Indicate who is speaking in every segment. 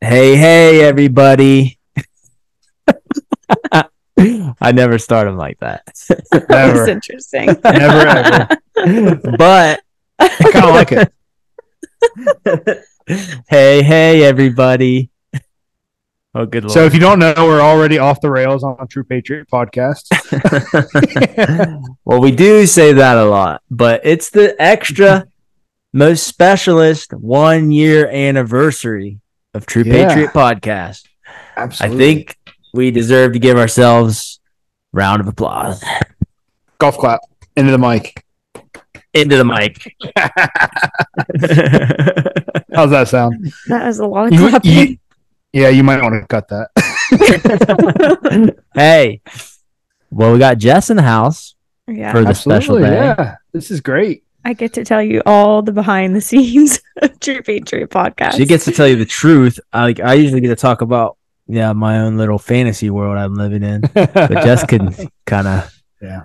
Speaker 1: hey, hey, everybody. I never start them like that.
Speaker 2: That was
Speaker 3: Never.
Speaker 2: interesting.
Speaker 3: Never ever.
Speaker 1: but
Speaker 3: I kind of like it.
Speaker 1: hey, hey, everybody. Oh, good lord.
Speaker 3: So if you don't know, we're already off the rails on True Patriot podcast.
Speaker 1: well, we do say that a lot, but it's the extra most specialist one year anniversary of True
Speaker 3: Yeah.
Speaker 1: Patriot Podcast.
Speaker 3: Absolutely.
Speaker 1: I think we deserve to give ourselves a round of applause.
Speaker 3: golf clap into the mic.
Speaker 1: Into the mic.
Speaker 3: How's that sound?
Speaker 2: That was a lot of
Speaker 3: You-
Speaker 2: clapping.
Speaker 3: you- yeah, you might want to cut that.
Speaker 1: hey. Well, we got Jess in the house
Speaker 2: yeah,
Speaker 1: for the special day.
Speaker 3: Yeah, this is great.
Speaker 2: I get to tell you all the behind the scenes of True Patriot podcast.
Speaker 1: She gets to tell you the truth. I like I usually get to talk about yeah, my own little fantasy world I'm living in. But Jess can kind of
Speaker 3: Yeah.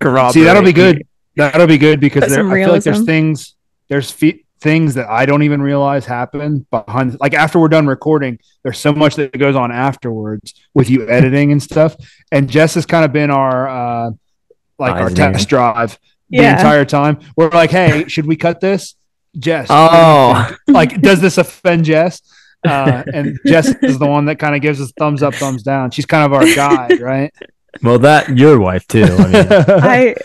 Speaker 1: corroborate.
Speaker 3: See, that'll be good. That'll be good
Speaker 2: Put
Speaker 3: because there,
Speaker 2: some
Speaker 3: I feel like there's
Speaker 2: realism.
Speaker 3: things, there's fe- things that I don't even realize happen behind. Like after we're done recording, there's so much that goes on afterwards with you editing and stuff. And Jess has kind of been our uh, like
Speaker 1: Eyes
Speaker 3: our
Speaker 1: and ears.
Speaker 3: test drive
Speaker 2: Yeah.
Speaker 3: the entire time. We're like, hey, should we cut this, Jess? what do you
Speaker 1: Oh,
Speaker 3: like does this offend jess uh, and jess is the one that kind of gives us thumbs up thumbs down she's kind of our guide right
Speaker 1: well, that your wife too. I mean,
Speaker 2: I yeah,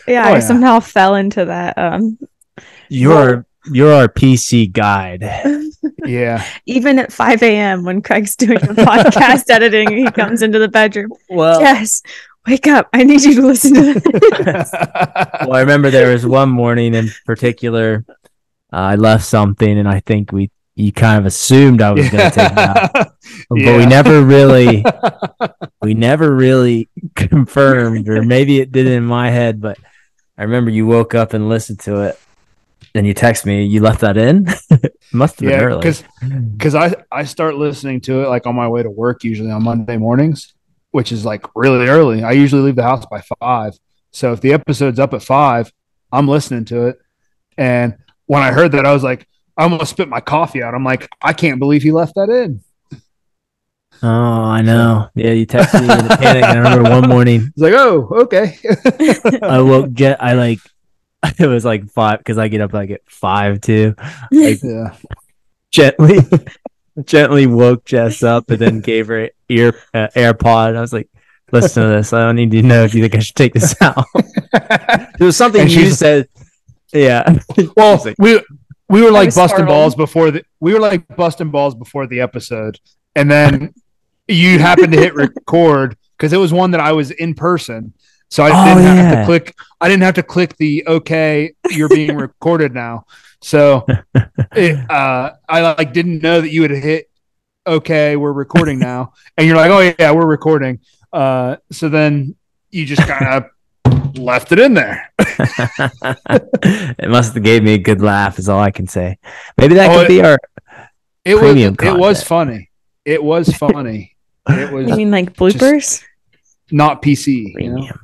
Speaker 3: Oh, yeah.
Speaker 2: I somehow fell into that. Um,
Speaker 1: you're you're our PC guide.
Speaker 3: yeah
Speaker 2: even at 5 a.m. when Craig's doing the podcast editing, he comes into the bedroom.
Speaker 3: Oh.
Speaker 1: Well,
Speaker 2: Yes, wake up! I need you to listen to this.
Speaker 1: well, I remember there was one morning in particular. Uh, I left something, and I think we you kind of assumed I was going to take it out, but we
Speaker 3: Yeah.
Speaker 1: never really, we never really confirmed, or maybe it did in my head. But I remember you woke up and listened to it, and you text me. You left that in. Must have been
Speaker 3: yeah
Speaker 1: early.
Speaker 3: because because i i start listening to it like on my way to work usually on monday mornings which is like really early i usually leave the house by five so if the episode's up at five i'm listening to it and when i heard that i was like i almost spit my coffee out i'm like i can't believe he left that in
Speaker 1: Oh, I know. Yeah, you texted me in a panic. And I remember one morning
Speaker 3: It's like, oh, okay.
Speaker 1: I woke. Jet, I like. It was like five because I get up like at five too.
Speaker 3: yeah.
Speaker 1: Gently, gently woke Jess up and then gave her ear uh, AirPod. I was like, "Listen to this. I don't need to know if you think I should take this out." There was something
Speaker 3: And
Speaker 1: you
Speaker 3: she's-
Speaker 1: said. Yeah,
Speaker 3: well,
Speaker 1: She's like-
Speaker 3: we we were like
Speaker 2: was
Speaker 3: busting
Speaker 2: startled.
Speaker 3: balls before the we were like busting balls before the episode, and then you happened to hit record because it was one that I was in person, so I
Speaker 1: Oh,
Speaker 3: didn't have
Speaker 1: yeah.
Speaker 3: to click. I didn't have to click the okay. You're being recorded now. So it, uh, I like didn't know that you had hit okay. We're recording now, and you're like, oh yeah, we're recording. Uh, so then you just kind of left it in there.
Speaker 1: it must have gave me a good laugh. Is all I can say. Maybe that
Speaker 3: Oh,
Speaker 1: could
Speaker 3: it-
Speaker 1: be our.
Speaker 3: It was
Speaker 1: premium
Speaker 3: it was
Speaker 1: content.
Speaker 3: funny. It was funny. it
Speaker 2: you
Speaker 3: was
Speaker 2: mean like bloopers?
Speaker 3: not PC. You know?
Speaker 1: Premium.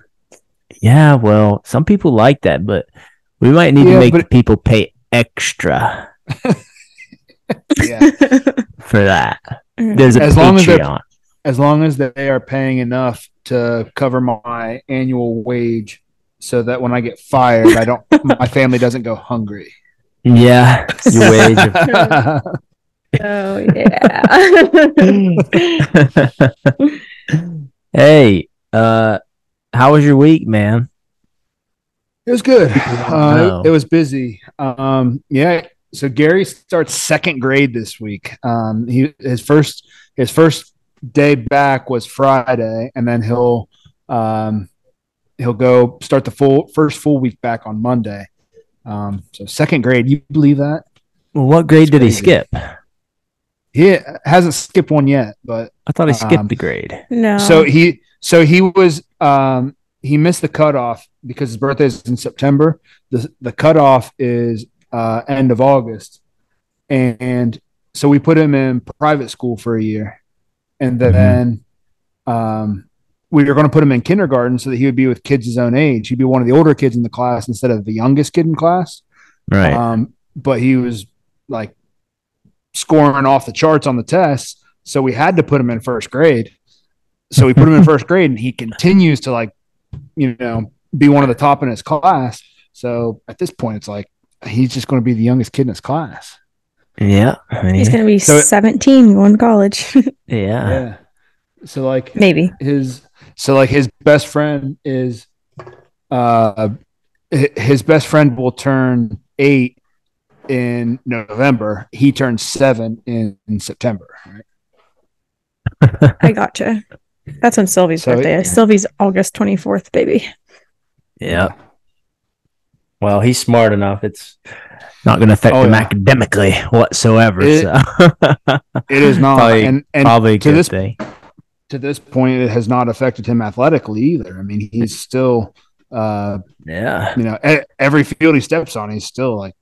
Speaker 1: Yeah, well, some people like that, but we might need to
Speaker 3: Yeah,
Speaker 1: make
Speaker 3: but-
Speaker 1: people pay extra
Speaker 3: Yeah.
Speaker 1: for that.
Speaker 2: Mm.
Speaker 1: There's a
Speaker 3: As
Speaker 1: Patreon.
Speaker 3: long as they're- As long as they are paying enough to cover my annual wage so that when I get fired, I don't my family doesn't go hungry.
Speaker 1: yeah, your wage of
Speaker 2: oh yeah.
Speaker 1: hey, uh, how was your week, man?
Speaker 3: It was good.
Speaker 1: don't
Speaker 3: Uh,
Speaker 1: know.
Speaker 3: it was busy. Um, yeah. So Gary starts second grade this week. Um, he his first his first day back was Friday, and then he'll um, he'll go start the full first full week back on Monday. Um, so second grade, you believe that?
Speaker 1: Well, what grade
Speaker 3: It's
Speaker 1: did he
Speaker 3: crazy.
Speaker 1: skip? I
Speaker 3: He hasn't skipped one yet, but
Speaker 1: thought he skipped
Speaker 3: Um,
Speaker 1: the grade.
Speaker 2: no.
Speaker 3: so he so he was um he missed the cutoff because his birthday is in September. The the cutoff is uh end of August. And, so we put him in private school for a year. And then um we were going to put him in kindergarten so that he would be with kids his own age. He'd be one of the older kids in the uh, class instead of the youngest kid in class.
Speaker 1: Right.
Speaker 3: Um, but he was like scoring off the charts on the tests. So we had to put him in first grade. So we put him in first grade and he continues to like, you know, be one of the top in his class. So at this point, it's like he's just going to be the youngest kid in his class.
Speaker 1: Yeah. I mean,
Speaker 2: He's going to be
Speaker 3: So it-
Speaker 2: 17 going to college.
Speaker 1: yeah.
Speaker 3: Yeah. So like
Speaker 2: Maybe.
Speaker 3: his so like his best friend is uh hi- his best friend will turn eight in November. He turns seven in, in September. Right?
Speaker 2: I gotcha. That's when Sylvie's
Speaker 3: So it-
Speaker 2: birthday is. Sylvie's August 24th, baby.
Speaker 1: Yeah. Well, he's smart enough. It's not going to affect
Speaker 3: Oh,
Speaker 1: him
Speaker 3: yeah.
Speaker 1: academically whatsoever.
Speaker 3: It-
Speaker 1: so.
Speaker 3: It is not
Speaker 1: Probably-
Speaker 3: and, and
Speaker 1: Probably a
Speaker 3: to
Speaker 1: good
Speaker 3: this-
Speaker 1: thing.
Speaker 3: to this point it has not affected him athletically either. I mean he's still uh
Speaker 1: Yeah.
Speaker 3: you know e- every field he steps on he's still like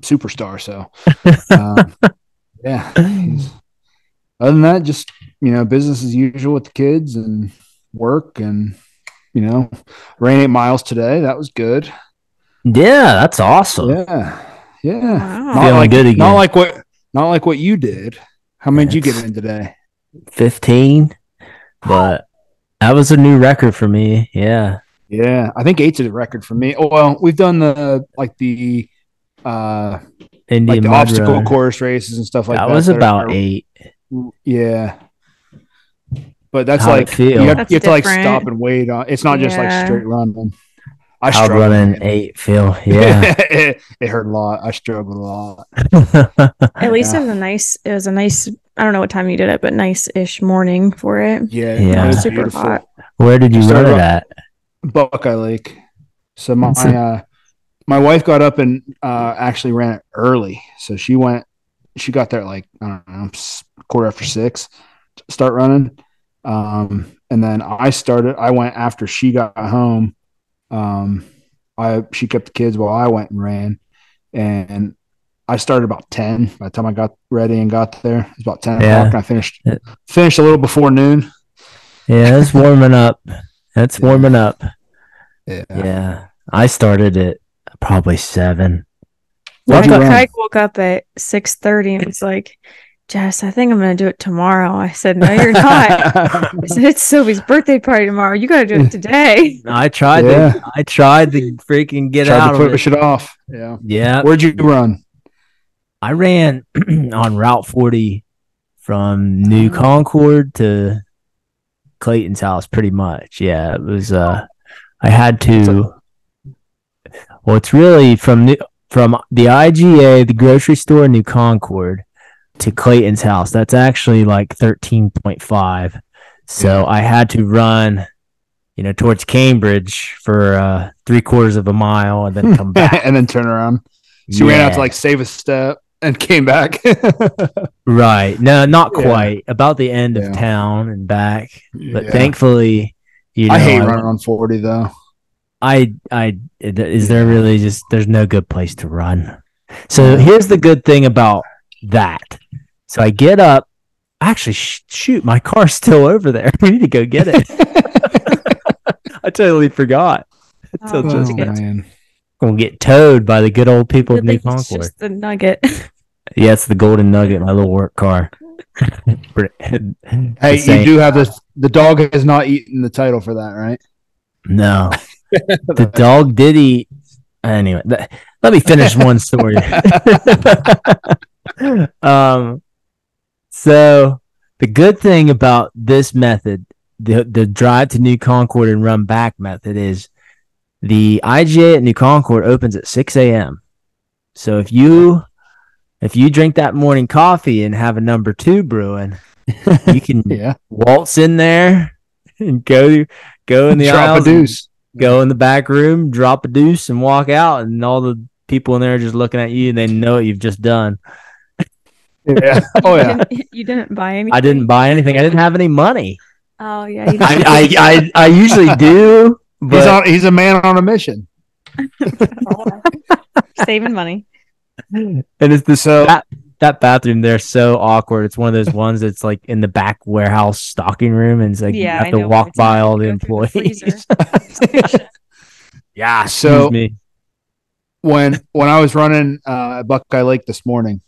Speaker 3: superstar. So um, yeah. He's- other than that, just you know, business as usual with the kids and work and you know, ran eight miles today. That was good.
Speaker 1: Yeah, that's awesome.
Speaker 3: Yeah, yeah.
Speaker 2: Wow.
Speaker 1: Feeling
Speaker 3: like
Speaker 1: good again.
Speaker 3: not like what not like what you did. How many did you get in today?
Speaker 1: 15, but that was a new record for me. Yeah.
Speaker 3: Yeah, I think eight's a record for me. Oh, well, we've done the like the uh
Speaker 1: Indian
Speaker 3: like the
Speaker 1: Mud
Speaker 3: obstacle
Speaker 1: Runner.
Speaker 3: course races and stuff like that.
Speaker 1: that was
Speaker 3: that are-
Speaker 1: about eight.
Speaker 3: Yeah. But that's
Speaker 1: How'd it
Speaker 3: like
Speaker 1: feel?
Speaker 3: you have,
Speaker 2: That's
Speaker 3: you have to like
Speaker 2: different.
Speaker 3: stop and wait on. It's not just like
Speaker 2: Yeah.
Speaker 3: straight running. I
Speaker 1: How'd
Speaker 3: struggled.
Speaker 1: running eight feel? Yeah.
Speaker 3: it, hurt a lot. I struggled a lot.
Speaker 2: At least
Speaker 3: Yeah.
Speaker 2: it was a nice, it was a nice, I don't know what time you did it, but nice ish morning for it.
Speaker 3: Yeah,
Speaker 1: Yeah.
Speaker 3: it was
Speaker 2: Super
Speaker 3: beautiful.
Speaker 2: hot.
Speaker 1: Where did you
Speaker 3: So,
Speaker 1: run it
Speaker 3: uh,
Speaker 1: at?
Speaker 3: Buckeye Lake. So my
Speaker 1: That's it.
Speaker 3: uh, my wife got up and uh, actually ran it early. So she went. She got there at like I don't know s- quarter after six. to Start running, um, and then I started. I went after she got home. Um, I she kept the kids while I went and ran, and I started about ten. By the time I got ready and got there, it was about ten
Speaker 1: Yeah.
Speaker 3: o'clock. And I finished
Speaker 1: It-
Speaker 3: finished a little before noon.
Speaker 1: Yeah, it's warming up. It's
Speaker 3: Yeah.
Speaker 1: warming up.
Speaker 3: yeah.
Speaker 1: Yeah. I started at probably seven.
Speaker 3: Where'd
Speaker 2: Like,
Speaker 3: you run?
Speaker 2: Craig woke up at 6.30 and was like, Jess, I think I'm going to do it tomorrow. I said, no, you're not. I said, it's Sylvie's birthday party tomorrow. You got to do it today.
Speaker 1: I tried
Speaker 3: Yeah.
Speaker 1: to I tried to freaking get
Speaker 3: Tried
Speaker 1: out
Speaker 3: to
Speaker 1: of it.
Speaker 3: push it off. Yeah.
Speaker 1: Yeah.
Speaker 3: Where'd you run?
Speaker 1: I ran on Route 40 from New
Speaker 2: Oh.
Speaker 1: Concord to Clayton's house, pretty much. Yeah, it was. Uh, I had to. Well, it's really from New, from the IGA, the grocery store, in New Concord, to Clayton's house. That's actually like thirteen point five. So I had to run, you know, towards Cambridge for uh, three quarters of a mile and then come back.
Speaker 3: and then turn around. So you ran out
Speaker 1: Yeah.
Speaker 3: to like save a step and came back.
Speaker 1: Right. No, not
Speaker 3: Yeah.
Speaker 1: quite. About the end
Speaker 3: Yeah.
Speaker 1: of town and back. But
Speaker 3: Yeah.
Speaker 1: thankfully, you know,
Speaker 3: I hate
Speaker 1: I,
Speaker 3: running on 40 though.
Speaker 1: I, I- is there really just, there's no good place to run. So here's the good thing about that. So I get up. Actually, sh- shoot, my car's still over there. We need to go get it. I totally forgot.
Speaker 2: Oh,
Speaker 1: It's
Speaker 3: Oh,
Speaker 1: just
Speaker 2: man.
Speaker 3: man.
Speaker 1: gonna get towed by the good old people of
Speaker 2: Good
Speaker 1: New
Speaker 2: thing it's
Speaker 1: Concord.
Speaker 2: just the nugget.
Speaker 1: Yeah, it's the golden nugget, my little work car.
Speaker 3: Hey, you do have this. The dog has not eaten the title for that, right?
Speaker 1: No, the dog did eat. Anyway, th- let me finish one story. um, so the good thing about this method, the the drive to New Concord and run back method, is the IGA at New Concord opens at six a.m. So if you if you drink that morning coffee and have a number two brewing, you can
Speaker 3: Yeah.
Speaker 1: waltz in there and go go in the
Speaker 3: Drop a
Speaker 1: aisles and
Speaker 3: deuce.
Speaker 1: go in the back room, drop a deuce, and walk out, and all the people in there are just looking at you, and they know what you've just done.
Speaker 3: Yeah. Oh yeah.
Speaker 2: You didn't- you didn't buy anything.
Speaker 1: I didn't buy anything. I didn't have any money.
Speaker 2: Oh yeah, you didn't.
Speaker 1: I I I, I usually do,
Speaker 3: He's
Speaker 1: but
Speaker 3: on, he's a man on a mission.
Speaker 2: saving money.
Speaker 1: and it's the
Speaker 3: So
Speaker 1: that that bathroom there's so awkward. It's one of those ones that's like in the back warehouse stocking room, and it's like
Speaker 2: Yeah,
Speaker 1: you
Speaker 2: I
Speaker 1: have to
Speaker 2: know
Speaker 1: walk
Speaker 2: it's like
Speaker 1: by all the
Speaker 2: go through the
Speaker 1: employees. yeah,
Speaker 3: So-
Speaker 1: excuse me.
Speaker 3: when when I was running uh, at Buckeye Lake this morning,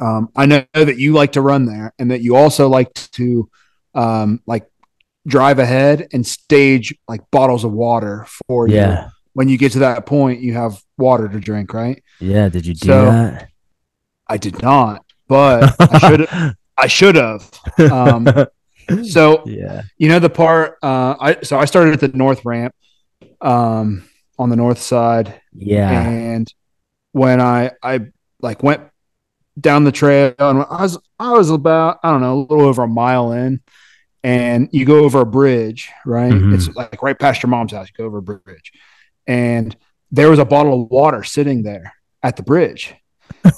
Speaker 3: Um, I know that you like to run there, and that you also like to um, like drive ahead and stage like bottles of water for you.
Speaker 1: Yeah.
Speaker 3: When you get to that point, you have water to drink, right?
Speaker 1: Yeah. Did you do
Speaker 3: So-
Speaker 1: that?
Speaker 3: I did not, but I should. I should have. Um, so
Speaker 1: yeah.
Speaker 3: you know the part. Uh, I so I started at the north ramp, um, on the north side,
Speaker 1: Yeah.
Speaker 3: and when I I like went down the trail and I was I was about I don't know a little over a mile in, and you go over a bridge, right?
Speaker 1: Mhm.
Speaker 3: It's like right past your mom's house. You go over a bridge, and there was a bottle of water sitting there at the bridge.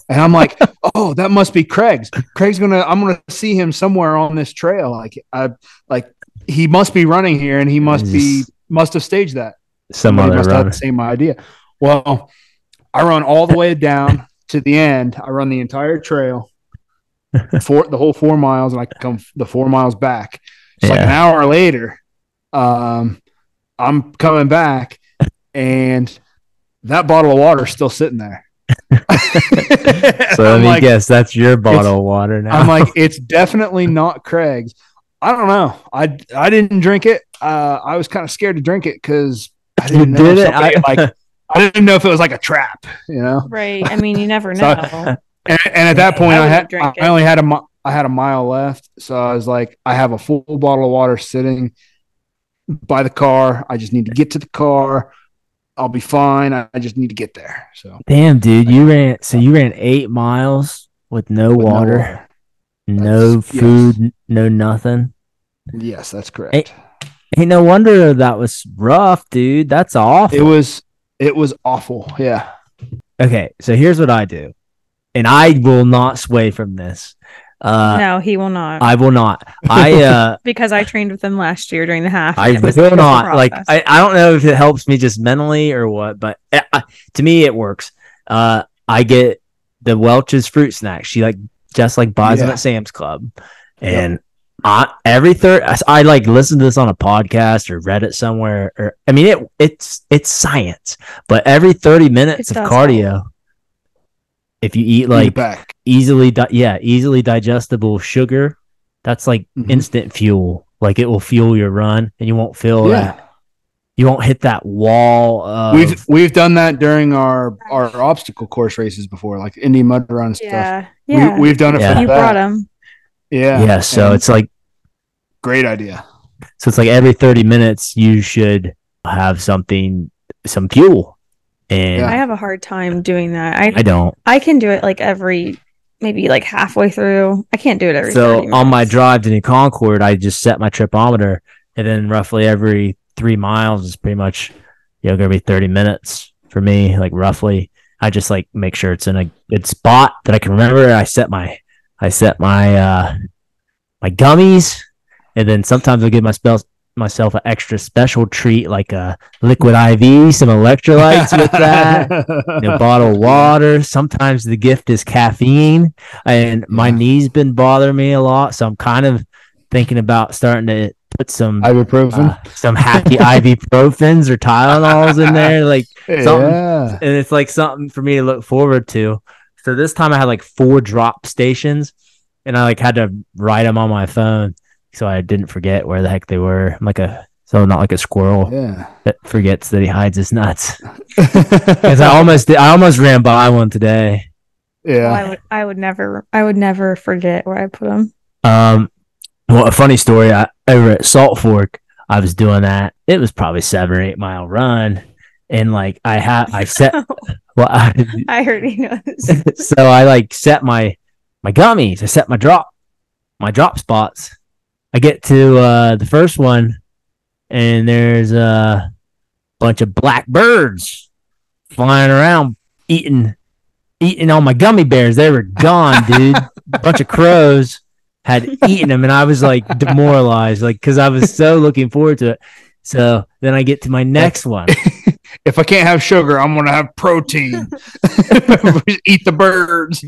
Speaker 3: And I'm like, oh, that must be Craig's. Craig's gonna, I'm gonna see him somewhere on this trail. Like, I, like, he must be running here, and he must be, must have staged that
Speaker 1: Some
Speaker 3: somebody
Speaker 1: other
Speaker 3: must have
Speaker 1: runner.
Speaker 3: the same idea. Well, I run all the way down to the end. I run the entire trail, for the whole four miles, and I come f- the four miles back. It's like an
Speaker 1: Yeah.
Speaker 3: hour later. Um, I'm coming back, and that bottle of water is still sitting there.
Speaker 1: So let
Speaker 3: I'm
Speaker 1: me
Speaker 3: like,
Speaker 1: guess. That's your bottle of water now.
Speaker 3: I'm like, it's definitely not Craig's. I don't know. I I didn't drink it. Uh, I was kind of scared to drink it because I
Speaker 1: you
Speaker 3: didn't know
Speaker 1: did it.
Speaker 3: somebody
Speaker 1: I,
Speaker 3: like I didn't know if it was like a trap, you know.
Speaker 2: Right. I mean, you never
Speaker 3: So-
Speaker 2: know.
Speaker 3: And, and at that point,
Speaker 2: I
Speaker 3: I,
Speaker 2: would've
Speaker 3: had
Speaker 2: drank
Speaker 3: I
Speaker 2: it.
Speaker 3: only had a mi- I had a mile left, so I was like, I have a full bottle of water sitting by the car. I just need to get to the car. I'll be fine. I, I just need to get there. So
Speaker 1: damn, dude, you ran. So you ran eight miles with no
Speaker 3: with no
Speaker 1: water, no,
Speaker 3: That's- yes.
Speaker 1: food, n- no nothing.
Speaker 3: Yes, that's correct.
Speaker 1: Hey, Ain't no wonder that was rough, dude. That's awful.
Speaker 3: it was it was awful. Yeah.
Speaker 1: okay, so here's what I do, and I will not sway from this. Uh,
Speaker 2: no, he will not.
Speaker 1: I will not. I uh,
Speaker 2: because I trained with him last year during the half.
Speaker 1: I
Speaker 2: and it was- it
Speaker 1: will
Speaker 2: was a
Speaker 1: not. Like
Speaker 2: process.
Speaker 1: I, I don't know if it helps me just mentally or what, but uh, uh, to me it works. Uh, I get the Welch's fruit snack. She like just like buys them
Speaker 3: Yeah.
Speaker 1: at Sam's Club, and I every third I, I, like listen to this on a podcast or read it somewhere. Or I mean it it's it's science, but every thirty minutes
Speaker 2: It
Speaker 1: of
Speaker 2: does
Speaker 1: cardio, if you eat
Speaker 3: Like
Speaker 1: like
Speaker 3: back.
Speaker 1: easily di- yeah easily digestible sugar, that's like
Speaker 3: Mhm.
Speaker 1: instant fuel. Like it will fuel your run, and you won't feel that
Speaker 3: yeah.
Speaker 1: you won't hit that wall of
Speaker 3: We've we've done that during our our obstacle course races before, like Indian mud run and stuff.
Speaker 2: yeah, yeah.
Speaker 3: We, we've done it
Speaker 1: Yeah.
Speaker 3: for
Speaker 2: you
Speaker 3: that.
Speaker 2: brought him.
Speaker 1: yeah,
Speaker 3: Yeah.
Speaker 1: so
Speaker 3: And
Speaker 1: it's like
Speaker 3: great idea.
Speaker 1: so it's like every 30 minutes you should have something some fuel and
Speaker 3: Yeah.
Speaker 2: I have a hard time doing that. I
Speaker 1: i don't
Speaker 2: I can do it like every maybe like halfway through. I can't do it every.
Speaker 1: so
Speaker 2: 30
Speaker 1: on my
Speaker 2: minutes.
Speaker 1: drive to new concord i just set my tripometer and then roughly every three miles is pretty much you know gonna be 30 minutes for me like roughly i just like make sure it's in a good spot that i can remember i set my i set my uh my gummies and then sometimes i'll give myself myself an extra special treat like a liquid iv some electrolytes with that you know, bottle of water. Sometimes the gift is caffeine, and my
Speaker 3: Yeah.
Speaker 1: knee's been bothering me a lot, so I'm kind of thinking about starting to put some
Speaker 3: Ibuprofen.
Speaker 1: uh, some hacky ibuprofens or Tylenols in there, like, something-
Speaker 3: yeah.
Speaker 1: and it's like something for me to look forward to. So this time I had like four drop stations, and I like had to write them on my phone so I didn't forget where the heck they were. I'm like a so I'm not like a squirrel
Speaker 3: Yeah.
Speaker 1: that forgets that he hides his nuts. Because I
Speaker 3: yeah.
Speaker 1: almost did, I almost ran by one today.
Speaker 2: Well, I would I would never I would never forget where I put him.
Speaker 1: Um, well, a funny story. I, over at Salt Fork, I was doing that. It was probably seven or eight mile run, and like I had, I set. well, I,
Speaker 2: I already know. this.
Speaker 1: so I like set my my gummies. I set my drop my drop spots. I get to uh, the first one, and there's a bunch of black birds flying around, eating eating all my gummy bears. They were gone, dude. bunch of crows had eaten them, and I was like demoralized, like because I was so looking forward to it. So then I get to my next one.
Speaker 3: If I can't have sugar, I'm gonna have protein. Eat the birds.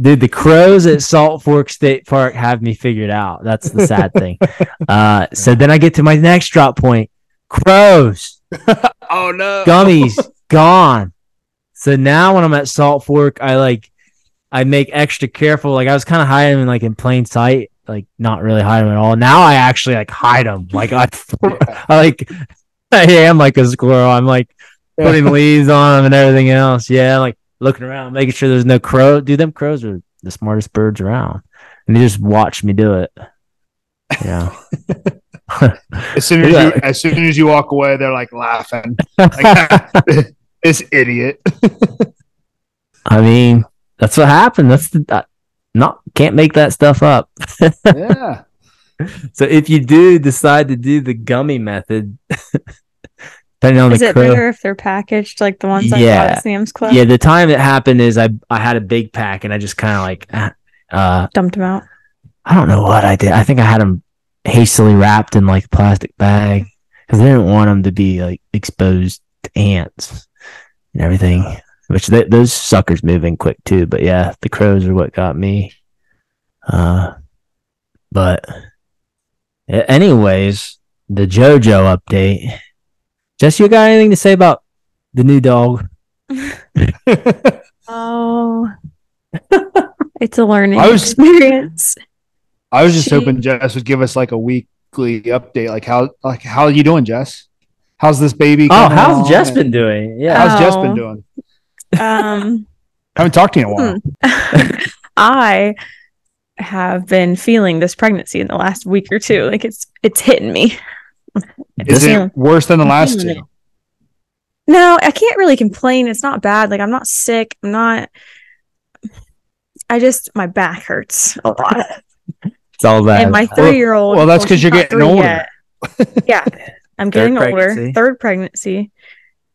Speaker 1: Dude, the crows at Salt Fork State Park have me figured out. That's the sad thing. Uh, so then I get to my next drop point. Crows,
Speaker 3: Oh no.
Speaker 1: gummies, gone. So now when I'm at Salt Fork, I like I make extra careful. Like I was kind of hiding him like in plain sight, like not really hide him at all. Now I actually like hide him. Like I, I like I am like a squirrel. I'm like putting leaves on them and everything else. Yeah, like looking around, making sure there's no crow. Dude, them crows are the smartest birds around, and they just watch me do it. Yeah.
Speaker 3: As soon as you, as soon as you walk away, they're like laughing. Like, this idiot.
Speaker 1: I mean, that's what happened. That's the, I- not can't make that stuff up.
Speaker 3: yeah.
Speaker 1: So if you do decide to do the gummy method, depending on
Speaker 2: Is
Speaker 1: the
Speaker 2: it
Speaker 1: crow,
Speaker 2: better if they're packaged like the ones I
Speaker 1: Yeah.
Speaker 2: bought at Sam's Club?
Speaker 1: yeah, the time it happened is I I had a big pack and I just kind of like ah, uh
Speaker 2: Dumped them out.
Speaker 1: I don't know what I did. I think I had them hastily wrapped in like a plastic bag because I didn't want them to be like exposed to ants and everything. Which th those suckers move in quick too. But yeah, the crows are what got me. Uh, but a- anyways, the JoJo update. Jess, you got anything to say about the new dog?
Speaker 2: Oh, it's a learning
Speaker 3: I was-
Speaker 2: experience.
Speaker 3: I was just
Speaker 2: She-
Speaker 3: hoping Jess would give us like a weekly update, like how like how you doing, Jess? How's this baby?
Speaker 1: Oh,
Speaker 3: coming
Speaker 1: how's
Speaker 3: along?
Speaker 1: Jess been doing? Yeah.
Speaker 3: How's Jess been
Speaker 2: Oh.
Speaker 3: doing?
Speaker 2: Um,
Speaker 3: haven't talked to you in a while.
Speaker 2: Hmm. I have been feeling this pregnancy in the last week or two. Like it's it's hitting me.
Speaker 3: Is
Speaker 2: Yeah.
Speaker 3: it worse than the last
Speaker 2: feeling
Speaker 3: two?
Speaker 2: No, I can't really complain. It's not bad. Like I'm not sick. I'm not. I just my back hurts a lot,
Speaker 1: It's all that.
Speaker 2: and my three year old.
Speaker 3: well, that's 'cause you're getting older.
Speaker 2: yeah, I'm
Speaker 1: Third
Speaker 2: getting older.
Speaker 1: pregnancy.
Speaker 2: Third pregnancy.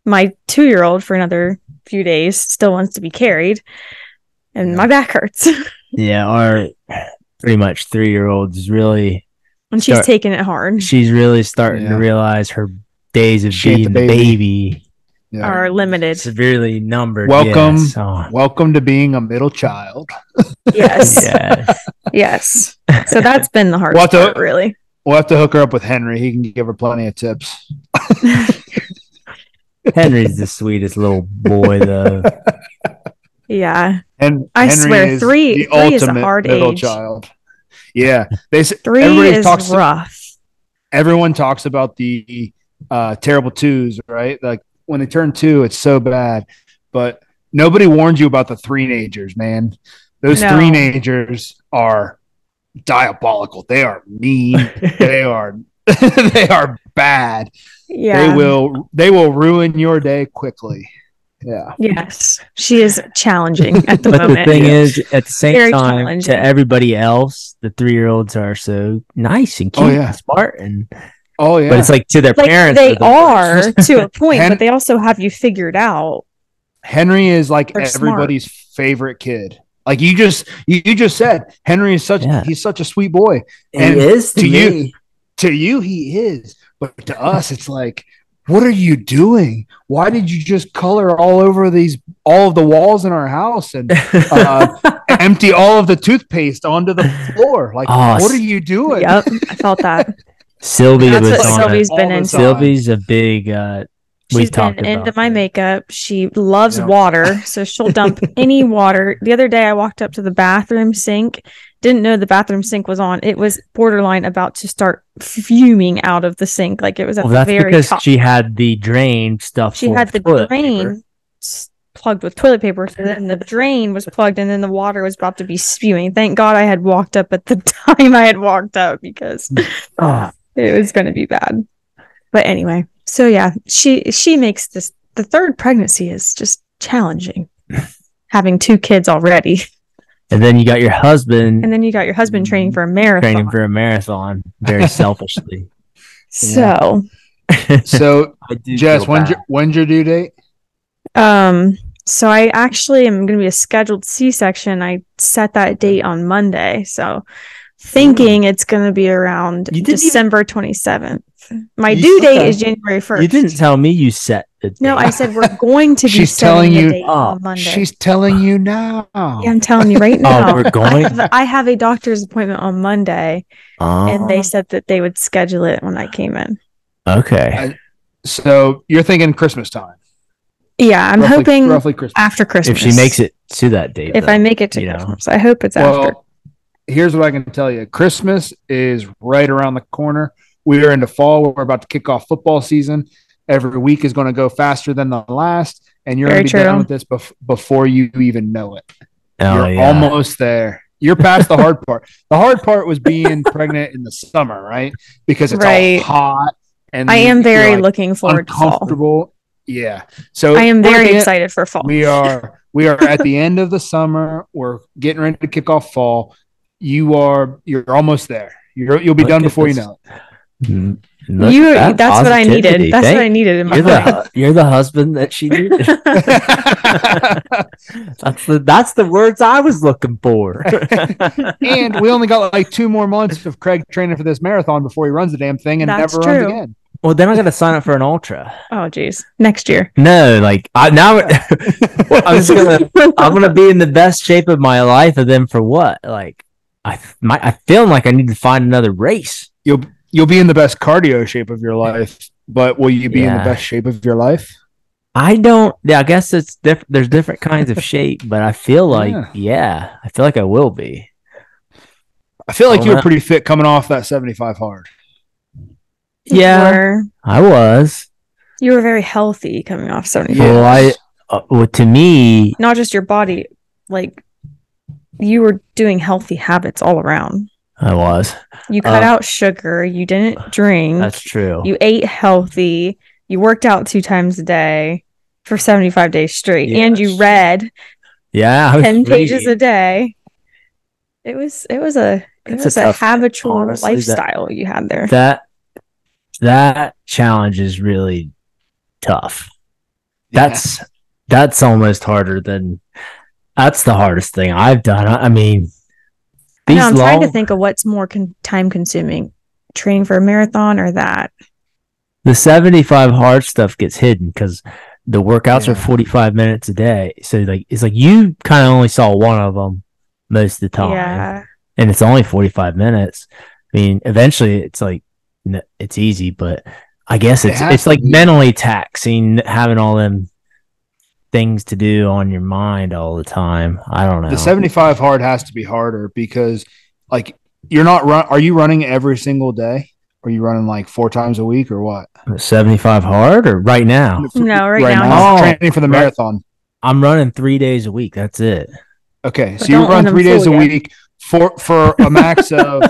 Speaker 2: My two year old for another few days still wants to be carried, and
Speaker 1: Yeah.
Speaker 2: my back hurts.
Speaker 1: Yeah, our pretty much three year old is really
Speaker 2: and she's
Speaker 1: Start-
Speaker 2: taking it hard.
Speaker 1: she's really starting to
Speaker 3: Yeah.
Speaker 1: realize her days of
Speaker 3: She ain't
Speaker 1: being
Speaker 3: the
Speaker 1: the
Speaker 3: baby.
Speaker 1: baby
Speaker 3: Yeah.
Speaker 2: Are limited.
Speaker 1: severely numbered.
Speaker 3: Welcome.
Speaker 1: Yeah,
Speaker 2: Oh,
Speaker 1: so-
Speaker 3: Welcome to being a middle child.
Speaker 2: Yes,
Speaker 1: yeah.
Speaker 2: yes. So that's been the hard
Speaker 3: What the-
Speaker 2: part, really.
Speaker 3: We'll have to hook her up with Henry. He can give her plenty of tips.
Speaker 1: Henry's the sweetest little boy though.
Speaker 2: Yeah,
Speaker 3: And
Speaker 2: I
Speaker 3: Henry
Speaker 2: swear,
Speaker 3: is
Speaker 2: three-
Speaker 3: the
Speaker 2: three is a
Speaker 3: ultimate
Speaker 2: hard
Speaker 3: middle
Speaker 2: age.
Speaker 3: child. Yeah, they s-
Speaker 2: three
Speaker 3: Everybody
Speaker 2: is
Speaker 3: talks-
Speaker 2: rough.
Speaker 3: everyone talks about the uh, terrible twos, right? Like when they turn two, it's so bad. But nobody warned you about the three nagers, man. Those
Speaker 2: No.
Speaker 3: three nagers are diabolical. They are mean. they are they are bad.
Speaker 2: Yeah,
Speaker 3: They will they will ruin your day quickly. Yeah.
Speaker 2: Yes, she is challenging at the
Speaker 1: but the
Speaker 2: moment.
Speaker 1: thing is, at the same
Speaker 2: Very
Speaker 1: time,
Speaker 2: challenging.
Speaker 1: to everybody else, the three year olds are so nice and cute
Speaker 3: Oh, yeah.
Speaker 1: and smart and
Speaker 3: Oh yeah.
Speaker 1: but it's like to their
Speaker 2: like
Speaker 1: parents.
Speaker 2: they
Speaker 1: the
Speaker 2: are
Speaker 1: worst.
Speaker 2: to a point,
Speaker 3: Hen-
Speaker 2: but they also have you figured out.
Speaker 3: Henry is like
Speaker 2: They're smart.
Speaker 3: everybody's favorite kid. Like you just you, you just said Henry is such
Speaker 1: Yeah.
Speaker 3: he's such a sweet boy. and
Speaker 1: it is to,
Speaker 3: to you-
Speaker 1: me.
Speaker 3: to you he is but to us it's like what are you doing why did you just color all over these all of the walls in our house and uh, empty all of the toothpaste onto the floor like
Speaker 1: Oh,
Speaker 3: what are you doing
Speaker 2: Yep, I felt that.
Speaker 1: Sylvia
Speaker 2: That's
Speaker 1: was
Speaker 2: what
Speaker 1: on it.
Speaker 2: Sylvie's been
Speaker 3: All the
Speaker 2: into.
Speaker 3: time.
Speaker 1: Sylvie's a big uh We've
Speaker 2: She's been
Speaker 1: talked about
Speaker 2: into my
Speaker 1: that.
Speaker 2: makeup. She loves
Speaker 3: Yeah.
Speaker 2: water, so she'll dump any water. The other day, I walked up to the bathroom sink, didn't know the bathroom sink was on. It was borderline about to start fuming out of the sink, like it was at
Speaker 1: Well,
Speaker 2: the
Speaker 1: that's
Speaker 2: very
Speaker 1: because
Speaker 2: top.
Speaker 1: she had the drain stuff.
Speaker 2: She
Speaker 1: full
Speaker 2: had
Speaker 1: of
Speaker 2: the
Speaker 1: toilet
Speaker 2: drain
Speaker 1: paper.
Speaker 2: s- plugged with toilet paper, so then the drain was plugged, and then the water was about to be spewing. Thank God I had walked up at the time I had walked up because
Speaker 1: Oh,
Speaker 2: it was going to be bad. But anyway, so yeah, she she makes this. The third pregnancy is just challenging. Having two kids already,
Speaker 1: and then you got your husband
Speaker 2: and then you got your husband training for a marathon.
Speaker 1: Mm-hmm. training for a marathon very selfishly.
Speaker 2: so,
Speaker 3: so
Speaker 1: I do
Speaker 3: jess
Speaker 1: feel
Speaker 3: when's
Speaker 1: bad.
Speaker 3: your, when's your due date
Speaker 2: um, so I actually am going to be a scheduled C section. I set that date on Monday, so thinking it's going to be around
Speaker 1: Hmm. You didn't even-
Speaker 2: December twenty seventh. My
Speaker 1: You-
Speaker 2: due date
Speaker 1: okay.
Speaker 2: is January first.
Speaker 1: you didn't tell me you set the
Speaker 2: No,
Speaker 1: date.
Speaker 2: I said we're going to be.
Speaker 3: She's
Speaker 2: setting
Speaker 3: telling
Speaker 2: the
Speaker 3: you-
Speaker 2: date
Speaker 1: Oh,
Speaker 2: on Monday.
Speaker 3: she's telling you now
Speaker 2: Yeah, I'm telling you right now.
Speaker 1: Oh, we're
Speaker 2: I
Speaker 1: going.
Speaker 2: have, I have a doctor's appointment on Monday,
Speaker 1: Oh,
Speaker 2: and they said that they would schedule it when I came in.
Speaker 1: okay.
Speaker 3: I- so you're thinking christmas time
Speaker 2: Yeah, I'm
Speaker 3: roughly,
Speaker 2: hoping
Speaker 3: roughly Christmas.
Speaker 2: after
Speaker 1: If
Speaker 2: Christmas.
Speaker 1: she makes it to that date,
Speaker 2: if
Speaker 1: though.
Speaker 2: I make it to
Speaker 1: you know.
Speaker 2: Christmas, I hope it's after.
Speaker 3: Well, here's what I can tell you: Christmas is right around the corner. We are into fall. We're about to kick off football season. Every week is going to go faster than the last, and you're
Speaker 2: Very
Speaker 3: going to be
Speaker 2: true.
Speaker 3: done with this bef- before you even know it.
Speaker 1: Oh,
Speaker 3: you're
Speaker 1: yeah.
Speaker 3: almost there. You're past the hard part. The hard part was being pregnant in the summer, right? Because it's
Speaker 2: Right.
Speaker 3: all hot, and
Speaker 2: I am
Speaker 3: you're,
Speaker 2: very
Speaker 3: like,
Speaker 2: looking forward to fall.
Speaker 3: uncomfortable. Yeah.
Speaker 1: Oh,
Speaker 3: So
Speaker 2: I am
Speaker 3: we're at
Speaker 2: very
Speaker 3: the end-
Speaker 2: excited for fall.
Speaker 3: we are we are at the end of the summer. We're getting ready to kick off fall. You are you're almost there. You're, you'll be
Speaker 1: Look
Speaker 3: done
Speaker 1: at
Speaker 3: before
Speaker 1: this.
Speaker 3: you know it.
Speaker 1: Mm, look
Speaker 2: You,
Speaker 1: at that
Speaker 2: that's what I
Speaker 1: positivity.
Speaker 2: needed. That's what I
Speaker 1: Thank-
Speaker 2: needed in my
Speaker 1: You're
Speaker 2: life.
Speaker 1: the you're the husband that she needed. that's the that's the words I was looking for.
Speaker 3: and we only got like two more months of Craig training for this marathon before he runs the damn thing and
Speaker 2: That's
Speaker 3: never
Speaker 2: true.
Speaker 3: runs again.
Speaker 1: well, then I got to sign up for an ultra.
Speaker 2: Oh, geez. Next year.
Speaker 1: No, like I now I'm just gonna I'm gonna be in the best shape of my life, and then for what? Like I my, I feel like I need to find another race.
Speaker 3: You'll you'll be in the best cardio shape of your life, but will you be in
Speaker 1: Yeah.
Speaker 3: the best shape of your life?
Speaker 1: I don't. Yeah, I guess it's different. There's different kinds of shape, but I feel like
Speaker 3: Yeah.
Speaker 1: yeah. I feel like I will be.
Speaker 3: I feel like
Speaker 1: Well,
Speaker 3: you were
Speaker 1: that-
Speaker 3: pretty fit coming off that 75 hard.
Speaker 1: Yeah.
Speaker 2: You were,
Speaker 1: I was.
Speaker 2: you were very healthy coming off 75.
Speaker 1: Well, I uh, well to me,
Speaker 2: Not just your body, like you were doing healthy habits all around.
Speaker 1: I was.
Speaker 2: You cut
Speaker 1: Uh,
Speaker 2: out sugar. You didn't drink.
Speaker 1: That's true.
Speaker 2: You ate healthy. You worked out two times a day for 75 days straight. And you
Speaker 1: Yes.
Speaker 2: read
Speaker 1: yeah, I was
Speaker 2: 10 pages
Speaker 1: reading.
Speaker 2: a day. It was it was a it
Speaker 1: It's a
Speaker 2: was a,
Speaker 1: tough-
Speaker 2: habitual
Speaker 1: honestly, that-
Speaker 2: lifestyle you had there.
Speaker 1: that that challenge is really tough. that's that's almost harder than that's the hardest thing I've done. I, I mean,
Speaker 2: I
Speaker 1: these
Speaker 2: know, I'm trying
Speaker 1: long
Speaker 2: to think of what's more con- time consuming, training for a marathon or that.
Speaker 1: the seventy five hard stuff gets hidden because the workouts are
Speaker 3: Yeah.
Speaker 1: forty five minutes a day. So like it's like you kind of only saw one of them most of the time,
Speaker 2: Yeah,
Speaker 1: and it's only forty five minutes. I mean, eventually it's like n- it's easy, but I guess
Speaker 3: It
Speaker 1: it's
Speaker 3: has
Speaker 1: it's
Speaker 3: to
Speaker 1: like
Speaker 3: be.
Speaker 1: mentally taxing having all them things to do on your mind all the time. I don't know.
Speaker 3: The 75 hard has to be harder because like you're not run are you running every single day? Are you running like four times a week or what?
Speaker 1: 75 hard or right now?
Speaker 2: no, Mm, right, now,
Speaker 1: now. Oh,
Speaker 3: training for the
Speaker 1: right.
Speaker 3: marathon.
Speaker 1: I'm running three days a week. That's it.
Speaker 3: Okay,
Speaker 2: But
Speaker 3: so you
Speaker 2: don't run
Speaker 3: run
Speaker 2: them
Speaker 3: 3 days a
Speaker 2: full yet.
Speaker 3: week for for a max of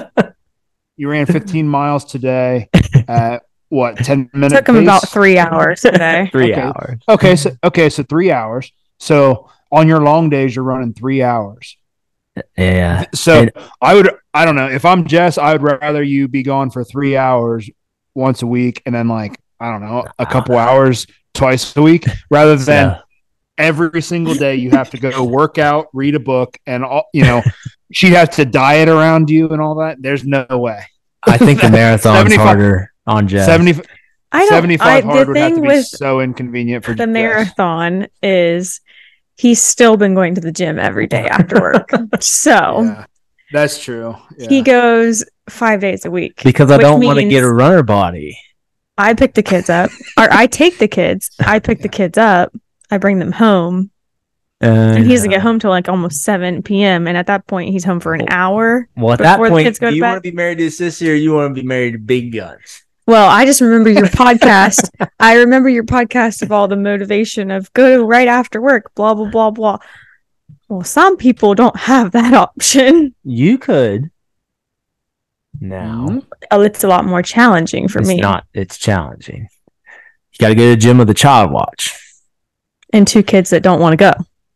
Speaker 3: you ran 15 miles today at what 10
Speaker 2: it
Speaker 3: minutes
Speaker 2: took him about three hours today.
Speaker 1: Three
Speaker 3: Okay.
Speaker 1: hours.
Speaker 3: Okay, so okay, so 3 hours. So on your long days you're running 3 hours.
Speaker 1: Yeah.
Speaker 3: So
Speaker 1: And-
Speaker 3: I would, I don't know. If I'm Jess, I would rather you be gone for three hours once a week and then like, I don't know, a couple hours twice a week rather than
Speaker 1: Yeah.
Speaker 3: every single day you have to go work out, read a book, and all, you know, she has to diet around you and all that. There's no way.
Speaker 1: I think the marathon's
Speaker 3: 75
Speaker 1: harder on Jeff.
Speaker 3: 70,
Speaker 2: I don't.
Speaker 3: 75
Speaker 2: I,
Speaker 3: hard
Speaker 2: the
Speaker 3: would have to
Speaker 2: thing
Speaker 3: be
Speaker 2: with
Speaker 3: so inconvenient for
Speaker 2: the
Speaker 3: Jess.
Speaker 2: marathon is he's still been going to the gym every day after work, so
Speaker 3: Yeah, that's true.
Speaker 2: he
Speaker 3: Yeah.
Speaker 2: goes five days a week.
Speaker 1: because I
Speaker 2: which
Speaker 1: don't want to
Speaker 2: means-
Speaker 1: get a runner body.
Speaker 2: I pick the kids up, or I take the kids. I pick the
Speaker 3: Yeah.
Speaker 2: kids up. I bring them home, and he doesn't get home till like almost seven p.m. And at that point, he's home for an hour.
Speaker 1: Well, at that
Speaker 2: before the
Speaker 1: point,
Speaker 2: kids go
Speaker 1: do
Speaker 2: to
Speaker 1: you
Speaker 2: bed.
Speaker 1: want to be married to sister or you want to be married to big guns?
Speaker 2: Well, I just remember your podcast. I remember your podcast of all the motivation of go right after work, blah blah blah blah. Well, some people don't have that option.
Speaker 1: You could. No,
Speaker 2: Oh, it's a lot more challenging for
Speaker 1: it's
Speaker 2: me.
Speaker 1: not. It's challenging. You got to go to the gym with a child watch.
Speaker 2: And two kids that don't want to go.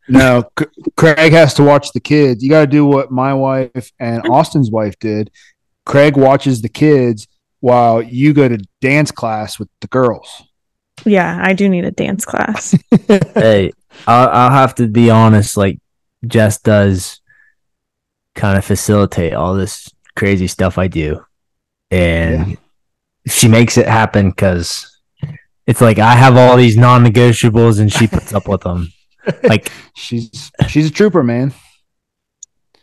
Speaker 3: No, C- Craig has to watch the kids. You got to do what my wife and Austin's wife did. Craig watches the kids while you go to dance class with the girls.
Speaker 2: Yeah, I do need a dance class.
Speaker 1: hey, I'll, I'll have to be honest. Like, Jess does kind of facilitate all this crazy stuff I do, and she makes it happen because it's like I have all these non-negotiables, and she puts up with them. Like,
Speaker 3: She's she's a trooper, man.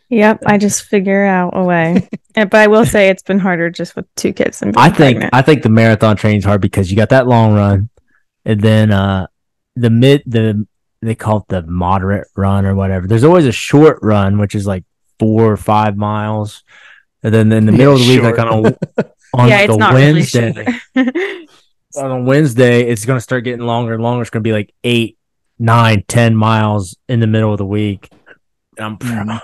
Speaker 2: yep, I just figure out a way. And- but I will say it's been harder just with two kids than being
Speaker 1: I think
Speaker 2: pregnant.
Speaker 1: I think the marathon training's hard because you got that long run, and then uh, the mid the they call it the moderate run or whatever. There's always a short run, which is like four or five miles, and then in the
Speaker 3: Yeah,
Speaker 1: middle of the week,
Speaker 3: short.
Speaker 1: like on a on
Speaker 2: yeah,
Speaker 1: like
Speaker 2: it's
Speaker 1: a
Speaker 2: not
Speaker 1: Wednesday,
Speaker 2: really short.
Speaker 1: on a Wednesday, it's gonna start getting longer and longer. It's gonna be like eight, nine, ten miles in the middle of the week. And I'm
Speaker 3: Mhm.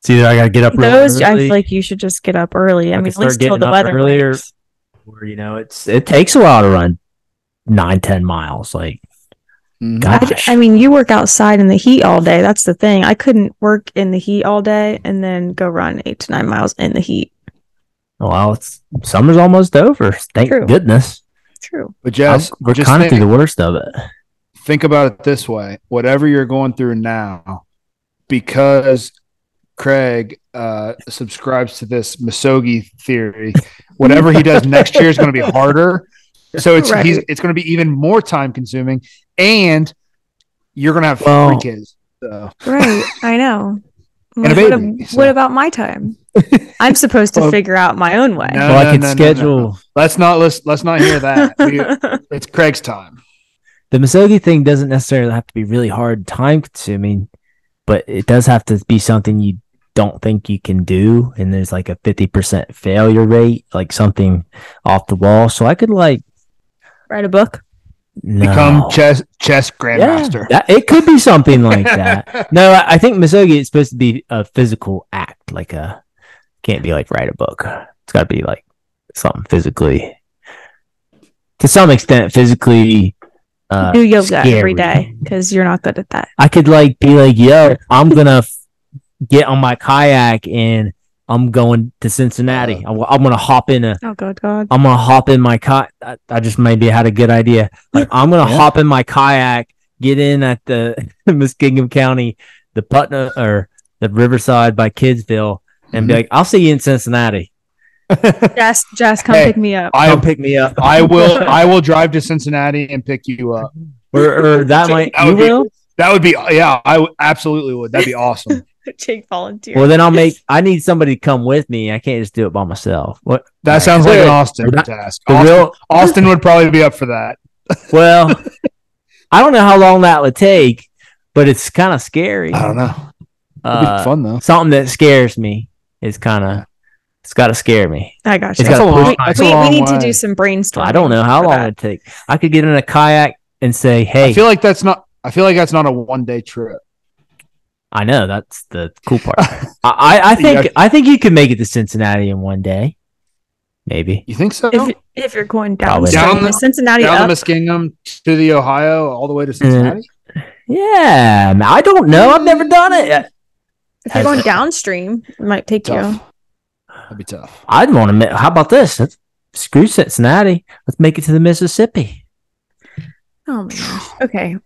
Speaker 1: it's either I gotta get up really
Speaker 2: Those, I
Speaker 1: early,
Speaker 2: feel like you should just get up early. I,
Speaker 1: I
Speaker 2: mean,
Speaker 1: could
Speaker 2: at least
Speaker 1: start
Speaker 2: till
Speaker 1: getting
Speaker 2: the
Speaker 1: up
Speaker 2: weather.
Speaker 1: earlier.
Speaker 2: breaks.
Speaker 1: or you know, it's it takes a while to run nine, ten miles. Like
Speaker 3: Mhm.
Speaker 2: I,
Speaker 1: gosh,
Speaker 2: I mean, you work outside in the heat all day. That's the thing. I couldn't work in the heat all day and then go run eight to nine miles in the heat.
Speaker 1: well, it's summer's almost over. Thank
Speaker 2: True.
Speaker 1: goodness.
Speaker 2: True.
Speaker 3: But Jess,
Speaker 1: I'm- we're
Speaker 3: just
Speaker 1: kind of through
Speaker 3: think,
Speaker 1: the worst of it.
Speaker 3: think about it this way: whatever you're going through now, because Craig uh, subscribes to this Misogi theory, whatever he does next year is going to be harder. So it's
Speaker 2: Right.
Speaker 3: he's, it's going to be even more time consuming, and you're going to have
Speaker 1: Well-
Speaker 3: three kids. So.
Speaker 2: Right. I know.
Speaker 3: And a
Speaker 2: what,
Speaker 3: baby,
Speaker 2: ab-
Speaker 3: so-
Speaker 2: what about my time? I'm supposed to
Speaker 3: Well,
Speaker 2: figure out my own way.
Speaker 3: no,
Speaker 1: well, I could
Speaker 3: no, no,
Speaker 1: schedule
Speaker 3: no. Let's not let's let's not hear that. We- it's Craig's time.
Speaker 1: the Misogi thing doesn't necessarily have to be really hard, time consuming, but it does have to be something you don't think you can do. And there's like a 50% failure rate, like something off the wall. So I could like
Speaker 2: Write a book.
Speaker 1: no.
Speaker 3: Become chess chess
Speaker 1: Yeah,
Speaker 3: grandmaster.
Speaker 1: that- it could be something like that. No, I, I think Misogi is supposed to be a physical act, like a can't be like write a book. It's got to be like something physically, to some extent, physically. Uh,
Speaker 2: Do yoga
Speaker 1: scary.
Speaker 2: every day because you're not good at that.
Speaker 1: I could like be like, yo, I'm gonna f- get on my kayak and I'm going to Cincinnati. I'm, I'm gonna hop in a
Speaker 2: Oh, God, God.
Speaker 1: I'm gonna hop in my kayak. I just maybe had a good idea. Like, I'm gonna
Speaker 3: Yeah.
Speaker 1: hop in my kayak, get in at the Muskingum County, the Putnam or the Riverside by Kidsville, and
Speaker 3: Mm-hmm.
Speaker 1: be like, "I'll see you in Cincinnati.
Speaker 2: Jess, Jess, come
Speaker 3: Hey,
Speaker 2: pick me up.
Speaker 1: Come
Speaker 3: I
Speaker 1: pick me up."
Speaker 3: I will I will drive to Cincinnati and pick you up.
Speaker 1: Or, or that might
Speaker 3: That
Speaker 1: you
Speaker 3: would be-
Speaker 1: will.
Speaker 3: That would be yeah, I w- absolutely would. That'd be awesome.
Speaker 2: Jake volunteer.
Speaker 1: Well, then I'll make. I need somebody to come with me. I can't just do it by myself. What
Speaker 3: That
Speaker 1: Right.
Speaker 3: sounds like an Austin
Speaker 1: We're not-
Speaker 3: task.
Speaker 1: the
Speaker 3: Austin,
Speaker 1: real?
Speaker 3: Austin would probably be up for that.
Speaker 1: Well, I don't know how long that would take, but it's kind of scary.
Speaker 3: I don't know. It'd
Speaker 1: Uh,
Speaker 3: be fun though.
Speaker 1: something that scares me is kind of it's got to scare me.
Speaker 2: I got
Speaker 1: It's
Speaker 2: you.
Speaker 1: got
Speaker 3: That's a
Speaker 1: gotta
Speaker 3: long.
Speaker 1: push
Speaker 3: That's a
Speaker 2: we, we
Speaker 3: long
Speaker 2: need to
Speaker 3: way.
Speaker 2: do some brainstorming.
Speaker 1: I don't know how
Speaker 2: for
Speaker 1: long
Speaker 2: that.
Speaker 1: it'd take. I could get in a kayak and say, "Hey,
Speaker 3: I
Speaker 1: I,
Speaker 3: feel like that's not. I feel like that's not a one day trip.
Speaker 1: know that's the cool part." I, I, I think
Speaker 3: Yeah.
Speaker 1: I think you could make it to Cincinnati in one day, maybe.
Speaker 3: You think so?
Speaker 2: If, if you're going
Speaker 1: Probably.
Speaker 2: downstream,
Speaker 3: Down the-
Speaker 2: Cincinnati
Speaker 3: Down
Speaker 2: up,
Speaker 3: the Muskingum to the Ohio, all the way to Cincinnati.
Speaker 1: Yeah, man, I don't know. I've never done it.
Speaker 2: if you're going downstream, it might take you.
Speaker 3: Tough. That'd be tough.
Speaker 1: I'd want to. How about this? Let's, screw Cincinnati. Let's make it to the Mississippi.
Speaker 2: Oh my gosh. Okay.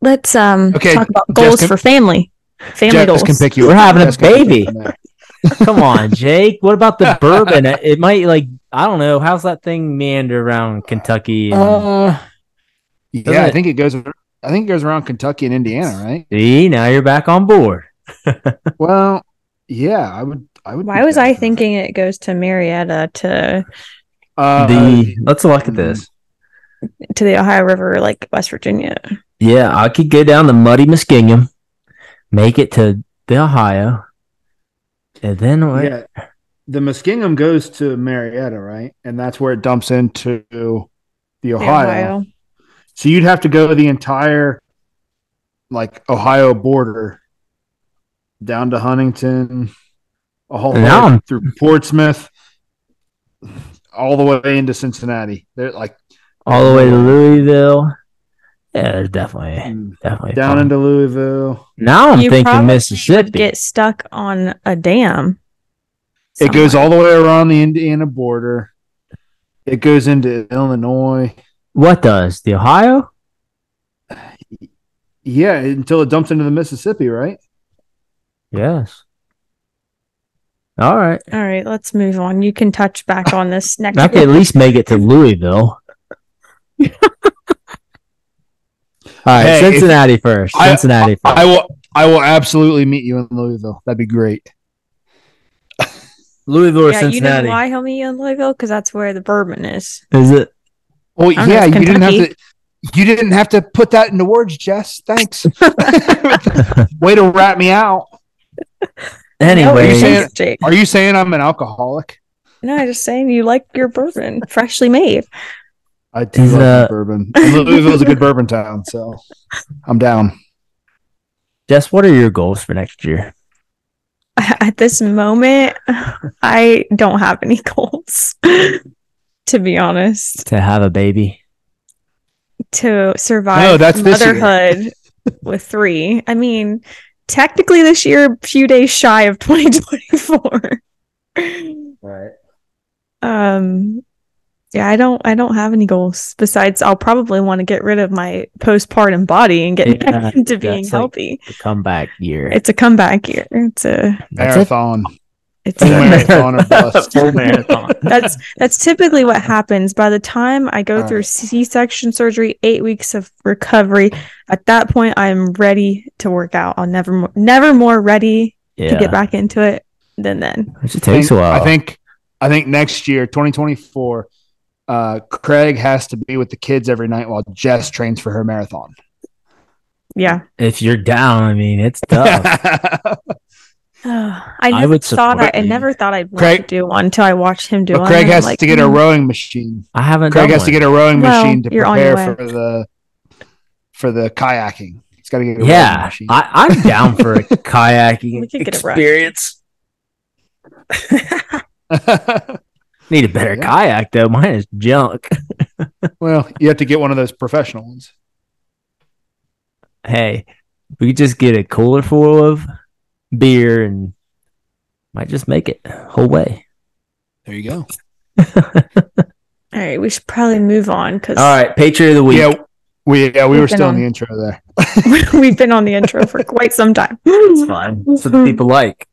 Speaker 2: Let's um
Speaker 3: Okay,
Speaker 2: talk about
Speaker 3: Jess
Speaker 2: goals
Speaker 3: can-
Speaker 2: for family. Family
Speaker 3: Jess
Speaker 2: goals.
Speaker 3: can pick you.
Speaker 1: We're
Speaker 3: up.
Speaker 1: having a
Speaker 3: Jess can pick you
Speaker 1: baby.
Speaker 3: up from there.
Speaker 1: Come on, Jake. What about the bourbon? It it might like I don't know. How's that thing meander around Kentucky? And,
Speaker 3: Uh, yeah, I
Speaker 1: it?
Speaker 3: think it goes. I think it goes around Kentucky and Indiana, right?
Speaker 1: see, now you're back on board.
Speaker 3: Well, yeah, I would. I would.
Speaker 2: Why
Speaker 3: be
Speaker 2: was
Speaker 3: down
Speaker 2: I
Speaker 3: for that.
Speaker 2: thinking it goes to Marietta to
Speaker 3: Uh,
Speaker 1: the let's look at
Speaker 3: mm.
Speaker 1: this.
Speaker 2: to the Ohio River, like West Virginia?
Speaker 1: Yeah, I could go down the muddy Muskingum, make it to the Ohio, and then what?
Speaker 3: yeah, the Muskingum goes to Marietta, right? And that's where it dumps into the
Speaker 2: The
Speaker 3: Ohio. So you'd have to go the entire like Ohio border down to Huntington, a whole way
Speaker 1: Now I'm-
Speaker 3: through Portsmouth, all the way into Cincinnati. They're like
Speaker 1: all the way to Louisville. Yeah, there's definitely
Speaker 3: mm,
Speaker 1: definitely
Speaker 3: down
Speaker 1: fun.
Speaker 3: into Louisville.
Speaker 1: now. I'm
Speaker 2: You probably
Speaker 1: thinking
Speaker 2: would
Speaker 1: Mississippi.
Speaker 2: Get stuck on a dam.
Speaker 3: It goes
Speaker 2: somewhere.
Speaker 3: all the way around the Indiana border. It goes into Illinois.
Speaker 1: what does the Ohio?
Speaker 3: Yeah, until it dumps into the Mississippi, right?
Speaker 1: Yes. All right,
Speaker 2: All right, let's move on. You can touch back on this next
Speaker 1: I could at least make it to Louisville. All right,
Speaker 3: Hey, if-
Speaker 1: Cincinnati first.
Speaker 3: I-
Speaker 1: Cincinnati first.
Speaker 3: I will I will absolutely meet you in Louisville. That'd be great.
Speaker 1: Louisville or
Speaker 2: yeah,
Speaker 1: Cincinnati?
Speaker 2: you know why he'll meet you in Louisville? Because that's where the bourbon is.
Speaker 1: Is it?
Speaker 3: Well,
Speaker 2: don't know,
Speaker 3: yeah,
Speaker 2: it's
Speaker 3: you didn't have
Speaker 2: Kentucky.
Speaker 3: to You didn't have to put that into words, Jess. Thanks. Way to rat me out.
Speaker 2: No,
Speaker 1: Anyway,
Speaker 3: you saying-
Speaker 2: Oh, thanks, Jake.
Speaker 3: Are you saying I'm an alcoholic?
Speaker 2: No, I'm just saying you like your bourbon freshly made.
Speaker 3: I do
Speaker 1: Is,
Speaker 3: love
Speaker 1: uh,
Speaker 3: bourbon. Louisville's a good bourbon town, so I'm down.
Speaker 1: Jess, what are your goals for next year?
Speaker 2: At this moment, I don't have any goals, to be honest.
Speaker 1: To have a baby?
Speaker 2: To survive
Speaker 3: No, that's this year.
Speaker 2: motherhood with three. I mean, technically this year, a few days shy of 2024.
Speaker 1: Right.
Speaker 2: Um, yeah, I don't, I don't have any goals. Besides, I'll probably want to get rid of my postpartum body and get
Speaker 1: Yeah,
Speaker 2: back into being
Speaker 1: that's like-
Speaker 2: healthy.
Speaker 1: The comeback year.
Speaker 2: It's a comeback year. It's a,
Speaker 1: That's it.
Speaker 3: marathon.
Speaker 2: it's
Speaker 3: Full
Speaker 1: Yeah.
Speaker 2: a
Speaker 3: marathon or bust.
Speaker 1: Full marathon.
Speaker 2: that's that's typically what happens by the time i go
Speaker 3: All
Speaker 2: through
Speaker 3: right.
Speaker 2: c-section surgery eight weeks of recovery at that point i'm ready to work out i'll never more, never more ready
Speaker 1: yeah.
Speaker 2: to get back into it than then
Speaker 1: Which it takes a
Speaker 3: I
Speaker 1: while.
Speaker 3: think- I think I think next year, 2024, uh, Craig has to be with the kids every night while Jess trains for her marathon.
Speaker 2: yeah
Speaker 1: if you're down, I mean, it's tough.
Speaker 2: i never
Speaker 1: would
Speaker 2: thought I,
Speaker 1: support
Speaker 2: I
Speaker 1: you.
Speaker 2: never thought i'd want
Speaker 3: Craig-
Speaker 2: to do one until i watched him do
Speaker 3: but
Speaker 2: one
Speaker 3: Craig
Speaker 2: and I'm
Speaker 3: has
Speaker 2: like,
Speaker 3: to get a
Speaker 2: "Mm,
Speaker 3: rowing machine.
Speaker 1: I haven't.
Speaker 3: Craig
Speaker 1: done
Speaker 3: has
Speaker 1: one.
Speaker 3: to get a rowing
Speaker 2: Well,
Speaker 3: machine to
Speaker 2: you're on your
Speaker 3: prepare for
Speaker 2: way.
Speaker 3: the for the kayaking. He's got to get a rowing
Speaker 1: Yeah,
Speaker 3: machine.
Speaker 1: I, I'm down for a
Speaker 2: We
Speaker 1: kayaking
Speaker 2: could get a ride.
Speaker 1: experience. Need a better
Speaker 3: Yeah.
Speaker 1: kayak though. Mine is junk.
Speaker 3: well, you have to get one of those professional ones.
Speaker 1: Hey, we could just get a cooler full of beer and might just make it whole way.
Speaker 3: There you go.
Speaker 2: all right we should probably move on because
Speaker 1: All right, Patriot of the week.
Speaker 3: Yeah, we yeah we
Speaker 2: We've
Speaker 3: were
Speaker 2: been
Speaker 3: still
Speaker 2: on.
Speaker 3: in the intro there.
Speaker 2: we've been on the intro for quite some time
Speaker 1: It's fine. That's what the people like.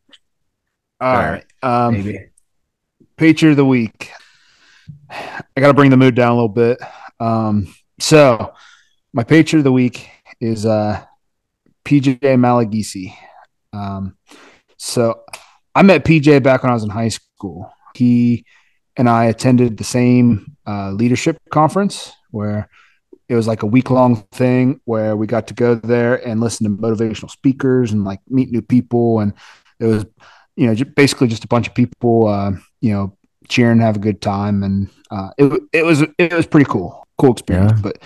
Speaker 3: All right.
Speaker 1: right.
Speaker 3: Um,
Speaker 1: Maybe.
Speaker 3: Patriot of the week. I got to bring the mood down a little bit. Um, so, my Patriot of the week is uh, PJ Malagisi. Um, so, I met PJ back when I was in high school. He and I attended the same uh, leadership conference where it was like a week long thing where we got to go there and listen to motivational speakers and like meet new people. And it was, you know, ju- basically just a bunch of people. Uh, you know cheer and have a good time and uh, it, it was it was pretty cool cool experience
Speaker 1: Yeah.
Speaker 3: but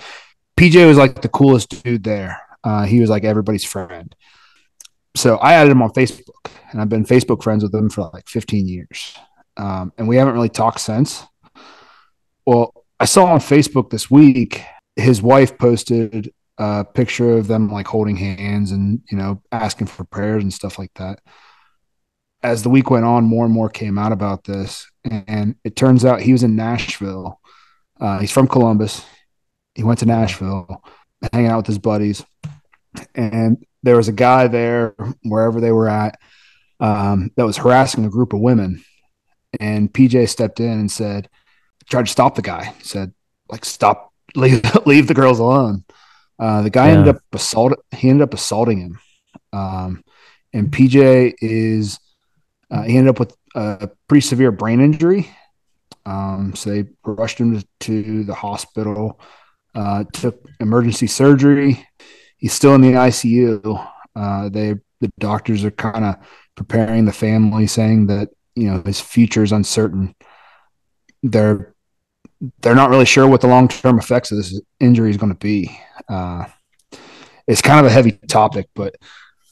Speaker 3: pj was like the coolest dude there uh, he was like everybody's friend so i added him on facebook and i've been facebook friends with him for like 15 years um, and we haven't really talked since well i saw on facebook this week his wife posted a picture of them like holding hands and you know asking for prayers and stuff like that as the week went on, more and more came out about this, and it turns out he was in Nashville. Uh, he's from Columbus. He went to Nashville, hanging out with his buddies, and there was a guy there wherever they were at um, that was harassing a group of women, and PJ stepped in and said, tried to stop the guy. Said like, stop, leave, leave the girls alone. Uh, the guy ended
Speaker 1: Yeah.
Speaker 3: up assault. He ended up assaulting him, um, and PJ is uh, he ended up with a pretty severe brain injury. Um, so they rushed him to, to the hospital, uh, took emergency surgery. He's still in the ICU. Uh, they the doctors are kind of preparing the family, saying that you know his future is uncertain. They're they're not really sure what the long term effects of this injury is going to be. Uh, it's kind of a heavy topic, but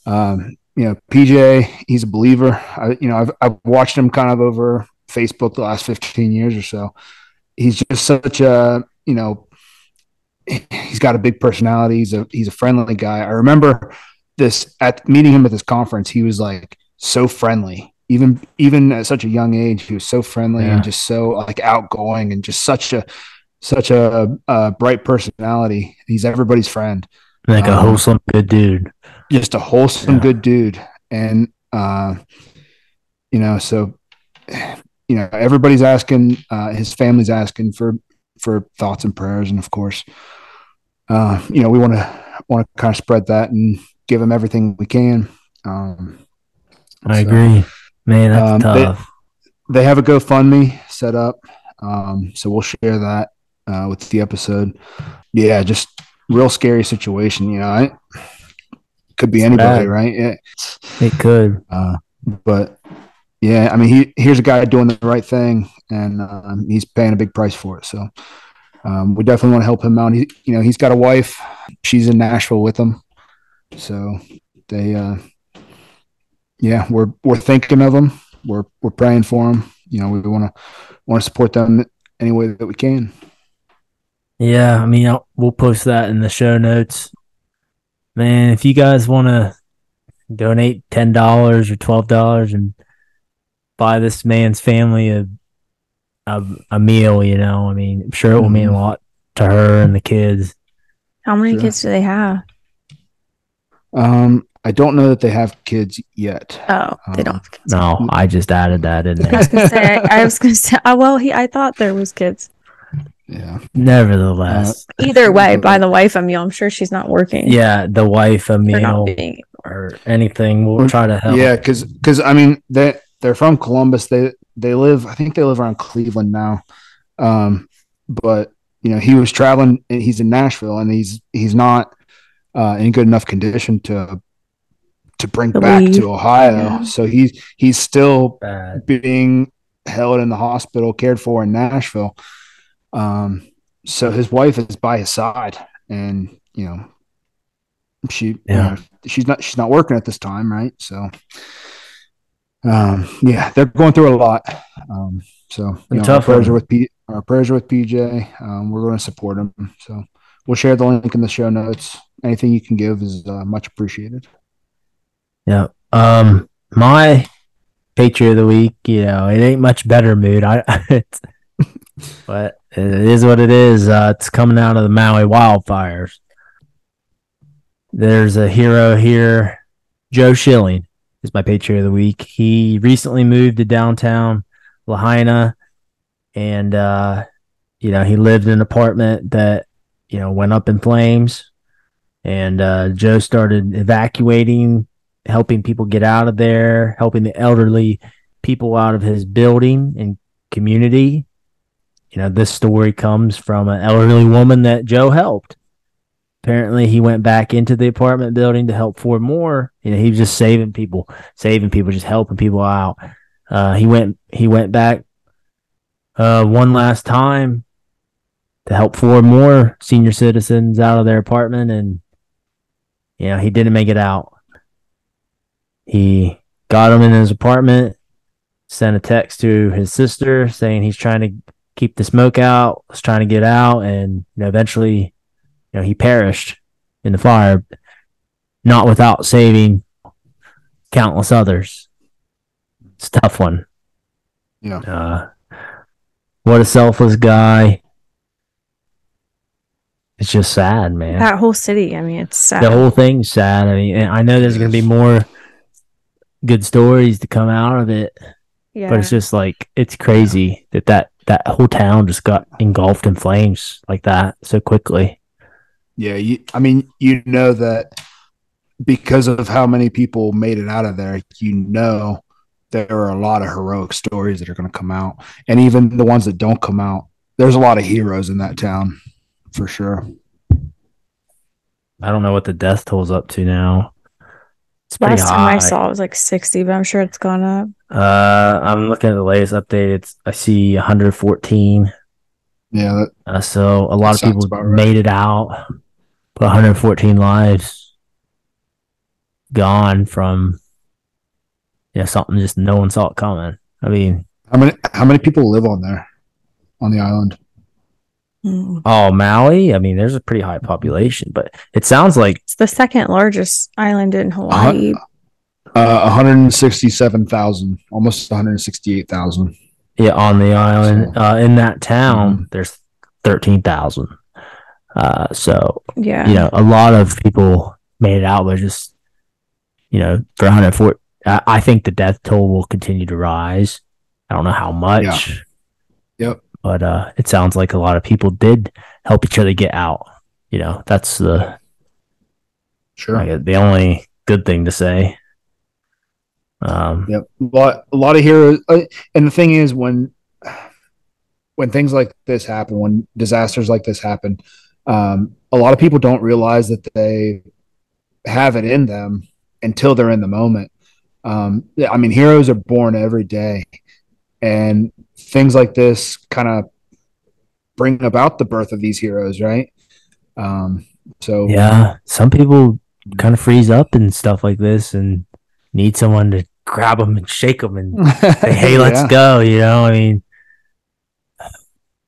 Speaker 3: um, you know, PJ, he's a believer. I, you know, I've, I've watched him kind of over Facebook the last 15 years or so. He's just such a, you know, he's got a big personality. He's a, he's a friendly guy. I remember this at meeting him at this conference. He was like so friendly, even, even at such a young age, he was so friendly
Speaker 1: Yeah.
Speaker 3: and just so like outgoing and just such a, such a, a bright personality. He's everybody's friend
Speaker 1: Like a
Speaker 3: Um,
Speaker 1: wholesome good dude.
Speaker 3: just a wholesome
Speaker 1: Yeah.
Speaker 3: good dude and uh you know so you know everybody's asking uh his family's asking for for thoughts and prayers and of course uh you know we want to want to kind of spread that and give him everything we can um
Speaker 1: I
Speaker 3: so-
Speaker 1: agree. Man, that's
Speaker 3: Um, they-
Speaker 1: tough.
Speaker 3: they have a GoFundMe set up, um, so we'll share that. uh, with the episode. Yeah, just real scary situation. You know, I could be anybody,
Speaker 1: bad.
Speaker 3: right? Yeah.
Speaker 1: It could.
Speaker 3: Uh, but yeah, I mean, he here's a guy doing the right thing, and um, he's paying a big price for it. So um, we definitely want to help him out. He, you know, he's got a wife; she's in Nashville with him. So they, uh, yeah, we're we're thinking of him. We're we're praying for him. You know, we want to want to support them any way that we can.
Speaker 1: Yeah, I mean, I'll, we'll post that in the show notes. Man, if you guys want to donate ten dollars or twelve dollars and buy this man's family a, a a meal, you know, I mean, I'm sure it will mean a lot to her and the kids.
Speaker 2: How many
Speaker 3: Sure.
Speaker 2: kids do they have?
Speaker 3: Um, I don't know that they have kids yet.
Speaker 2: Oh, they don't.
Speaker 3: Um,
Speaker 2: Have kids.
Speaker 1: No, I just added that in
Speaker 2: I
Speaker 1: there.
Speaker 2: was gonna say. I, I was gonna say. Oh, well, he. I thought there was kids.
Speaker 3: Yeah.
Speaker 1: Nevertheless,
Speaker 2: Either way, by the wife of you, I'm sure she's not working.
Speaker 1: yeah, the wife a
Speaker 2: Or not
Speaker 1: meal
Speaker 2: being.
Speaker 1: or anything, we'll
Speaker 3: Or-
Speaker 1: try to help.
Speaker 3: Yeah, because I mean they they're from Columbus. They they live I think they live around Cleveland now, um, but you know he was traveling. And he's in Nashville and he's he's not uh, in good enough condition to to bring
Speaker 2: To
Speaker 3: back
Speaker 2: leave.
Speaker 3: to Ohio.
Speaker 2: Yeah.
Speaker 3: So he's he's still
Speaker 1: Bad.
Speaker 3: being held in the hospital, cared for in Nashville. Um, so his wife is by his side, and you know, she
Speaker 1: Yeah.
Speaker 3: you know, she's not she's not working at this time, right? So, um, yeah, they're going through a lot. Um, so you know, our
Speaker 1: tough
Speaker 3: prayers
Speaker 1: one.
Speaker 3: are with P- our prayers are with PJ. Um, we're going to support him. So we'll share the link in the show notes. Anything you can give is uh, much appreciated.
Speaker 1: Yeah. Um, my picture of the week, you know, it ain't much better mood. I, it's, but it is what it is. Uh, it's coming out of the Maui wildfires. There's a hero here. Joe Schilling is my picture of the week. He recently moved to downtown Lahaina and, uh, you know, he lived in an apartment that, you know, went up in flames. And uh, Joe started evacuating helping people get out of there, helping the elderly people out of his building and community. You know, this story comes from an elderly woman that Joe helped. Apparently, he went back into the apartment building to help four more. You know, he was just saving people, saving people, just helping people out. Uh, he went, he went back uh, one last time to help four more senior citizens out of their apartment, and you know, he didn't make it out he got him in his apartment sent a text to his sister saying he's trying to keep the smoke out was trying to get out and you know, eventually you know he perished in the fire not without saving countless others it's a tough one
Speaker 3: Yeah.
Speaker 1: uh, what a selfless guy it's just sad man
Speaker 2: That whole city. I mean, it's sad.
Speaker 1: the whole thing's sad. I mean, and I know there's going to be more good stories to come out of it,
Speaker 2: yeah.
Speaker 1: but it's just like it's crazy that that that whole town just got engulfed in flames like that so quickly.
Speaker 3: Yeah, you, I mean, you know that because of how many people made it out of there, you know there are a lot of heroic stories that are going to come out, and even the ones that don't come out, there's a lot of heroes in that town for sure.
Speaker 1: I don't know what the death toll's up to now. It's pretty
Speaker 2: Last
Speaker 1: high.
Speaker 2: time I saw it was like 60, but I'm sure it's gone up.
Speaker 1: uh, I'm looking at the latest update. It's I see 114.
Speaker 3: Yeah, that,
Speaker 1: Uh, so a lot of
Speaker 3: Sounds
Speaker 1: people
Speaker 3: about right.
Speaker 1: made it out, but 114 lives gone from yeah something just no one saw it coming. I mean,
Speaker 3: how many how many people live on there on the island?
Speaker 2: Mm.
Speaker 1: oh Maui. I mean, there's a pretty high population, but it sounds like
Speaker 2: It's the second largest island in
Speaker 1: Uh-huh.
Speaker 2: Hawaii.
Speaker 3: Uh, one hundred sixty-seven thousand, almost one hundred sixty-eight thousand.
Speaker 1: yeah on the island uh, in that town
Speaker 3: Mhm.
Speaker 1: there's 13,000. Uh, so
Speaker 2: yeah.
Speaker 1: you know a lot of people made it out, but just you know for 104. I, I think the death toll will continue to rise. I don't know how much.
Speaker 3: Yep.
Speaker 1: but uh, it sounds like a lot of people did help each other get out. You know, that's the
Speaker 3: Sure.
Speaker 1: like, the only good thing to say. Um,
Speaker 3: Yep. A lot, a lot of heroes. uh, And the thing is, when when things like this happen, when disasters like this happen, um, a lot of people don't realize that they have it in them until they're in the moment. Um, yeah, I mean, heroes are born every day, and things like this kind of bring about the birth of these heroes, right? Um, so
Speaker 1: Yeah, some people kind of freeze up and stuff like this, and need someone to grab them and shake them and say, "Hey, let's
Speaker 3: Yeah.
Speaker 1: go." You know, I mean,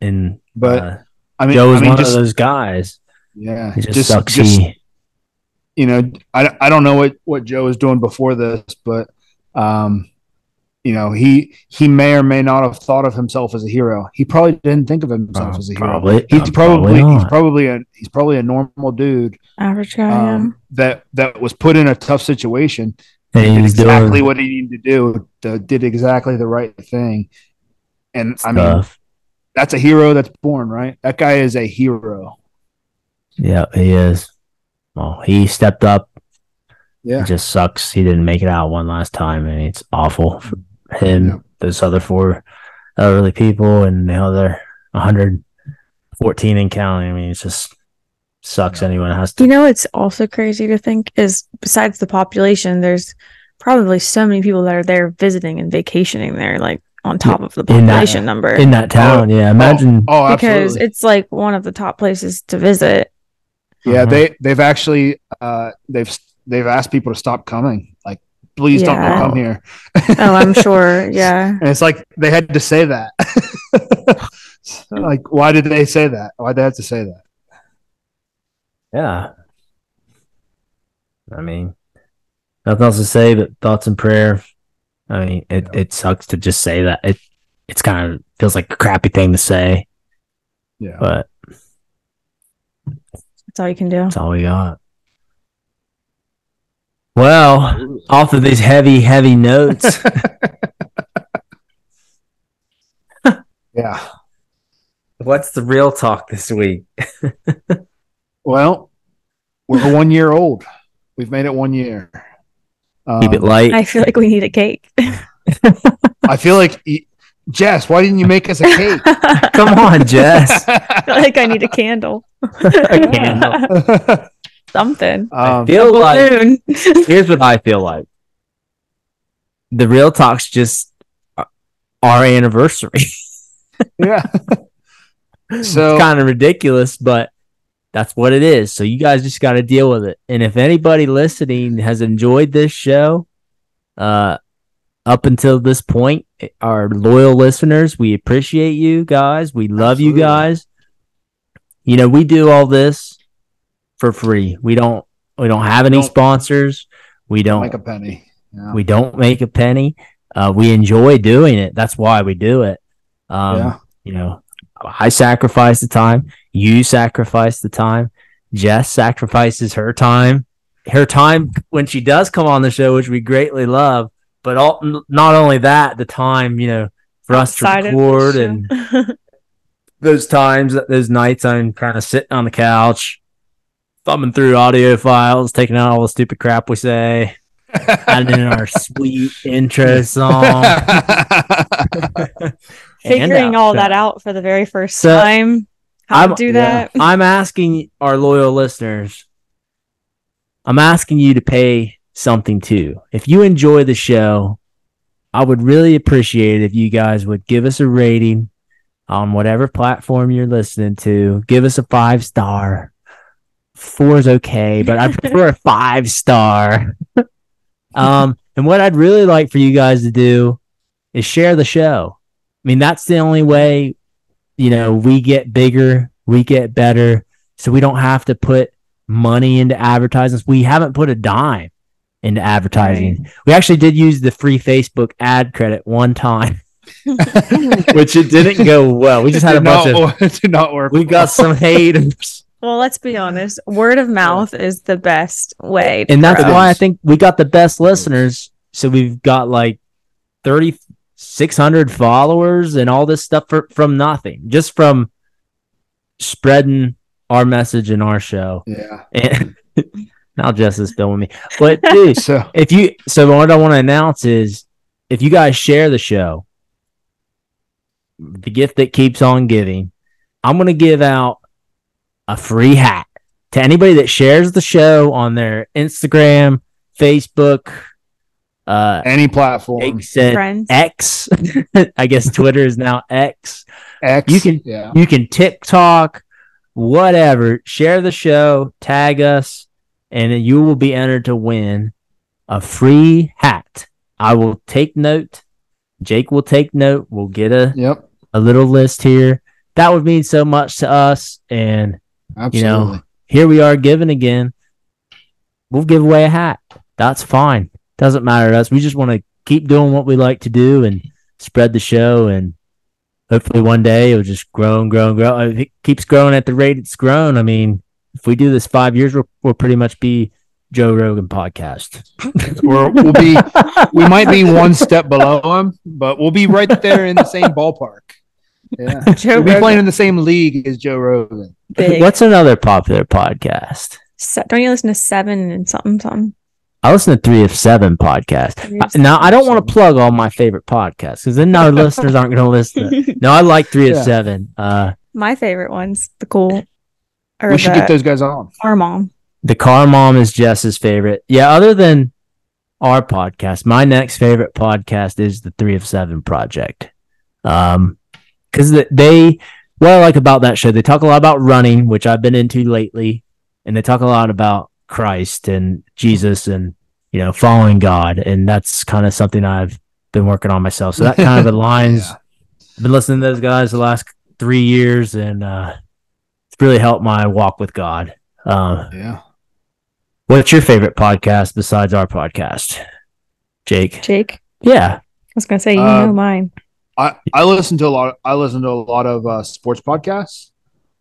Speaker 1: and
Speaker 3: But
Speaker 1: uh,
Speaker 3: I mean,
Speaker 1: Joe was
Speaker 3: I mean,
Speaker 1: one
Speaker 3: just
Speaker 1: of those guys.
Speaker 3: yeah,
Speaker 1: He just,
Speaker 3: just
Speaker 1: sucks.
Speaker 3: just
Speaker 1: he-
Speaker 3: you know, I, I don't know what, what Joe was doing before this, but, um, you know, he, he may or may not have thought of himself as a hero. He probably didn't think of himself
Speaker 1: Uh,
Speaker 3: as a hero.
Speaker 1: probably,
Speaker 3: He's
Speaker 1: uh,
Speaker 3: probably, he's
Speaker 1: not.
Speaker 3: probably a, he's probably a normal dude,
Speaker 2: Average guy. yeah.
Speaker 3: um, that, that was put in a tough situation.
Speaker 1: and
Speaker 3: Did
Speaker 1: he was
Speaker 3: exactly
Speaker 1: doing
Speaker 3: what he needed to do. the- did exactly the right thing. And I mean,
Speaker 1: stuff.
Speaker 3: that's a hero that's born, right? That guy is a hero.
Speaker 1: yeah, he is. Well, he stepped up.
Speaker 3: Yeah.
Speaker 1: It just sucks. He didn't make it out one last time, and it's awful for him,
Speaker 3: Yeah.
Speaker 1: those other four elderly people, and the other 114 in counting. I mean, it just sucks.
Speaker 3: Yeah.
Speaker 1: Anyone has to.
Speaker 2: You know, it's also crazy to think is besides the population, there's probably so many people that are there visiting and vacationing there, like on top of the
Speaker 1: in that-
Speaker 2: population number.
Speaker 1: in that town, yeah. Imagine
Speaker 3: Oh,
Speaker 2: because
Speaker 3: absolutely.
Speaker 2: it's like one of the top places to visit.
Speaker 3: Yeah,
Speaker 1: Uh-huh.
Speaker 3: they they've actually uh, they've they've asked people to stop coming. Like, please
Speaker 2: Yeah.
Speaker 3: don't come here.
Speaker 2: Oh, I'm sure. Yeah.
Speaker 3: And it's like they had to say that. like, why did they say that? Why would they have to say that?
Speaker 1: Yeah. I mean, nothing else to say but thoughts and prayer. I mean, it, it sucks to just say that. It it's kind of feels like a crappy thing to say,
Speaker 3: Yeah.
Speaker 1: but
Speaker 2: That's all you can do.
Speaker 1: that's all we got. Well, off of these heavy, heavy notes,
Speaker 3: Yeah.
Speaker 1: what's the real talk this week?
Speaker 3: Well, we're one year old. We've made it one year. Um,
Speaker 1: Keep it light.
Speaker 2: I feel like we need a cake.
Speaker 3: I feel like y- Jess, why didn't you make us a cake?
Speaker 2: I
Speaker 1: Come on, Jess.
Speaker 2: feel like I need a candle.
Speaker 1: candle.
Speaker 2: Something.
Speaker 1: I
Speaker 3: um,
Speaker 1: feel like
Speaker 2: Balloon.
Speaker 1: here's what I feel like. The real talk's just our- our anniversary.
Speaker 3: yeah. So
Speaker 1: it's kind of ridiculous, but that's what it is. So you guys just got to deal with it. And if anybody listening has enjoyed this show, uh, up until this point, our loyal listeners, we appreciate you guys. We love
Speaker 3: Absolutely.
Speaker 1: you guys. You know, we do all this for free. We don't we don't have any
Speaker 3: Don't-
Speaker 1: sponsors. We don't
Speaker 3: like a penny. Yeah.
Speaker 1: we don't make a penny. Uh, we enjoy doing it. That's why we do it. Um,
Speaker 3: yeah.
Speaker 1: you know, I sacrifice the time. You sacrifice the time. Jess sacrifices her time. Her time when she does come on the show, which we greatly love. But all, n- not only that, the time you know for us to
Speaker 2: Outside of the
Speaker 1: record
Speaker 2: show.
Speaker 1: and those times, those nights, I'm kind of sitting on the couch, thumbing through audio files, taking out all the stupid crap we say, adding in our sweet intro song,
Speaker 2: figuring
Speaker 1: And
Speaker 2: all
Speaker 1: outro.
Speaker 2: that out for the very first
Speaker 1: So,
Speaker 2: time. How
Speaker 1: I'm-
Speaker 2: to do that.
Speaker 1: I'm asking our loyal listeners, I'm asking you to pay something too. If you enjoy the show, I would really appreciate it if you guys would give us a rating on whatever platform you're listening to. Give us a five star. Four is okay, but I prefer a five star. um, and what I'd really like for you guys to do is share the show. I mean, that's the only way you know, we get bigger, we get better. So we don't have to put money into advertisements. We haven't put a dime into advertising. We actually did use the free Facebook ad credit one time, which it didn't go well. We just had a
Speaker 3: Did
Speaker 1: bunch of,
Speaker 3: not, Did not work.
Speaker 1: we got some haters.
Speaker 2: Well, let's be honest. Word of mouth is the best way. to
Speaker 1: And that's
Speaker 2: grow.
Speaker 1: why I think we got the best listeners. So we've got like 3,600 followers and all this stuff for, from nothing, just from spreading our message in our show.
Speaker 3: Yeah.
Speaker 1: And now Jess is filming me. But dude,
Speaker 3: So
Speaker 1: if you so what I want to announce is if you guys share the show, the gift that keeps on giving. I'm going to give out a free hat to anybody that shares the show on their Instagram, Facebook, uh,
Speaker 3: Any platform.
Speaker 1: Jake said
Speaker 2: friends.
Speaker 1: X. I guess Twitter is now X.
Speaker 3: X.
Speaker 1: You can-
Speaker 3: yeah.
Speaker 1: You can TikTok, whatever. Share the show, tag us, and you will be entered to win a free hat. I will take note. Jake will take note. We'll get a,
Speaker 3: Yep.
Speaker 1: a little list here. That would mean so much to us. And
Speaker 3: Absolutely.
Speaker 1: you know, here we are giving again. We'll give away a hat. That's fine. Doesn't matter to us. We just want to keep doing what we like to do and spread the show. And hopefully one day it'll just grow and grow and grow. If it keeps growing at the rate it's grown, I mean, if we do this five years, we'll, we'll pretty much be Joe Rogan podcast.
Speaker 3: We're, we'll be, we might be one step below him, but we'll be right there in the same ballpark. Yeah.
Speaker 2: Joe
Speaker 3: We'll be
Speaker 2: Rogan,
Speaker 3: playing in the same league as Joe Rogan.
Speaker 2: big.
Speaker 1: What's another popular podcast?
Speaker 2: Se- don't you listen to seven and something something?
Speaker 1: I listen to Three of Seven podcast.
Speaker 2: Three
Speaker 1: I-
Speaker 2: of
Speaker 1: Now I don't
Speaker 3: Seven.
Speaker 1: want to plug all my favorite podcasts because then our listeners aren't going to listen. to it. No, I like Three of
Speaker 3: Yeah.
Speaker 1: Seven. Uh,
Speaker 2: My favorite ones, the cool or
Speaker 3: We should
Speaker 2: the
Speaker 3: get those guys on.
Speaker 2: our mom.
Speaker 1: the Car Mom is Jess's favorite. Yeah, other than our podcast, my next favorite podcast is the Three of Seven Project. Um, because they what I like about that show, they talk a lot about running, which I've been into lately, and they talk a lot about Christ and Jesus and you know following God, and that's kind of something I've been working on myself. So that kind of aligns.
Speaker 3: Yeah.
Speaker 1: I've been listening to those guys the last three years, and uh, it's really helped my walk with God. Uh,
Speaker 3: Yeah.
Speaker 1: what's your favorite podcast besides our podcast, Jake?
Speaker 2: Jake. I
Speaker 1: Yeah,
Speaker 2: was gonna say you
Speaker 1: Uh,
Speaker 3: Um,
Speaker 2: know mine.
Speaker 3: I, I listen to a lot. I listen to a lot of uh, sports podcasts.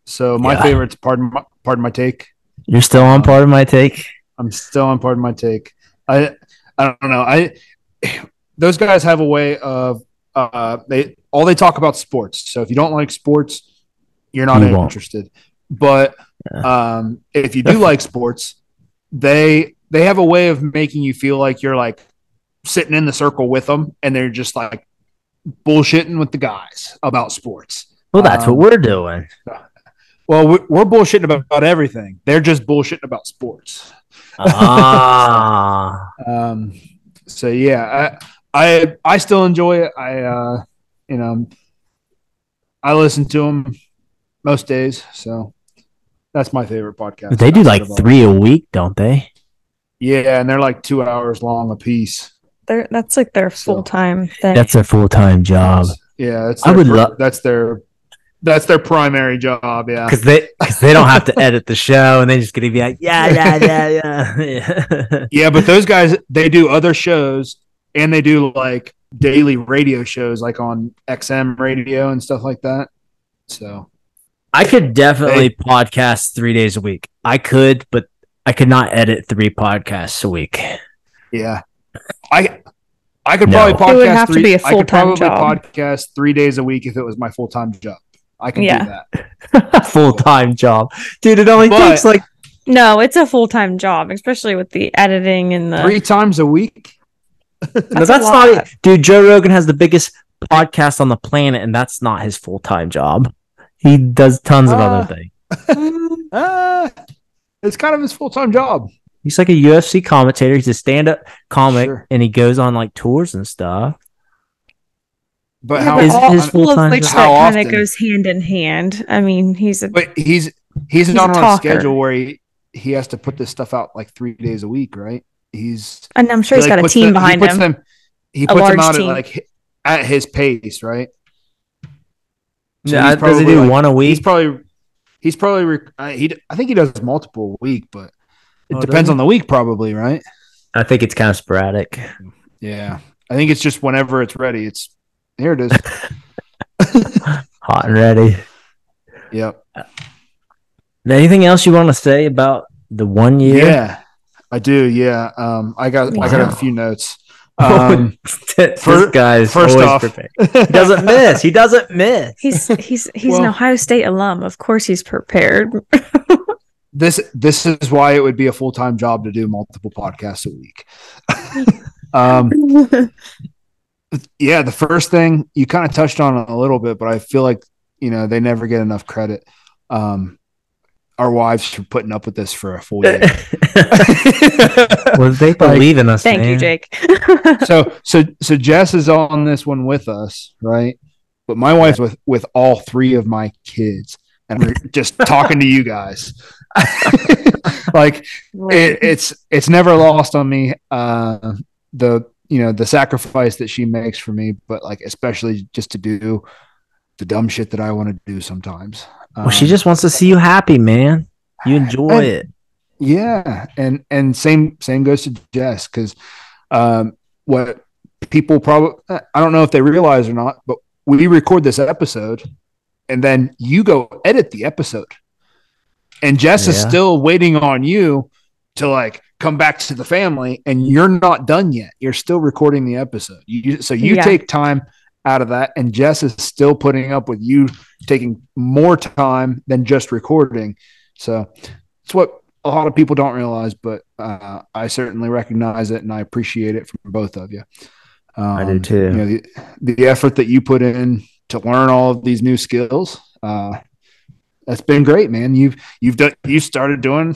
Speaker 3: So my
Speaker 1: Yeah.
Speaker 3: favorite's pardon my, pardon my take.
Speaker 1: you're still on part of my take.
Speaker 3: I'm still on pardon my take. I I don't know. I those guys have a way of uh they all they talk about sports. So if you don't like sports, you're not
Speaker 1: You won't.
Speaker 3: interested. But um if you do like sports, they they have a way of making you feel like you're like sitting in the circle with them and they're just like bullshitting with the guys about sports.
Speaker 1: Well, that's
Speaker 3: Um,
Speaker 1: what we're doing.
Speaker 3: Well, we're, we're bullshitting about, about everything. They're just bullshitting about sports.
Speaker 1: ah,
Speaker 3: Um, so yeah, I, I I still enjoy it. I uh, you know, I listen to them most days. So that's my favorite podcast.
Speaker 1: they do
Speaker 3: outside
Speaker 1: like
Speaker 3: of all-
Speaker 1: three a week, don't they?
Speaker 3: Yeah, and they're like two hours long a piece.
Speaker 2: They're, that's like their
Speaker 3: so-
Speaker 2: full time thing.
Speaker 1: That's their full time job
Speaker 3: Yeah, that's
Speaker 1: Um, I
Speaker 3: their
Speaker 1: would
Speaker 3: fir-
Speaker 1: lo-
Speaker 3: that's their that's their primary job. Yeah,
Speaker 1: because they cause they don't have to edit the show, and they just gonna be like, yeah, yeah, yeah, yeah. yeah.
Speaker 3: yeah, but those guys they do other shows and they do like daily radio shows like on XM radio and stuff like that. So
Speaker 1: I could definitely podcast three days a week. I could, but I could not edit three podcasts a week.
Speaker 3: Yeah. I I could
Speaker 1: No.
Speaker 3: probably podcast
Speaker 2: It would have to
Speaker 3: three,
Speaker 2: be a
Speaker 3: I could
Speaker 2: full-time
Speaker 3: probably
Speaker 2: job.
Speaker 3: podcast three days a week if it was my full time job. I can
Speaker 2: Yeah.
Speaker 3: do that.
Speaker 1: Full time job, dude. It only
Speaker 3: But-
Speaker 1: takes like
Speaker 2: no, it's a full time job, especially with the editing and the
Speaker 3: Three times a week?
Speaker 1: no,
Speaker 2: a
Speaker 1: that's
Speaker 2: lot.
Speaker 1: not it, dude. Joe Rogan has the biggest podcast on the planet, and that's not his full time job. He does tons of
Speaker 3: Ah.
Speaker 1: other things.
Speaker 2: Mm,
Speaker 3: Uh, it's kind of his full time job.
Speaker 1: He's like a UFC commentator. He's a stand up comic,
Speaker 3: Sure.
Speaker 1: and he goes on like tours and stuff.
Speaker 3: But
Speaker 2: yeah,
Speaker 3: how
Speaker 2: but
Speaker 1: His-
Speaker 2: all
Speaker 1: his
Speaker 2: of
Speaker 1: full-time
Speaker 2: those
Speaker 3: job.
Speaker 2: things
Speaker 3: How
Speaker 2: that kind
Speaker 3: often?
Speaker 2: of goes hand in hand. I mean, he's a
Speaker 3: but he's he's,
Speaker 2: He's
Speaker 3: not
Speaker 2: a
Speaker 3: on a
Speaker 2: talker.
Speaker 3: schedule where he, he has to put this stuff out like three days a week, right? He's
Speaker 2: and I'm sure
Speaker 3: he,
Speaker 2: he's
Speaker 3: like,
Speaker 2: got a
Speaker 3: puts
Speaker 2: team
Speaker 3: them-
Speaker 2: behind
Speaker 3: he puts
Speaker 2: him.
Speaker 3: Them, he
Speaker 2: A
Speaker 3: puts them
Speaker 2: large
Speaker 3: out at
Speaker 2: team.
Speaker 3: like h- at his pace, right? So
Speaker 1: Yeah, does
Speaker 3: he's
Speaker 1: he
Speaker 3: probably,
Speaker 1: do
Speaker 3: like-
Speaker 1: one a week?
Speaker 3: He's probably he's probably rec- uh, he d- I think he does multiple a week, but
Speaker 1: Oh,
Speaker 3: it
Speaker 1: does
Speaker 3: depends
Speaker 1: he?
Speaker 3: on the week, probably, right?
Speaker 1: I think it's kind of sporadic.
Speaker 3: Yeah, I think it's just whenever it's ready. It's here it is.
Speaker 1: Hot and ready.
Speaker 3: yep.
Speaker 1: Anything else you want to say about the one year?
Speaker 3: Yeah, I do. Yeah, um, I got I got
Speaker 1: Wow.
Speaker 3: a few notes. Um,
Speaker 1: this guy's
Speaker 3: first
Speaker 1: always
Speaker 3: off-
Speaker 1: prepared. He doesn't miss. He doesn't miss.
Speaker 2: He's he's he's an
Speaker 3: Well-
Speaker 2: Ohio State alum. Of course, he's prepared.
Speaker 3: this this is why it would be a full time job to do multiple podcasts a week. um, yeah, the first thing you kind of touched on it a little bit, but I feel like you know they never get enough credit. Um, our wives for putting up with this for a full year.
Speaker 4: Well, they believe in us.
Speaker 2: Thank you,
Speaker 4: man.
Speaker 2: Jake.
Speaker 3: so so so Jess is on this one with us, right? But my wife's with with all three of my kids, and we're just talking to you guys. like it, it's it's never lost on me uh, the you know the sacrifice that she makes for me, but like especially just to do the dumb shit that I want to do sometimes.
Speaker 1: Well, she
Speaker 3: Um,
Speaker 1: just wants to see you happy, man. You enjoy
Speaker 3: And-
Speaker 1: it.
Speaker 3: Yeah, and and same same goes to Jess because um, what people probably I don't know if they realize or not, but we record this episode, and then you go edit the episode, and Jess is
Speaker 1: Yeah.
Speaker 3: still waiting on you to like come back to the family, and you're not done yet. You're still recording the episode, you, so you
Speaker 2: Yeah.
Speaker 3: take time out of that, and Jess is still putting up with you taking more time than just recording. So it's what a lot of people don't realize, but uh, I certainly recognize it and I appreciate it from both of you. Um,
Speaker 1: I do too.
Speaker 3: You know, the, the effort that you put in to learn all of these new skills, uh, that's been great, man. You've you've done you started doing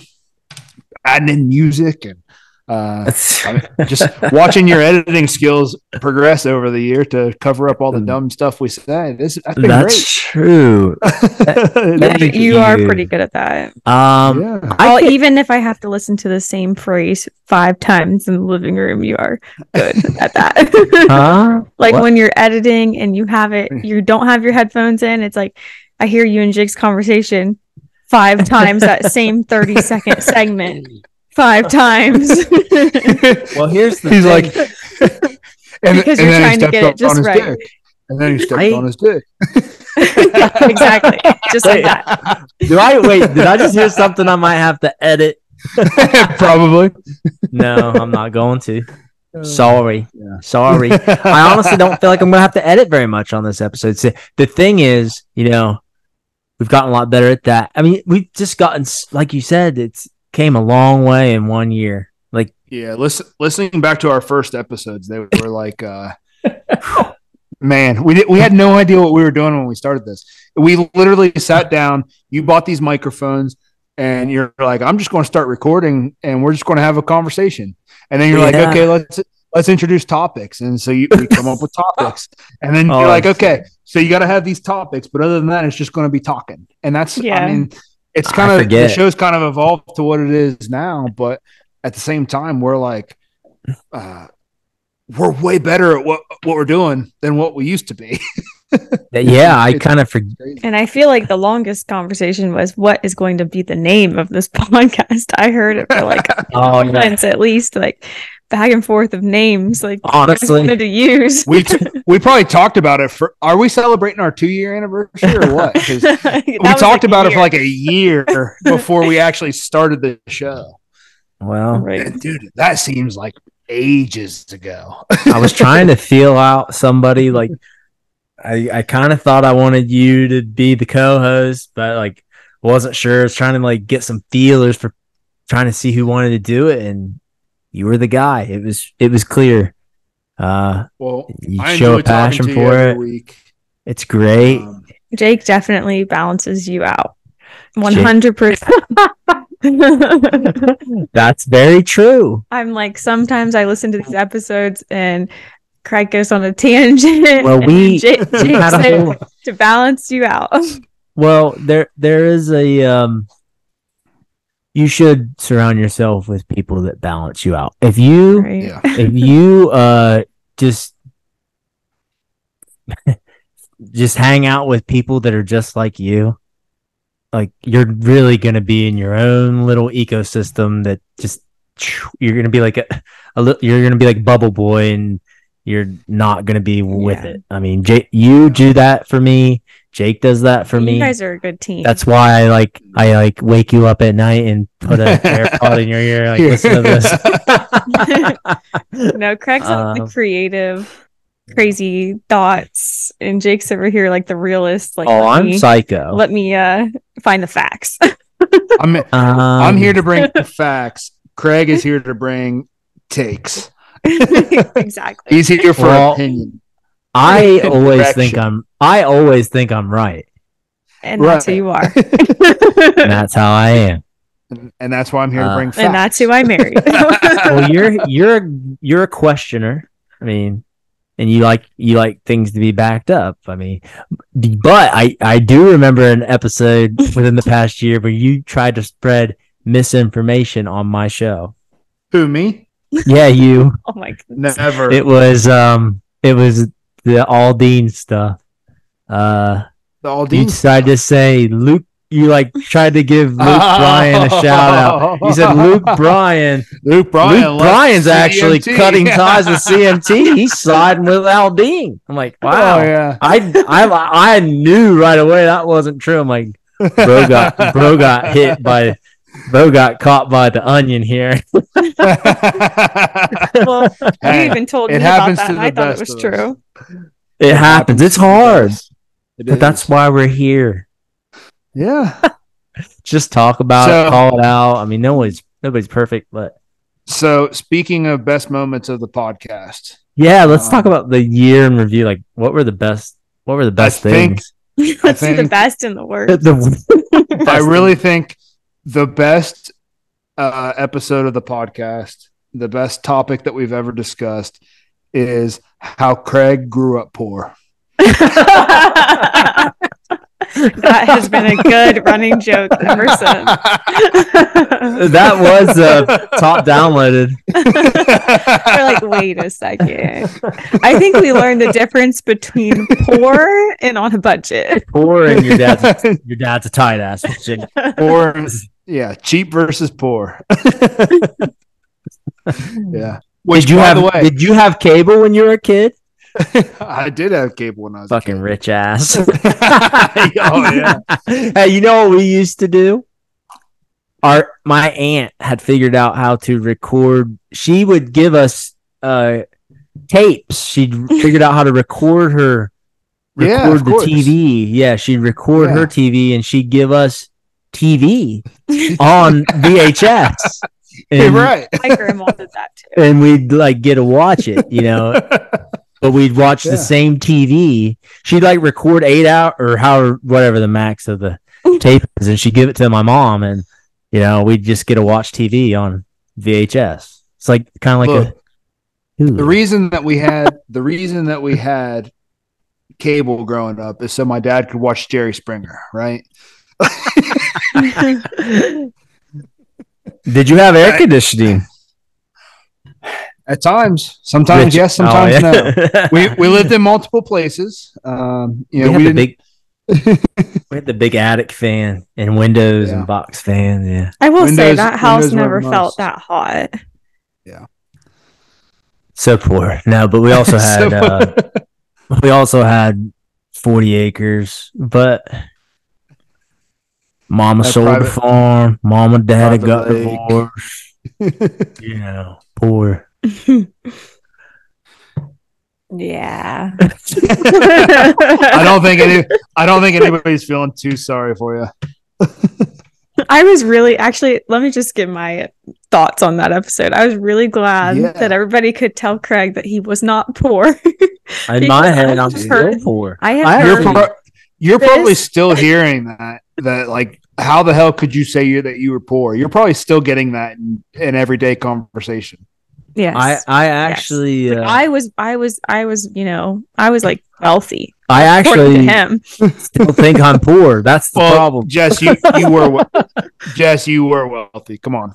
Speaker 3: adding in music and uh,
Speaker 1: That's
Speaker 3: just watching your editing skills progress over the year to cover up all the dumb stuff we say. This that's been
Speaker 1: Mm. that's true.
Speaker 3: great.
Speaker 2: Yeah,
Speaker 1: Thank
Speaker 2: you are
Speaker 1: you.
Speaker 2: pretty good at that.
Speaker 1: Um,
Speaker 3: yeah.
Speaker 1: I
Speaker 2: well,
Speaker 1: get-
Speaker 2: even if I have to listen to the same phrase five times in the living room, you are good at that.
Speaker 1: huh?
Speaker 2: like
Speaker 1: What?
Speaker 2: when you're editing and you have it,
Speaker 3: Hmm.
Speaker 2: you don't have your headphones in. It's like I hear you and Jake's conversation five times that same thirty second segment. Five times
Speaker 1: Well, here's the thing.
Speaker 3: He's like, and,
Speaker 2: Because
Speaker 3: and
Speaker 2: you're
Speaker 3: then he
Speaker 2: trying to
Speaker 3: stepped
Speaker 2: get it
Speaker 3: up
Speaker 2: just
Speaker 3: on his
Speaker 2: right.
Speaker 3: dick, and then he stepped
Speaker 1: I-
Speaker 3: on his dick.
Speaker 2: exactly, just like that.
Speaker 1: do I wait? Did I just hear something I might have to edit?
Speaker 3: Probably.
Speaker 1: No, I'm not going to. Sorry,
Speaker 3: Yeah.
Speaker 1: sorry. I honestly don't feel like I'm gonna have to edit very much on this episode. So the thing is, you know, we've gotten a lot better at that. I mean, we've just gotten, s- like you said, it's came a long way in one year. Like,
Speaker 3: Yeah, listen, listening back to our first episodes, they were like, uh, man, we did, we had no idea what we were doing when we started this. We literally sat down. You bought these microphones, and you're like, I'm just going to start recording, and we're just going to have a conversation. And then you're
Speaker 1: Yeah.
Speaker 3: like, okay, let's let's introduce topics, and so you we come up with topics, and then
Speaker 1: Oh,
Speaker 3: you're like,
Speaker 1: I see.
Speaker 3: okay, so you got to have these topics, but other than that, it's just going to be talking, and that's
Speaker 2: Yeah.
Speaker 3: I mean, it's
Speaker 1: I
Speaker 3: kind of the
Speaker 1: forget.
Speaker 3: show's kind of evolved to what it is now, but at the same time, we're like uh, we're way better at what what we're doing than what we used to be.
Speaker 1: yeah, I
Speaker 3: It's-
Speaker 1: kind of forget.
Speaker 2: And I feel like the longest conversation was what is going to be the name of this podcast. I heard it for like
Speaker 1: Oh, yeah.
Speaker 2: months at least, like back and forth of names, like I
Speaker 1: honestly,
Speaker 2: wanted to use.
Speaker 3: we t- we probably talked about it for. Are we celebrating our two year anniversary or what? 'Cause we talked about it for like a year before we actually started the show.
Speaker 1: well,
Speaker 2: Right.
Speaker 3: And dude, that seems like ages ago.
Speaker 1: I was trying to feel out somebody. Like, I, I kind of thought I wanted you to be the co-host, but like, wasn't sure. I was trying to like get some feelers for trying to see who wanted to do it, and you were the guy. It was it was clear. Uh,
Speaker 3: Well,
Speaker 1: you show a passion for it.
Speaker 3: week.
Speaker 1: It's great.
Speaker 3: Um,
Speaker 2: Jake definitely balances you out. 100%.
Speaker 1: That's very true.
Speaker 2: I'm like, sometimes I listen to these episodes and Craig goes on a tangent.
Speaker 1: Well,
Speaker 2: and
Speaker 1: we-
Speaker 2: Jake,
Speaker 1: We
Speaker 2: Jake's
Speaker 1: had a
Speaker 2: there
Speaker 1: whole-
Speaker 2: to balance you out.
Speaker 1: Well, there there is a um you should surround yourself with people that balance you out. If you
Speaker 2: Right.
Speaker 3: yeah.
Speaker 1: if you uh just just hang out with people that are just like you, like you're really going to be in your own little ecosystem that just you're going to be like a, a li- you're going to be like bubble boy and you're not going to be with
Speaker 2: Yeah.
Speaker 1: it. I mean, Jake, you do that for me. Jake does that for me.
Speaker 2: you guys are a good team.
Speaker 1: That's why I like I like wake you up at night and put a AirPod in your ear. Like
Speaker 3: Here.
Speaker 1: listen to this.
Speaker 2: no, Craig's like
Speaker 1: Um,
Speaker 2: the creative, crazy thoughts, and Jake's over here like the realist. Like,
Speaker 1: oh,
Speaker 2: let
Speaker 1: I'm
Speaker 2: me,
Speaker 1: psycho.
Speaker 2: let me uh find the facts.
Speaker 3: I'm
Speaker 1: Um,
Speaker 3: I'm here to bring facts. Craig is here to bring takes.
Speaker 2: exactly.
Speaker 3: He's here for
Speaker 1: Well-
Speaker 3: opinion.
Speaker 1: I always
Speaker 3: Correction.
Speaker 1: think I'm I always think I'm right.
Speaker 2: and that's who
Speaker 3: Right.
Speaker 2: you are,
Speaker 1: And that's how I am.
Speaker 3: and, and that's why I'm here
Speaker 1: Uh,
Speaker 3: to bring facts.
Speaker 2: and that's who I married.
Speaker 1: Well, you're you're a, you're a questioner. I mean, and you like you like things to be backed up. I mean, but I I do remember an episode within the past year where you tried to spread misinformation on my show.
Speaker 3: Who me?
Speaker 1: Yeah, you.
Speaker 2: oh my god,
Speaker 3: Never.
Speaker 1: It was um it was the Aldine stuff. Uh
Speaker 3: the all
Speaker 1: you tried to say Luke you like tried to give Luke Bryan a shout out. You said Luke Bryan.
Speaker 3: Luke Bryan.
Speaker 1: Luke
Speaker 3: left
Speaker 1: Bryan's actually
Speaker 3: CMT.
Speaker 1: cutting ties with CMT. He's siding with Aldine. I'm like, wow.
Speaker 3: Oh yeah.
Speaker 1: I, I I knew right away that wasn't true. I'm like, bro got bro got hit by bro got caught by the onion here.
Speaker 2: well, you
Speaker 3: Hey,
Speaker 2: even told me
Speaker 3: it
Speaker 2: about
Speaker 3: happens
Speaker 2: that,
Speaker 3: to
Speaker 2: and
Speaker 3: the
Speaker 2: I thought it
Speaker 3: best
Speaker 2: was
Speaker 3: of us.
Speaker 2: true.
Speaker 1: It happens. It's hard,
Speaker 3: It
Speaker 1: but that's
Speaker 3: is.
Speaker 1: why we're here.
Speaker 3: yeah.
Speaker 1: just talk about it,
Speaker 3: So-
Speaker 1: call it out. I mean, nobody's nobody's perfect, but
Speaker 3: So speaking of best moments of the podcast,
Speaker 1: yeah, let's talk
Speaker 3: Um,
Speaker 1: about the year in review. Like, what were the best? What were the best
Speaker 3: think-
Speaker 1: things?
Speaker 2: Let's do the
Speaker 3: think-
Speaker 2: best and the worst.
Speaker 1: The-
Speaker 3: I really think the best uh, episode of the podcast, the best topic that we've ever discussed, is how Craig grew up poor.
Speaker 2: that has been a good running joke ever since.
Speaker 1: that was uh, top downloaded.
Speaker 2: We're like, wait a second. I think we learned the difference between poor and on a budget.
Speaker 1: Poor and your dad's your dad's a tight ass.
Speaker 3: poor, yeah, cheap versus poor. yeah. Which,
Speaker 1: Did you
Speaker 3: by
Speaker 1: have
Speaker 3: the way,
Speaker 1: Did you have cable when you were a kid?
Speaker 3: I did have cable when I was a
Speaker 1: Fucking rich ass.
Speaker 3: kid. oh yeah.
Speaker 1: hey, you know what we used to do? Our my aunt had figured out how to record. She would give us uh tapes. She figured out how to record her record
Speaker 3: Yeah, of
Speaker 1: the
Speaker 3: course.
Speaker 1: TV. Yeah, she'd record
Speaker 3: Yeah.
Speaker 1: her TV and she'd give us TV on VHS.
Speaker 3: You're
Speaker 1: And-
Speaker 3: right.
Speaker 2: My grandma did that too.
Speaker 1: and we'd like get to watch it, you know. but we'd watch
Speaker 3: Yeah.
Speaker 1: the same TV. She'd like record eight out or however whatever the max of the tape is, and she'd give it to my mom, and you know we'd just get to watch TV on VHS. It's like kind of like
Speaker 3: Look,
Speaker 1: a Hulu.
Speaker 3: the reason that we had the reason that we had cable growing up is so my dad could watch Jerry Springer, right?
Speaker 1: Did you have air conditioning?
Speaker 3: At times, sometimes
Speaker 1: Rich-
Speaker 3: yes, sometimes
Speaker 1: Oh,
Speaker 3: no.
Speaker 1: yeah.
Speaker 3: We we lived in multiple places. Um, you know,
Speaker 1: we
Speaker 3: we,
Speaker 1: had the
Speaker 3: didn't.
Speaker 1: big. we had the big attic fan and windows
Speaker 3: Yeah.
Speaker 1: and box fan. Yeah,
Speaker 2: I will say
Speaker 3: Windows-
Speaker 2: that house
Speaker 3: windows were
Speaker 2: never
Speaker 3: a must.
Speaker 2: felt that hot.
Speaker 1: so poor. No, but we also had.
Speaker 3: So-
Speaker 1: uh, we also had 40 acres, but mama
Speaker 3: Had
Speaker 1: sold the
Speaker 3: private-
Speaker 1: farm, mom and dad had
Speaker 3: private
Speaker 1: got
Speaker 3: lake.
Speaker 1: divorced. you know, poor.
Speaker 2: yeah.
Speaker 3: I
Speaker 2: I,
Speaker 3: don't think any. I don't think anybody's feeling too sorry for you.
Speaker 2: was really actually let me just give my thoughts on that episode. I was really glad
Speaker 3: Yeah.
Speaker 2: that everybody could tell Craig that he was not poor.
Speaker 1: In my
Speaker 2: Because
Speaker 1: head,
Speaker 2: I
Speaker 1: I'm
Speaker 2: just
Speaker 1: still
Speaker 2: heard-
Speaker 1: poor.
Speaker 2: I have
Speaker 1: I
Speaker 2: heard
Speaker 3: You're,
Speaker 1: heard-
Speaker 3: pro- you're probably
Speaker 2: Um, This-
Speaker 3: still hearing that. That like, how the hell could you say you that you were poor? You're probably still getting that in, in everyday conversation.
Speaker 2: yes.
Speaker 1: I, uh, I actually, uh,
Speaker 2: Like, I was, I was, I was, you know, I was like wealthy.
Speaker 1: I
Speaker 2: According to
Speaker 1: actually
Speaker 2: him,
Speaker 1: still think I'm poor. That's the
Speaker 3: Well,
Speaker 1: problem.
Speaker 3: Jess, you, you were we- Jess, you were wealthy. Come on.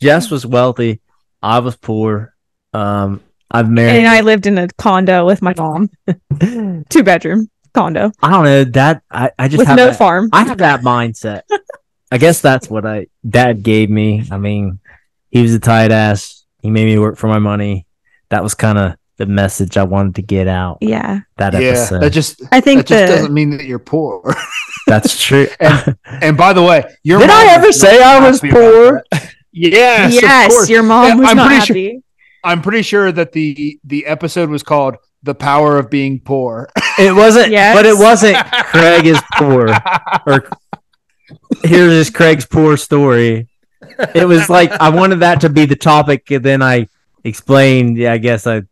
Speaker 1: Jess was wealthy. I was poor. Um, I've married.
Speaker 2: and I lived in a condo with my mom, two bedroom condo
Speaker 1: I don't know that. I, I just
Speaker 2: with
Speaker 1: have
Speaker 2: no
Speaker 1: that-
Speaker 2: farm.
Speaker 1: I have that mindset. I guess that's what I dad gave me. I mean, he was a tight ass. He made me work for my money. That was kind of the message I wanted to get out
Speaker 2: yeah,
Speaker 1: that
Speaker 3: yeah,
Speaker 1: episode.
Speaker 3: that just
Speaker 2: I think
Speaker 3: that just
Speaker 2: the
Speaker 3: doesn't mean that you're poor.
Speaker 1: that's true.
Speaker 3: And- And by the way, your
Speaker 1: Did I
Speaker 3: mom
Speaker 1: ever
Speaker 3: was
Speaker 1: say I was
Speaker 3: happy about
Speaker 1: poor?
Speaker 3: that. yes, of
Speaker 2: yes,
Speaker 3: course.
Speaker 2: your
Speaker 3: Yeah,
Speaker 2: mom was
Speaker 3: I'm
Speaker 2: not
Speaker 3: pretty sure-
Speaker 2: happy.
Speaker 3: I'm pretty sure that the the episode was called "The Power of Being Poor."
Speaker 1: It wasn't,
Speaker 2: Yes.
Speaker 1: but it wasn't. Craig is poor. Or here is Craig's poor story. It was like I wanted that to be the topic, and then I explained. Yeah, I guess I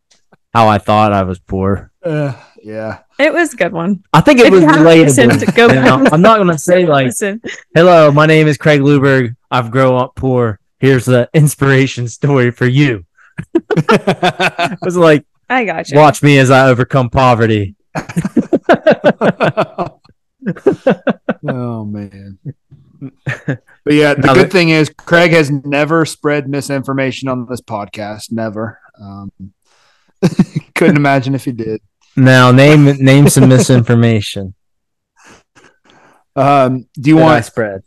Speaker 1: how I thought I was poor.
Speaker 3: Uh, yeah.
Speaker 2: It was a good one.
Speaker 1: I think it
Speaker 2: If
Speaker 1: was
Speaker 2: you haven't listened,
Speaker 1: relatable.
Speaker 2: go
Speaker 1: you know?
Speaker 2: back.
Speaker 1: I'm not gonna say like,
Speaker 2: Listen,
Speaker 1: "Hello, my name is Craig Luberg. I've grown up poor. Here's the inspiration story for you." It was like,
Speaker 2: I got you.
Speaker 1: "Watch me as I overcome poverty."
Speaker 3: oh man. But yeah, the
Speaker 1: Now
Speaker 3: good
Speaker 1: that-
Speaker 3: thing is Craig has never spread misinformation on this podcast. Never. Um, couldn't imagine if he did.
Speaker 1: Now name name some misinformation
Speaker 3: Um, do you
Speaker 1: that I
Speaker 3: want?
Speaker 1: spread.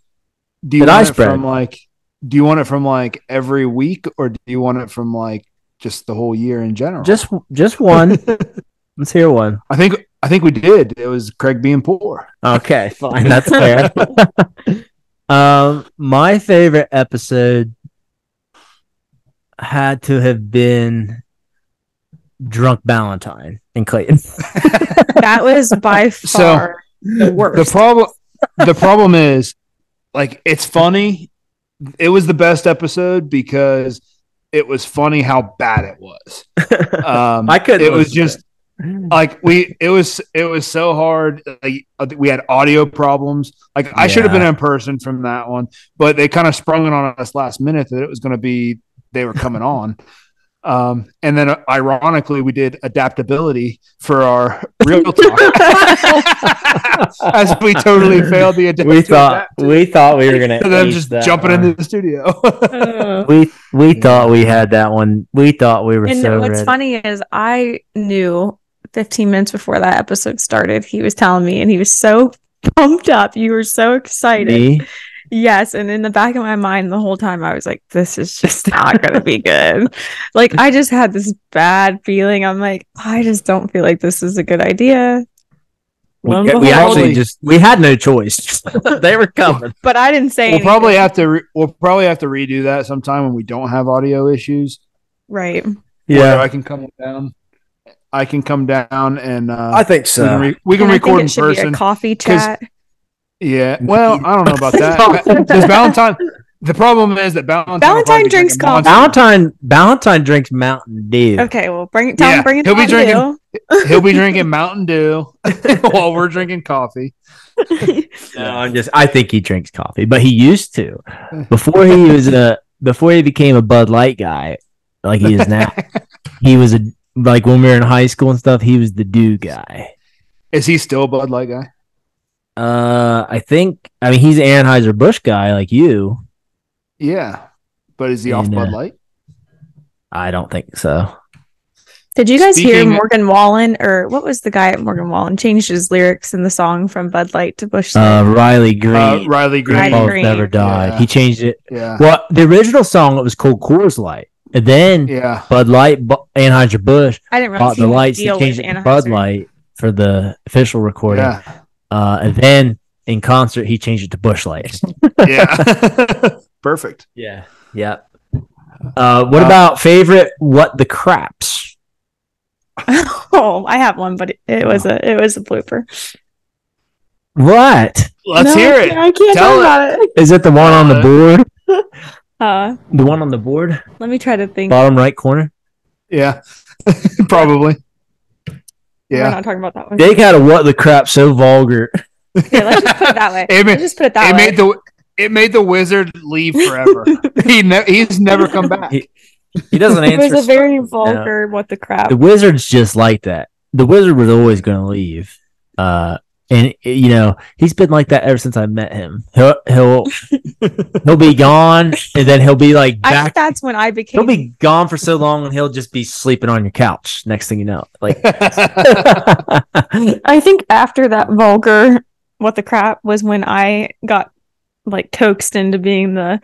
Speaker 3: Do you
Speaker 1: that I
Speaker 3: want it
Speaker 1: spread.
Speaker 3: from like? Do you want it from like every week, or do you want it from like just the whole year in general?
Speaker 1: Just just one. Let's hear one.
Speaker 3: I think I think we did. It was Craig being poor.
Speaker 1: Okay, fine. That's fair. um, my favorite episode had to have been Drunk Valentine in Clayton.
Speaker 2: That was by
Speaker 3: So,
Speaker 2: far the
Speaker 3: The
Speaker 2: worst.
Speaker 3: problem the problem is like it's funny. It was the best episode because it was funny how bad it was. Um,
Speaker 1: I couldn't
Speaker 3: It was
Speaker 1: listen to
Speaker 3: just like we. It was it was so hard. Like, uh, we had audio problems. Like I should have
Speaker 1: Yeah.
Speaker 3: been in person from that one, but they kind of sprung it on us last minute that it was going to be they were coming on. Um, and then uh, ironically, we did adaptability for our real talk as we totally failed the adaptability.
Speaker 1: we thought we thought we were gonna
Speaker 3: and then
Speaker 1: ace
Speaker 3: just
Speaker 1: that
Speaker 3: jumping
Speaker 1: one.
Speaker 3: into the studio.
Speaker 2: Uh,
Speaker 1: We we thought we had that one. We thought we were
Speaker 2: and
Speaker 1: so
Speaker 2: what's
Speaker 1: ready.
Speaker 2: funny is I knew 15 minutes before that episode started, he was telling me, and he was so pumped up. You were so excited.
Speaker 1: Me?
Speaker 2: Yes, and in the back of my mind the whole time I was like this is just not going to be good. Like I just had this bad feeling. I'm like I just don't feel like this is a good idea.
Speaker 1: We,
Speaker 2: Lo and
Speaker 1: we
Speaker 2: behold-
Speaker 1: actually just we had no choice. they were coming.
Speaker 2: but I didn't say
Speaker 3: we'll
Speaker 2: anything.
Speaker 3: probably have to re- we'll probably have to redo that sometime when we don't have audio issues.
Speaker 2: right.
Speaker 3: where I can come down. I can come down and uh,
Speaker 1: I think
Speaker 3: we can, re- we can
Speaker 2: And I think
Speaker 3: record
Speaker 2: it
Speaker 3: in
Speaker 2: should be
Speaker 3: person.
Speaker 2: a coffee
Speaker 3: 'cause-
Speaker 2: chat.
Speaker 3: yeah. Well, I don't know about that because Valentine. The problem is that Valentine. will
Speaker 2: Valentine
Speaker 3: probably be
Speaker 2: drinks
Speaker 3: drinking Monster.
Speaker 1: Valentine Valentine drinks Mountain Dew.
Speaker 2: Okay, well bring it down,
Speaker 3: Yeah,
Speaker 2: bring it
Speaker 3: he'll be
Speaker 2: down.
Speaker 3: drinking- He'll be drinking Mountain Dew while we're drinking coffee.
Speaker 2: Bill.
Speaker 1: No, I'm just. I think he drinks coffee, but he used to before he was a before he became a Bud Light guy, like he is now. he was a like when we were in high school and stuff. He was the Dew guy.
Speaker 3: Is he still a Bud Light guy?
Speaker 1: Uh, I think. I mean, he's an Anheuser Busch guy, like you.
Speaker 3: Yeah, but is he off
Speaker 1: And, uh,
Speaker 3: Bud Light?
Speaker 1: I don't think so.
Speaker 2: Did you guys
Speaker 3: Speaking-
Speaker 2: hear Morgan Wallen or what was the guy at Morgan Wallen changed his lyrics in the song from Bud Light to Bush?
Speaker 1: Uh, Riley Green.
Speaker 3: Uh, Riley
Speaker 1: Green
Speaker 3: Green.
Speaker 2: Riley
Speaker 1: Almost
Speaker 2: Green.
Speaker 1: never died.
Speaker 3: Yeah.
Speaker 1: He changed it.
Speaker 3: Yeah,
Speaker 1: Well, the original song it was called Coors Light, and then
Speaker 3: yeah.
Speaker 1: Bud Light, Bu- Anheuser Busch
Speaker 2: I didn't realize
Speaker 1: bought
Speaker 2: he
Speaker 1: the
Speaker 2: had a
Speaker 1: lights and
Speaker 2: deal
Speaker 1: changed
Speaker 2: with
Speaker 1: it to Bud
Speaker 2: Anheuser.
Speaker 1: Light for the official recording.
Speaker 3: Yeah,
Speaker 1: Uh, and then in concert, he changed it to Bush Light.
Speaker 3: yeah. Perfect.
Speaker 1: yeah. Yep. Uh, what
Speaker 3: Uh,
Speaker 1: about favorite? What the craps?
Speaker 2: oh, I have one, but it, it was a
Speaker 1: Uh.
Speaker 2: it was a blooper.
Speaker 1: What
Speaker 2: No,
Speaker 3: Let's hear
Speaker 2: I
Speaker 3: it.
Speaker 2: can't- I can't
Speaker 3: Tell
Speaker 2: talk
Speaker 3: it.
Speaker 2: about it.
Speaker 1: is it? The one on the
Speaker 3: Uh,
Speaker 1: board?
Speaker 2: Uh,
Speaker 1: The one on the board,
Speaker 2: let me try to think.
Speaker 1: bottom right corner.
Speaker 3: Yeah, probably.
Speaker 2: We're
Speaker 3: Yeah.
Speaker 2: not talking about that one.
Speaker 1: Jake had a what the crap so vulgar.
Speaker 2: Okay, let's just put it that way.
Speaker 3: It ma-
Speaker 2: let's just put it that
Speaker 3: it
Speaker 2: way.
Speaker 3: made the it made the wizard leave forever. he ne- he's never come back.
Speaker 1: He- He doesn't
Speaker 2: it was
Speaker 1: answer.
Speaker 2: a very vulgar what the crap.
Speaker 1: the wizard's just like that. The wizard was always going to leave. Uh, and you know he's been like that ever since I met him. He'll he'll he'll be gone, and then he'll be like
Speaker 2: I
Speaker 1: back
Speaker 2: think that's when I
Speaker 1: He'll
Speaker 2: became
Speaker 1: be gone for so long, and he'll just be sleeping on your couch. Next thing you know, like
Speaker 2: I think after that vulgar what the crap was when I got like coaxed into being the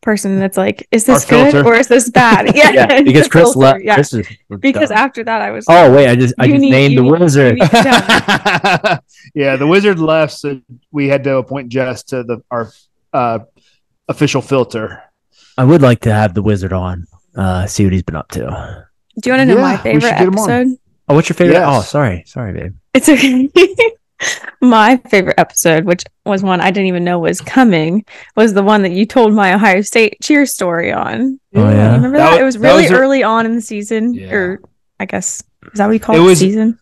Speaker 2: person that's like, is this
Speaker 3: Our
Speaker 2: good
Speaker 3: filter.
Speaker 2: or is this bad? Yeah,
Speaker 1: because
Speaker 2: the
Speaker 1: Chris
Speaker 2: filter,
Speaker 1: left.
Speaker 2: Yeah,
Speaker 1: Chris is
Speaker 2: because
Speaker 1: done.
Speaker 2: after that I was like,
Speaker 1: oh wait, I just I
Speaker 2: You
Speaker 1: just
Speaker 2: need-
Speaker 1: named
Speaker 2: you
Speaker 1: the
Speaker 2: need-
Speaker 1: wizard.
Speaker 2: you need to
Speaker 3: yeah, the wizard left, so we had to appoint Jess to the our uh, official filter.
Speaker 1: I would like to have the wizard on. Uh, see what he's been up to.
Speaker 2: do you want to know my
Speaker 3: Yeah, we should
Speaker 2: favorite
Speaker 3: get 'em on.
Speaker 2: episode?
Speaker 1: Oh, what's your favorite?
Speaker 3: Yes.
Speaker 1: Oh, sorry, sorry, babe.
Speaker 2: It's okay. My favorite episode, which was one I didn't even know was coming, was the one that you told my Ohio State cheer story on.
Speaker 1: Oh, yeah.
Speaker 2: You remember
Speaker 3: That
Speaker 2: that?
Speaker 3: wa-
Speaker 2: It was
Speaker 3: that
Speaker 2: really
Speaker 3: was a-
Speaker 2: early on in the season,
Speaker 3: Yeah.
Speaker 2: or I guess is that what you call
Speaker 3: It
Speaker 2: it?
Speaker 3: was-
Speaker 2: season?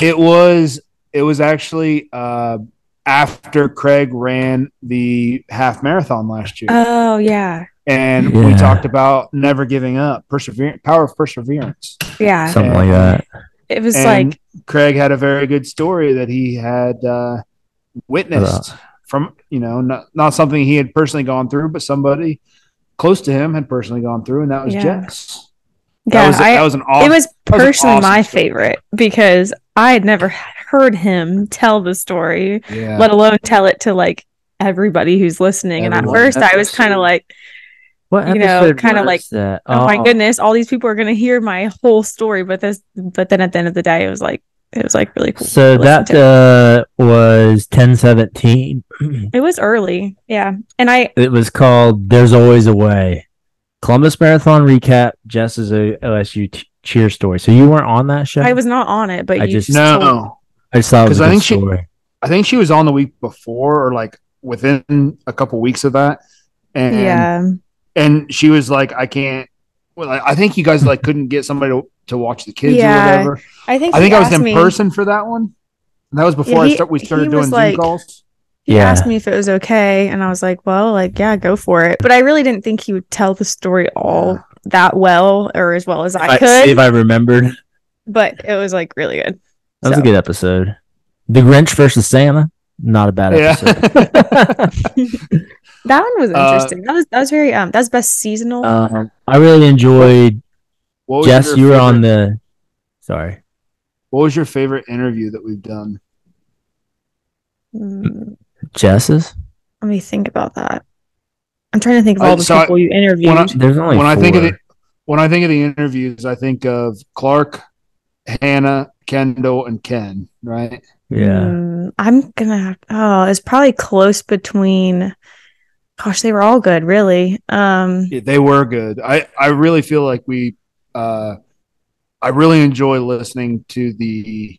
Speaker 3: It was it was actually uh, after Craig ran the half marathon last year,
Speaker 2: Oh yeah,
Speaker 3: and we
Speaker 1: Yeah.
Speaker 3: talked about never giving up, perseverance, power of perseverance.
Speaker 2: yeah.
Speaker 1: something like that.
Speaker 2: It was
Speaker 3: And
Speaker 2: like
Speaker 3: Craig had a very good story that he had uh, witnessed from you know not not something he had personally gone through, but somebody close to him had personally gone through, and that was
Speaker 2: Yeah.
Speaker 3: Jess. That
Speaker 2: yeah,
Speaker 3: was
Speaker 2: I,
Speaker 3: that was an awesome.
Speaker 2: it was
Speaker 3: was an
Speaker 2: personally
Speaker 3: awesome
Speaker 2: my
Speaker 3: story.
Speaker 2: favorite because I had never heard him tell the story,
Speaker 3: yeah.
Speaker 2: let alone tell it to like everybody who's listening. And at
Speaker 1: Everyone.
Speaker 2: first, I was
Speaker 3: That's
Speaker 2: kind of
Speaker 3: awesome.
Speaker 2: like,
Speaker 1: What
Speaker 2: You know,
Speaker 1: episode
Speaker 2: kinda
Speaker 1: was
Speaker 2: like,
Speaker 1: that?
Speaker 2: "Oh my goodness, all these people are gonna hear my whole story." But this, but then at the end of the day, it was like it was like really cool.
Speaker 1: So
Speaker 2: to listen
Speaker 1: that
Speaker 2: to.
Speaker 1: uh, was ten seventeen.
Speaker 2: It was early, yeah. And I,
Speaker 1: It was called "There's Always a Way." Columbus Marathon recap. Jess's O- OSU t- cheer story. So you weren't on that show.
Speaker 2: I was not on it, but
Speaker 1: I
Speaker 2: you
Speaker 1: just-
Speaker 2: told-
Speaker 3: no.
Speaker 1: I just thought it was
Speaker 3: 'Cause
Speaker 1: a
Speaker 3: I
Speaker 1: good
Speaker 3: think she-
Speaker 1: story.
Speaker 3: I think she was on the week before or like within a couple weeks of that. And
Speaker 2: yeah,
Speaker 3: and she was like, I can't well, I I think you guys like couldn't get somebody to, to watch the kids
Speaker 2: Yeah.
Speaker 3: or whatever.
Speaker 2: I think
Speaker 3: I think
Speaker 2: he
Speaker 3: I was
Speaker 2: asked
Speaker 3: in
Speaker 2: me-
Speaker 3: person for that one. And that was before
Speaker 2: Yeah,
Speaker 3: I
Speaker 2: he-
Speaker 3: start we
Speaker 2: he
Speaker 3: started
Speaker 2: was
Speaker 3: doing
Speaker 2: like-
Speaker 3: Zoom calls.
Speaker 2: He
Speaker 1: Yeah.
Speaker 2: asked me if it was okay, and I was like, "Well, like, yeah, go for it." But I really didn't think he would tell the story all that well, or as well as I, could.
Speaker 1: see if I remembered. That
Speaker 2: but it was like really good.
Speaker 1: was
Speaker 2: So-
Speaker 1: a good episode. The Grinch versus Santa. Not a bad episode.
Speaker 3: Yeah.
Speaker 2: That one was
Speaker 3: Uh,
Speaker 2: interesting. that was that was very um. That was best seasonal.
Speaker 1: um, I really enjoyed.
Speaker 3: What was
Speaker 1: Jess,
Speaker 3: your
Speaker 1: you were on
Speaker 3: favorite-
Speaker 1: the. Sorry.
Speaker 3: What was your favorite interview that we've done?
Speaker 2: Mm,
Speaker 1: Jess's.
Speaker 2: let me think about that. I'm trying to think of
Speaker 3: Uh,
Speaker 2: all the
Speaker 3: so I-
Speaker 2: people you interviewed.
Speaker 3: I-
Speaker 1: There's only
Speaker 3: when I think of
Speaker 1: four.
Speaker 3: the when I think of the interviews, I think of Clark, Hannah, Kendall, and Ken, right?
Speaker 1: Yeah.
Speaker 2: Mm, I'm gonna have. Oh, it's probably close between. Gosh, they were all good, really. Um,
Speaker 3: Yeah, they were good. I I really feel like we uh I really enjoy listening to the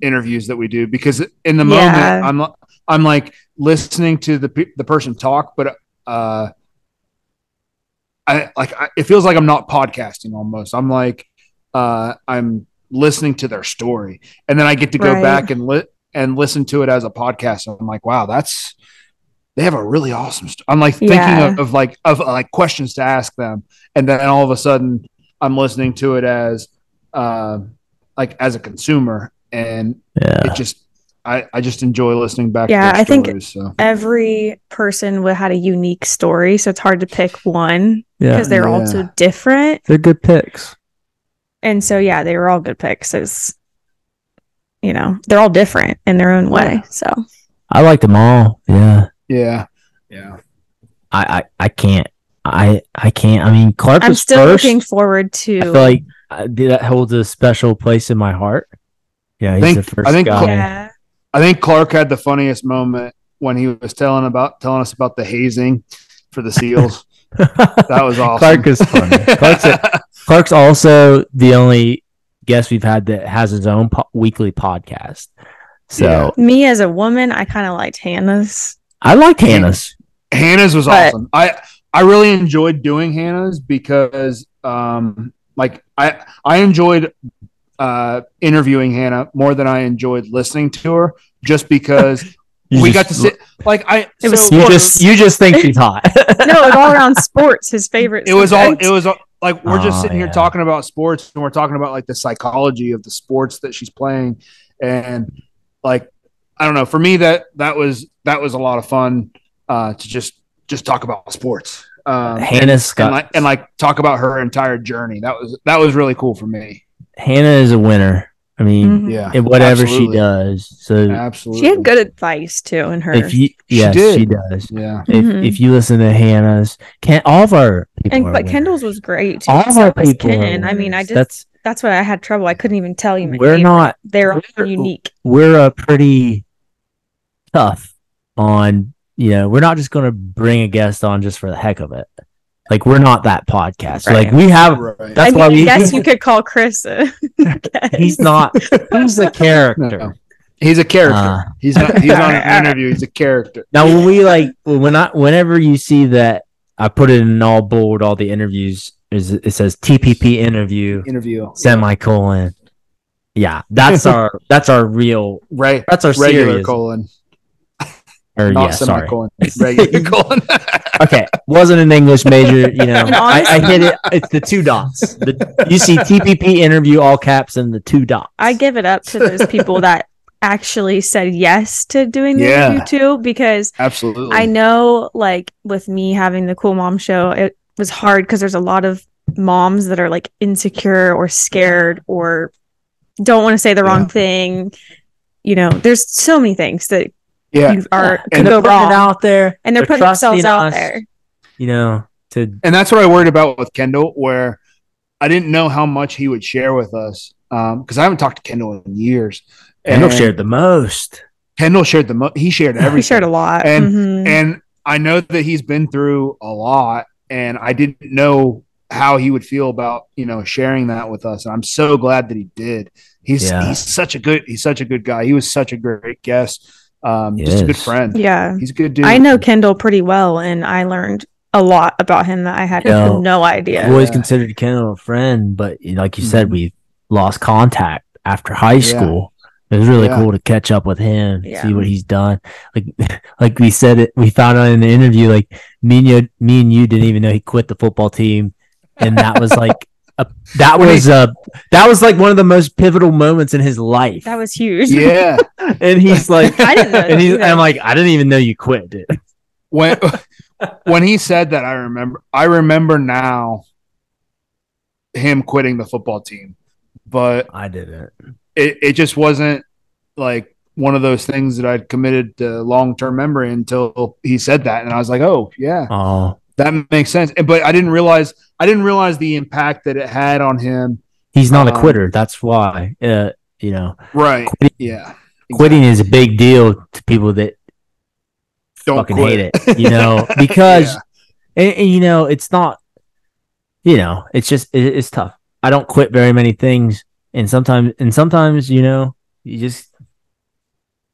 Speaker 3: interviews that we do because in the
Speaker 2: Yeah.
Speaker 3: moment I'm li- I'm like listening to the pe- the person talk but uh I like I, it feels like I'm not podcasting almost. I'm like uh I'm listening to their story and then I get to go
Speaker 2: Right.
Speaker 3: back and li- and listen to it as a podcast and I'm like wow that's they have a really awesome st- i'm like thinking
Speaker 2: Yeah.
Speaker 3: of, of like of uh, like questions to ask them and then all of a sudden i'm listening to it as uh, like as a consumer and
Speaker 1: Yeah.
Speaker 3: it just i i just enjoy listening back
Speaker 2: Yeah,
Speaker 3: to
Speaker 2: I
Speaker 3: their
Speaker 2: think-
Speaker 3: stories, so
Speaker 2: every person wa- had a unique story, so it's hard to pick one
Speaker 1: Yeah.
Speaker 2: because they're all
Speaker 3: Yeah.
Speaker 2: so different.
Speaker 1: They're good picks.
Speaker 2: And so, yeah, they were all good picks. Is you know, they're all different in their own way.
Speaker 3: Yeah.
Speaker 2: So
Speaker 1: I liked them all. Yeah.
Speaker 3: yeah yeah
Speaker 1: I, I, I can't. I I can't. I mean, Clark
Speaker 2: I'm
Speaker 1: was
Speaker 2: still
Speaker 1: first.
Speaker 2: looking forward to.
Speaker 1: I feel like uh, dude, that holds a special place in my heart. Yeah, he's
Speaker 3: think-
Speaker 1: the first
Speaker 3: I think
Speaker 1: guy.
Speaker 3: Clark-
Speaker 2: yeah,
Speaker 3: i think clark had the funniest moment when he was telling about telling us about the hazing for the seals that was awesome
Speaker 1: Clark is funny. Clark's, a- Clark's also the only guest we've had that has his own po- weekly podcast. So
Speaker 3: Yeah.
Speaker 2: me as a woman, I kind of liked Hannah's.
Speaker 1: I liked Hannah's.
Speaker 3: Hannah's was
Speaker 2: But-
Speaker 3: awesome. I I really enjoyed doing Hannah's because um like I I enjoyed uh interviewing Hannah more than I enjoyed listening to her just because
Speaker 1: You
Speaker 3: we
Speaker 1: just-
Speaker 3: got to sit like I
Speaker 2: It was
Speaker 1: You
Speaker 2: sports.
Speaker 1: just you just think she's hot.
Speaker 2: No, it was all around sports. His favorite.
Speaker 3: it was all
Speaker 2: subject.
Speaker 3: it was all, like we're
Speaker 1: Oh,
Speaker 3: just sitting
Speaker 1: yeah.
Speaker 3: here talking about sports and we're talking about like the psychology of the sports that she's playing and like i don't know for me that that was that was a lot of fun uh to just just talk about sports um
Speaker 1: Hannah's got
Speaker 3: and like and like talk about her entire journey that was that was really cool for me
Speaker 1: Hannah is a winner. I mean,
Speaker 2: Mhm.
Speaker 3: yeah
Speaker 1: in whatever
Speaker 3: absolutely.
Speaker 1: she does. So
Speaker 3: absolutely
Speaker 2: Mm-hmm. She had good advice too in her.
Speaker 1: if you
Speaker 3: She
Speaker 1: yes,
Speaker 3: did.
Speaker 1: she does.
Speaker 3: yeah
Speaker 1: If,
Speaker 2: Mhm.
Speaker 1: if you listen to Hannah's, can all of our people
Speaker 2: and
Speaker 1: are
Speaker 2: but
Speaker 1: winners.
Speaker 2: Kendall's was great. Too.
Speaker 1: all of
Speaker 2: So
Speaker 1: our
Speaker 2: was
Speaker 1: people. are
Speaker 2: Ken. I mean, I
Speaker 1: winners.
Speaker 2: just
Speaker 1: that's
Speaker 2: that's what I had trouble. I couldn't even tell you. my
Speaker 1: we're
Speaker 2: favorite.
Speaker 1: not
Speaker 2: They're all
Speaker 1: we're-
Speaker 2: unique.
Speaker 1: we're a pretty tough on you know we're not just going to bring a guest on just for the heck of it. Like we're not that podcast.
Speaker 2: Right.
Speaker 1: Like we have
Speaker 3: right
Speaker 1: that's
Speaker 2: I mean,
Speaker 1: why we
Speaker 2: yes, you could call Chris. a guest.
Speaker 1: he's not he's a character.
Speaker 3: No. he's a character
Speaker 1: Uh,
Speaker 3: he's not he's not an interview he's a character
Speaker 1: Now, when we like when I whenever you see that, I put it in all bold. All the interviews is it says TPP interview
Speaker 3: interview
Speaker 1: semicolon. Yeah, that's our that's our real
Speaker 3: Right.
Speaker 1: that's our
Speaker 3: Regular
Speaker 1: serious.
Speaker 3: colon.
Speaker 1: or yeah,
Speaker 3: Not
Speaker 1: sorry.
Speaker 3: semicolon. Regular colon.
Speaker 1: Okay, wasn't an English major. You know,
Speaker 2: And
Speaker 1: I, I
Speaker 2: honestly-
Speaker 1: hit it. It's the two dots. The, you see TPP interview all caps and the two dots.
Speaker 2: I give it up to those people that actually said yes to doing the
Speaker 3: Yeah.
Speaker 2: interview too, because
Speaker 3: Absolutely.
Speaker 2: I know, like with me having the cool mom show, it was hard because there's a lot of moms that are like insecure or scared or don't want to say the wrong thing. You know, there's so many things that
Speaker 3: Yeah.
Speaker 2: you are
Speaker 3: And
Speaker 1: they're
Speaker 2: could go
Speaker 1: putting it
Speaker 2: wrong,
Speaker 1: out there,
Speaker 2: and they're, putting
Speaker 1: trusting
Speaker 2: themselves out
Speaker 1: us,
Speaker 2: there.
Speaker 1: You know, to
Speaker 3: and that's what I worried about with Kendall, where I didn't know how much he would share with us because I haven't talked to Kendall in years.
Speaker 1: Kendall shared the most.
Speaker 3: Kendall shared the mo- he shared everything.
Speaker 2: We shared a lot,
Speaker 3: And-
Speaker 2: Mhm.
Speaker 3: and I know that he's been through a lot, and I didn't know how he would feel about you know sharing that with us. And I'm so glad that he did. He's
Speaker 1: Yeah.
Speaker 3: he's such a good he's such a good guy. He was such a great guest. Um,
Speaker 1: He
Speaker 3: just a good
Speaker 1: is.
Speaker 3: friend.
Speaker 2: yeah,
Speaker 3: He's a good dude.
Speaker 2: I know Kendall pretty well, and I learned a lot about him that I had
Speaker 1: Yeah.
Speaker 2: no idea.
Speaker 1: I've always considered Kendall a friend, but like you
Speaker 2: Mm-hmm.
Speaker 1: said, we lost contact after high school. It was really
Speaker 3: Yeah.
Speaker 1: cool to catch up with him,
Speaker 2: Yeah.
Speaker 1: see what he's done. Like, like we said, it we found out in the interview. Like me and you, me and you didn't even know he quit the football team, and that was like a, that
Speaker 3: When he-
Speaker 1: was uh that was like one of the most pivotal moments in his life.
Speaker 2: That was huge.
Speaker 3: Yeah.
Speaker 1: and he's like,
Speaker 2: I didn't know.
Speaker 1: and he's,
Speaker 2: that
Speaker 1: and I'm like, I didn't even know you quit, dude.
Speaker 3: when when he said that, I remember. I remember now him quitting the football team, but
Speaker 1: I didn't.
Speaker 3: it, it just wasn't like one of those things that I'd committed to long term memory until he said that, and I was like, oh yeah,
Speaker 1: Oh,
Speaker 3: that makes sense. And- But I didn't realize I didn't realize the impact that it had on him.
Speaker 1: he's not
Speaker 3: Um,
Speaker 1: a quitter. That's why. Uh, you know.
Speaker 3: Right?
Speaker 1: Quitting-
Speaker 3: Yeah.
Speaker 1: quitting is a big deal to people that
Speaker 3: Don't
Speaker 1: fucking
Speaker 3: quit.
Speaker 1: hate it, you know, because and, and, you know it's not, you know, it's just it, it's tough. I don't quit very many things, and sometimes and sometimes you know you just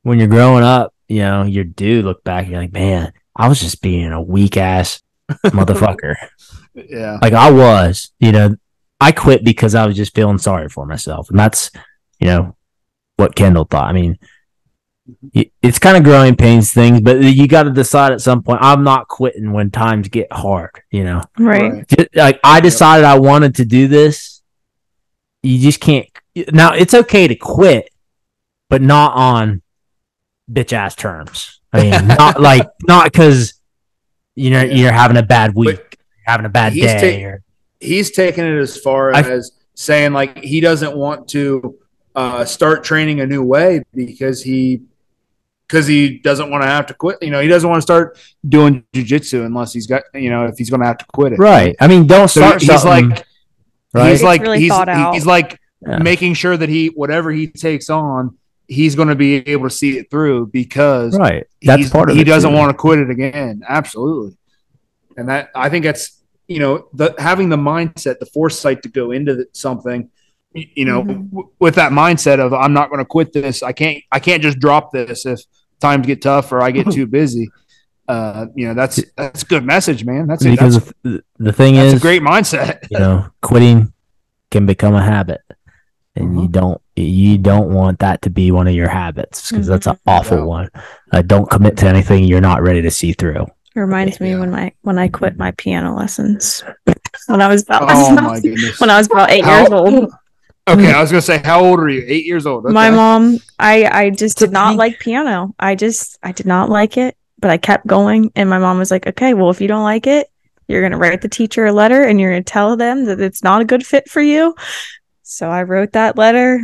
Speaker 1: when you're growing up, you know, you do look back and you're like, man, I was just being a weak ass motherfucker.
Speaker 3: Yeah.
Speaker 1: like I was, you know, I quit because I was just feeling sorry for myself, and that's, you know, what Kendall thought. I mean, y- it's kind of growing pains things, but you got to decide at some point. I'm not quitting when times get hard. You know,
Speaker 2: right.
Speaker 1: Ju- like I decided I wanted to do this. You just can't. Now it's okay to quit, but not on bitch ass terms. I mean, not like not because you know
Speaker 3: Yeah.
Speaker 1: you're having a bad week, having a bad
Speaker 3: he's
Speaker 1: day,
Speaker 3: ta-
Speaker 1: or
Speaker 3: he's taking it as far
Speaker 1: I-
Speaker 3: as saying like he doesn't want to uh, start training a new way because he because he doesn't want to have to quit. You know, he doesn't want to start doing jujitsu unless he's got you know if he's going to have to quit it.
Speaker 1: Right. I mean, don't
Speaker 3: So
Speaker 1: start.
Speaker 3: he's
Speaker 1: something,
Speaker 3: like
Speaker 1: right?
Speaker 3: he's
Speaker 2: It's
Speaker 3: like
Speaker 2: really
Speaker 3: he's
Speaker 2: thought out.
Speaker 3: he's like
Speaker 1: Yeah.
Speaker 3: making sure that he whatever he takes on he's going to be able to see it through because
Speaker 1: right. That's
Speaker 3: he's-
Speaker 1: part of
Speaker 3: he
Speaker 1: it,
Speaker 3: doesn't
Speaker 1: too.
Speaker 3: want to quit it again absolutely and that i think that's you know the having the mindset the foresight to go into the, something y- you know
Speaker 2: Mhm.
Speaker 3: w- with that mindset of i'm not going to quit this i can't i can't just drop this if times get tough or i get too busy uh you know that's that's a good message man that's a,
Speaker 1: because
Speaker 3: that's,
Speaker 1: the- the thing
Speaker 3: that's a
Speaker 1: is,
Speaker 3: great mindset
Speaker 1: you know, quitting can become a habit, and
Speaker 3: Mm-hmm.
Speaker 1: you don't you don't want that to be one of your habits because that's
Speaker 3: Mm-hmm.
Speaker 1: an awful
Speaker 3: Yeah.
Speaker 1: one. Uh, don't commit to anything you're not ready to see through.
Speaker 2: It reminds me
Speaker 3: Yeah.
Speaker 2: when my when I quit my piano lessons when I was about
Speaker 3: oh my goodness
Speaker 2: when I was about eight
Speaker 3: How-
Speaker 2: years old.
Speaker 3: okay i was going to say how old are you eight years old okay.
Speaker 2: Mm. My mom, I I just
Speaker 1: So
Speaker 2: did not
Speaker 1: you-
Speaker 2: like piano. I just I did not like it, but I kept going, and my mom was like, "Okay, well, if you don't like it, you're gonna write the teacher a letter, and you're gonna tell them that it's not a good fit for you." So I wrote that letter.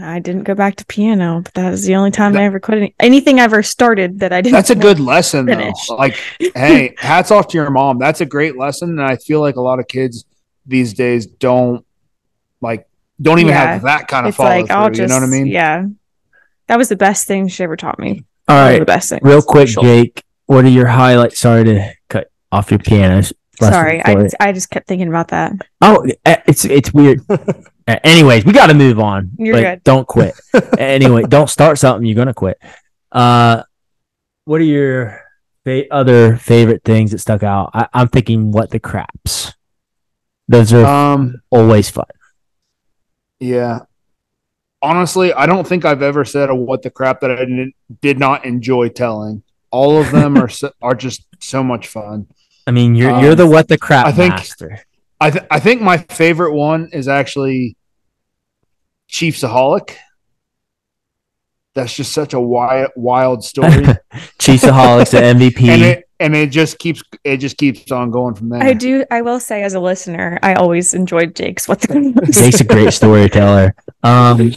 Speaker 2: I didn't go back to piano, but that is the only time I ever quit any- anything I ever started that I didn't.
Speaker 3: That's a good lesson, though.
Speaker 2: Finish.
Speaker 3: Like, hey, hats off to your mom. That's a great lesson, and I feel like a lot of kids these days don't like don't even
Speaker 2: Yeah.
Speaker 3: have that kind of
Speaker 2: It's
Speaker 3: follow
Speaker 2: like
Speaker 3: through.
Speaker 2: I'll just
Speaker 3: you know what I mean?
Speaker 2: yeah. That was the best thing she ever taught me.
Speaker 1: All
Speaker 2: One of
Speaker 1: right,
Speaker 2: the best thing.
Speaker 1: real quick, Jake. What are your highlights? Sorry to cut off your piano. s- lesson
Speaker 2: Sorry,
Speaker 1: for
Speaker 2: I,
Speaker 1: it.
Speaker 2: I just kept thinking about that.
Speaker 1: Oh, eh, it's it's weird. Eh, Anyways, we got to move on.
Speaker 2: You're
Speaker 1: but
Speaker 2: good.
Speaker 1: Don't quit. anyway, don't start something you're gonna quit. Uh, what are your fa- other favorite things that stuck out? I- I'm thinking, what the craps? Those are
Speaker 3: Um,
Speaker 1: always fun.
Speaker 3: yeah. honestly, I don't think I've ever said a what the crap that I didn't, did not enjoy telling. All of them are so, are just so much fun.
Speaker 1: I mean, you're
Speaker 3: Um,
Speaker 1: you're the what the crap
Speaker 3: I think-
Speaker 1: master.
Speaker 3: I th- I think my favorite one is actually Chiefsaholic. That's just such a wild wild story,
Speaker 1: Chiefsaholics, the MVP.
Speaker 3: and it and it just keeps it just keeps on going from there.
Speaker 2: I do. I will say, as a listener, I always enjoyed Jake's. What the
Speaker 1: Jake's a great storyteller. Um,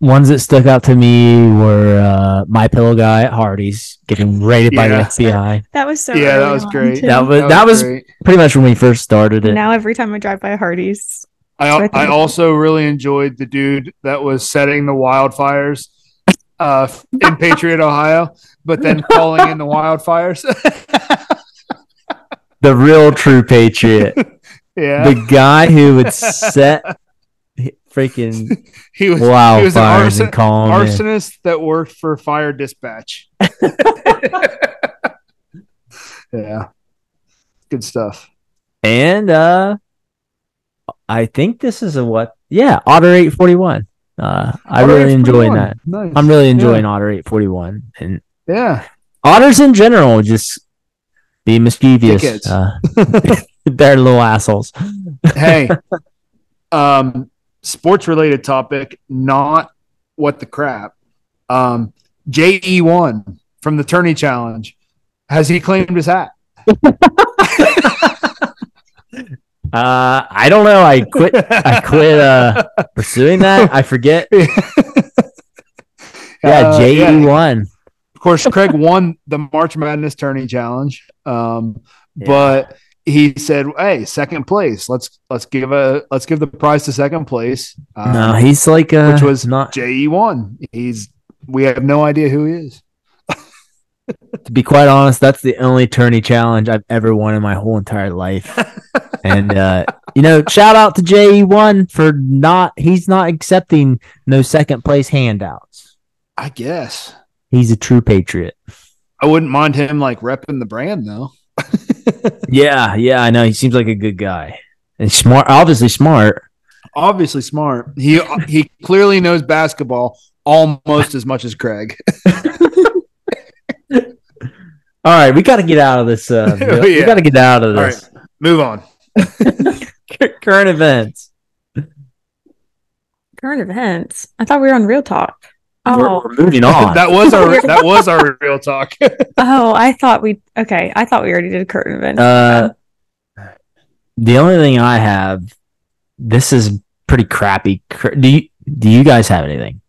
Speaker 1: ones that stuck out to me were uh, my pillow guy at Hardy's getting raided by the
Speaker 3: Yeah.
Speaker 1: FBI.
Speaker 2: that was so.
Speaker 3: Yeah, that
Speaker 2: early
Speaker 3: was
Speaker 2: on,
Speaker 3: great.
Speaker 2: too.
Speaker 1: That was that was
Speaker 3: great.
Speaker 1: pretty much when we first started it.
Speaker 2: now every time I drive by Hardee's, So I
Speaker 3: I
Speaker 2: think-
Speaker 3: I also really enjoyed the dude that was setting the wildfires uh, in Patriot, Ohio, but then calling in the wildfires.
Speaker 1: the real true patriot,
Speaker 3: yeah,
Speaker 1: the guy who would set freaking
Speaker 3: he was was an
Speaker 1: wildfires
Speaker 3: arson-
Speaker 1: and call 'em in.
Speaker 3: arsonist that worked for fire dispatch. yeah, good stuff.
Speaker 1: And uh I think this is a what yeah, Otter 841. Uh I
Speaker 3: Otter
Speaker 1: really enjoying
Speaker 3: 841.
Speaker 1: that.
Speaker 3: Nice.
Speaker 1: I'm really enjoying Otter 841 and
Speaker 3: yeah.
Speaker 1: otters in general just be mischievous.
Speaker 3: Dickheads.
Speaker 1: Uh, they're little assholes.
Speaker 3: Hey, um, sports related topic, not what the crap. Um, JE one from the tourney challenge. Has he claimed his hat?
Speaker 1: Uh I don't know. I quit I quit uh pursuing that. I forget. Yeah, E
Speaker 3: Uh,
Speaker 1: JE1.
Speaker 3: Of course, Craig won the March Madness tourney challenge. Um,
Speaker 1: Yeah.
Speaker 3: but he said, "Hey, second place. Let's let's give a let's give the prize to second place." Um,
Speaker 1: no, he's like uh
Speaker 3: which was
Speaker 1: not
Speaker 3: JE one. He's we have no idea who he is.
Speaker 1: to be quite honest, that's the only tourney challenge I've ever won in my whole entire life. and uh, you know, shout out to JE1 for not he's not accepting no second place handouts.
Speaker 3: I guess
Speaker 1: He's a true patriot.
Speaker 3: I wouldn't mind him like repping the brand though.
Speaker 1: Yeah, yeah, I know. He seems like a good guy. And smart obviously smart.
Speaker 3: Obviously smart. He he clearly knows basketball almost as much as Craig.
Speaker 1: All right, we gotta get out of this uh
Speaker 3: Oh,
Speaker 1: we
Speaker 3: yeah.
Speaker 1: gotta get out of
Speaker 3: All
Speaker 1: this.
Speaker 3: Move on.
Speaker 1: Current events.
Speaker 2: current events. I thought we were on Real Talk.
Speaker 1: We're,
Speaker 2: Oh,
Speaker 1: we're moving on.
Speaker 3: That was our that was our real talk.
Speaker 2: oh, I thought we. Okay, I thought we already did current events.
Speaker 1: Uh, the only thing I have, this is pretty crappy. Cr- Do you do you guys have anything?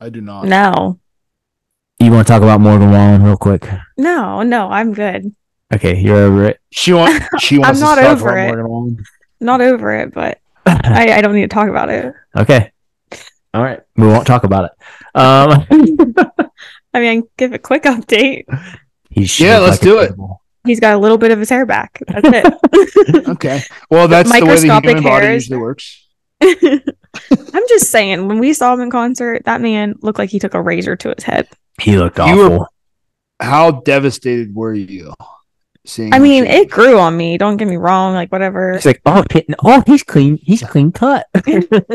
Speaker 3: I do not.
Speaker 2: no,
Speaker 1: You want to talk about Morgan Wallen real quick?
Speaker 2: no, no. I'm good.
Speaker 1: Okay, you're over it.
Speaker 3: She wants she wants
Speaker 2: not
Speaker 3: to stop
Speaker 2: over it. Not over it, but I, I don't need to talk about it.
Speaker 1: okay, all right, we won't talk about it. Um,
Speaker 2: I mean, I can give a quick update.
Speaker 1: he's
Speaker 3: Yeah, let's do it.
Speaker 2: He's got a little bit of his hair back. That's it.
Speaker 3: Okay. Well, that's the way the
Speaker 2: Microscopic
Speaker 3: human body
Speaker 2: hairs.
Speaker 3: usually works.
Speaker 2: I'm just saying, when we saw him in concert, that man looked like he took a razor to his head.
Speaker 1: He looked
Speaker 3: You
Speaker 1: awful.
Speaker 3: were- How devastated were you seeing?
Speaker 2: I
Speaker 3: him
Speaker 2: mean,
Speaker 3: shave?
Speaker 2: it grew on me. Don't get me wrong. Like, whatever.
Speaker 1: He's like, oh, Pitt- oh, he's clean. He's clean cut.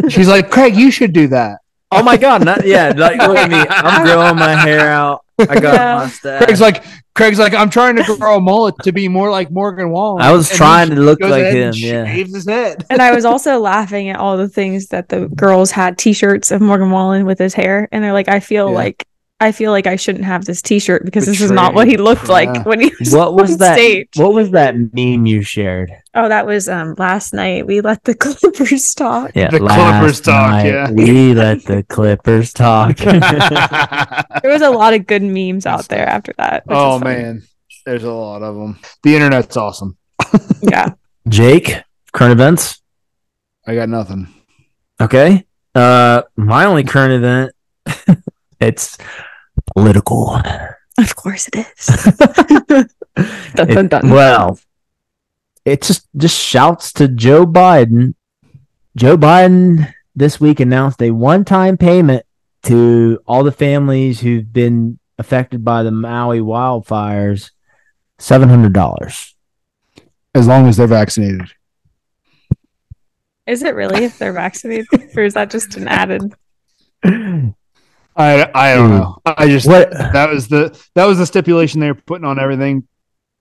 Speaker 3: She's like, Craig, you should do that.
Speaker 1: oh my god, not yeah. Like,
Speaker 3: look at me. I'm
Speaker 1: growing my hair out. I
Speaker 2: got a Yeah.
Speaker 1: mustache.
Speaker 3: Craig's like, Craig's like, I'm trying to grow a mullet to be more like Morgan Wallen.
Speaker 1: I was
Speaker 3: And then
Speaker 1: trying
Speaker 3: she
Speaker 1: to look
Speaker 3: goes
Speaker 1: like
Speaker 3: ahead
Speaker 1: him.
Speaker 3: and
Speaker 1: Yeah.
Speaker 3: shaves his head.
Speaker 2: And I was also laughing at all the things that the girls had t shirts of Morgan Wallen with his hair. And they're like, I feel
Speaker 3: Yeah.
Speaker 2: like. I feel like I shouldn't have this T-shirt because this is not
Speaker 3: Betrayed.
Speaker 2: what he looked
Speaker 3: Yeah.
Speaker 2: like when he was.
Speaker 1: What was
Speaker 2: on
Speaker 1: that?
Speaker 2: stage.
Speaker 1: What was that meme you shared?
Speaker 2: Oh, that was um last night. We let the Clippers talk.
Speaker 1: Yeah,
Speaker 3: The
Speaker 1: last
Speaker 3: Clippers talk,
Speaker 1: night,
Speaker 3: yeah.
Speaker 1: we let the Clippers talk.
Speaker 2: There was a lot of good memes out
Speaker 3: That's
Speaker 2: there after that. which
Speaker 3: oh
Speaker 2: was funny.
Speaker 3: man, there's a lot of them. The internet's awesome.
Speaker 2: yeah.
Speaker 1: Jake, current events.
Speaker 3: I got nothing.
Speaker 1: Okay. Uh, my only current event. it's political.
Speaker 2: Of course it is. Dun,
Speaker 1: It-
Speaker 2: dun, dun.
Speaker 1: Well, it just just shouts to Joe Biden. Joe Biden this week announced a one-time payment to all the families who've been affected by the Maui wildfires, seven hundred dollars.
Speaker 3: As long as they're vaccinated.
Speaker 2: Is it really if they're vaccinated, or is that just an added?
Speaker 3: I I don't know. I just
Speaker 1: What?
Speaker 3: that was the that was the stipulation they were putting on everything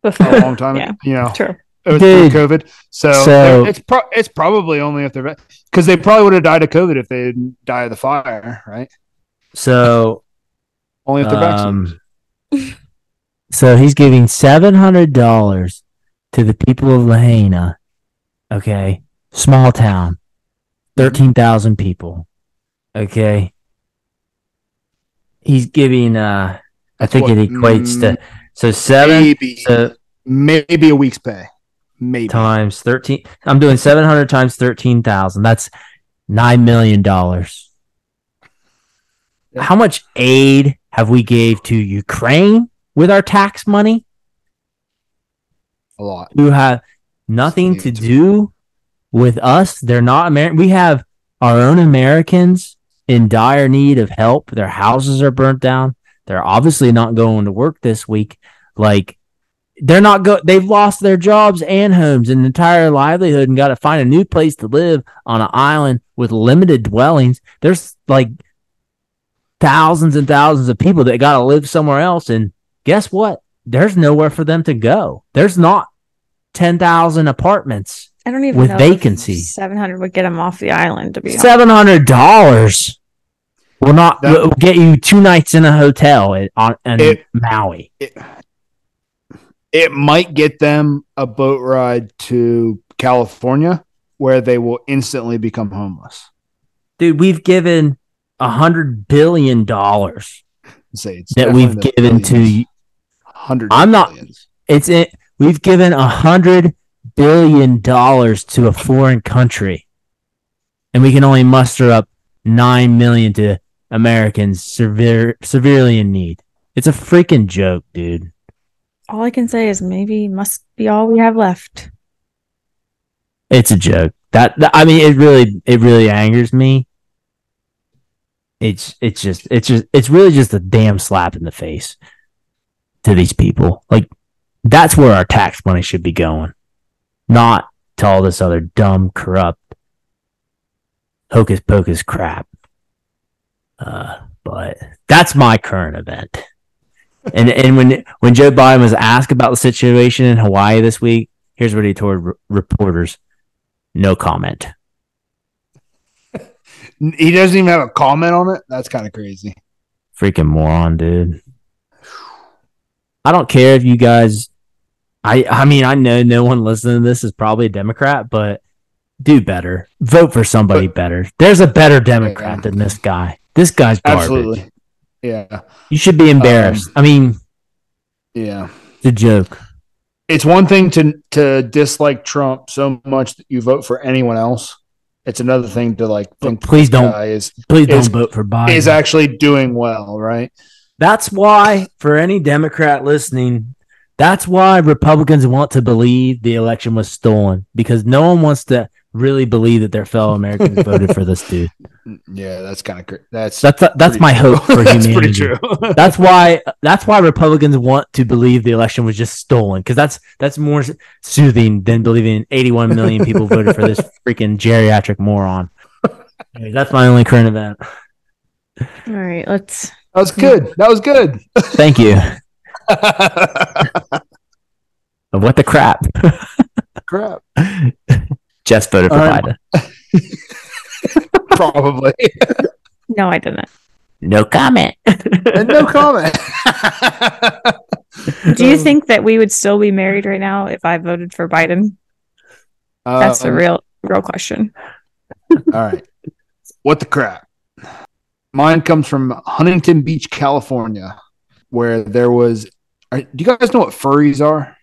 Speaker 3: for a long time.
Speaker 2: Yeah.
Speaker 3: You know,
Speaker 2: True.
Speaker 3: it was pre
Speaker 1: Dude.
Speaker 3: COVID. So,
Speaker 1: So-
Speaker 3: it's pro- it's probably only if they're because they probably would have died of COVID if they didn't die of the fire, right?
Speaker 1: So,
Speaker 3: Only if they're
Speaker 1: um,
Speaker 3: vaccinated.
Speaker 1: so he's giving seven hundred dollars to the people of Lahaina. Okay, small town, thirteen thousand people. Okay, he's giving. uh I think
Speaker 3: what,
Speaker 1: it equates
Speaker 3: mm,
Speaker 1: to so seven.
Speaker 3: Maybe
Speaker 1: so-
Speaker 3: maybe a week's pay. Maybe
Speaker 1: times 13 i'm doing 700 times 13000 that's 9 million dollars
Speaker 3: Yeah.
Speaker 1: how much aid have we gave to ukraine with our tax money
Speaker 3: a lot.
Speaker 1: who have nothing to
Speaker 3: Steve.
Speaker 1: do with us they're not american we have our own americans in dire need of help their houses are burnt down they're obviously not going to work this week like they're not go they've lost their jobs and homes and entire livelihood and got to find a new place to live on an island with limited dwellings there's like thousands and thousands of people that got to live somewhere else and guess what there's nowhere for them to go there's not 10,000 apartments
Speaker 2: I don't even
Speaker 1: With
Speaker 2: know
Speaker 1: vacancy.
Speaker 2: Seven hundred would get them off the island. To be honest.
Speaker 1: Seven hundred dollars will not
Speaker 3: That-
Speaker 1: will get you two nights in a hotel at, on in
Speaker 3: It-
Speaker 1: Maui.
Speaker 3: It might get them a boat ride to California where they will instantly become homeless.
Speaker 1: Dude, we've given a hundred billion dollars
Speaker 3: I'd Say it's
Speaker 1: that we've given to.
Speaker 3: hundred.
Speaker 1: I'm not- It's it. We've given a hundred billion dollars to a foreign country, and we can only muster up nine million to Americans severe severely in need. It's a freaking joke, dude.
Speaker 2: All I can say is maybe must be all we have left.
Speaker 1: It's a joke. That, that- I mean, it really it really angers me. It's it's just it's just it's really just a damn slap in the face to these people. Like that's where our tax money should be going, not to all this other dumb, corrupt, hocus pocus crap. Uh, but that's my current event. And and when when Joe Biden was asked about the situation in Hawaii this week, here's what he told re- reporters: no comment.
Speaker 3: He doesn't even have a comment on it. That's kind of crazy.
Speaker 1: Freaking moron, dude. I don't care if you guys. I I mean I know no one listening to this is probably a Democrat, but do better. Vote for somebody
Speaker 3: But-
Speaker 1: better. There's a better Democrat than this guy. This guy's garbage.
Speaker 3: Absolutely. Um, Yeah.
Speaker 1: You should be embarrassed. I mean,
Speaker 3: Yeah.
Speaker 1: it's a joke.
Speaker 3: It's one thing to to dislike Trump so much that you vote for anyone else. It's another thing to like
Speaker 1: But
Speaker 3: think
Speaker 1: please
Speaker 3: this
Speaker 1: don't
Speaker 3: guy is
Speaker 1: please don't
Speaker 3: is-
Speaker 1: vote for Biden.
Speaker 3: is actually doing well, right?
Speaker 1: That's why, for any Democrat listening, that's why Republicans want to believe the election was stolen because no one wants to really believe that their fellow Americans voted for this dude.
Speaker 3: Yeah, that's kind of cr- that's
Speaker 1: That's that's
Speaker 3: pretty
Speaker 1: my
Speaker 3: true.
Speaker 1: hope for
Speaker 3: that's
Speaker 1: humanity.
Speaker 3: pretty true.
Speaker 1: That's why that's why Republicans want to believe the election was just stolen because that's that's more soothing than believing 81 million people voted for this freaking geriatric moron. Anyway, That's my only current event.
Speaker 2: All right, let's.
Speaker 3: that was good. That was good.
Speaker 1: Thank you. What the crap?
Speaker 3: Crap.
Speaker 1: Jess voted for
Speaker 3: All right.
Speaker 1: Biden.
Speaker 3: Probably.
Speaker 2: No, I didn't.
Speaker 1: No comment.
Speaker 3: and no comment.
Speaker 2: Do you think that we would still be married right now if I voted for Biden? That's the
Speaker 3: Um,
Speaker 2: real, real question.
Speaker 3: All right. What the crap? Mine comes from Huntington Beach, California, where there was. Are, do you guys know what furries are?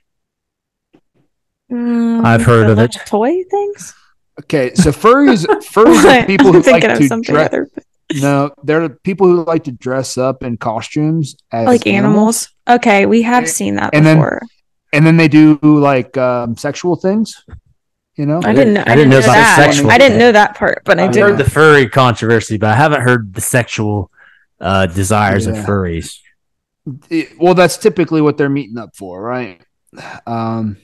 Speaker 2: Mm,
Speaker 1: I've heard
Speaker 2: the
Speaker 1: of it.
Speaker 2: little Toy things.
Speaker 3: Okay, so furries furries are
Speaker 2: What?
Speaker 3: people
Speaker 2: I'm
Speaker 3: who like
Speaker 2: thinking of
Speaker 3: to
Speaker 2: something
Speaker 3: dress.
Speaker 2: other,
Speaker 3: No, they're people who like to dress up in costumes as
Speaker 2: like animals. Okay, we have
Speaker 3: And-
Speaker 2: seen that
Speaker 3: and then-
Speaker 2: before.
Speaker 3: and then they do like um, sexual things. You know,
Speaker 2: I didn't. know-
Speaker 1: I didn't know about the
Speaker 2: that.
Speaker 1: sexual
Speaker 2: I didn't
Speaker 1: thing.
Speaker 2: know that part, but I
Speaker 3: I've
Speaker 1: I've
Speaker 2: did.
Speaker 1: heard the furry controversy, but I haven't heard the sexual uh, desires of
Speaker 3: Yeah.
Speaker 1: furries.
Speaker 3: It- well, that's typically what they're meeting up for, right? Um,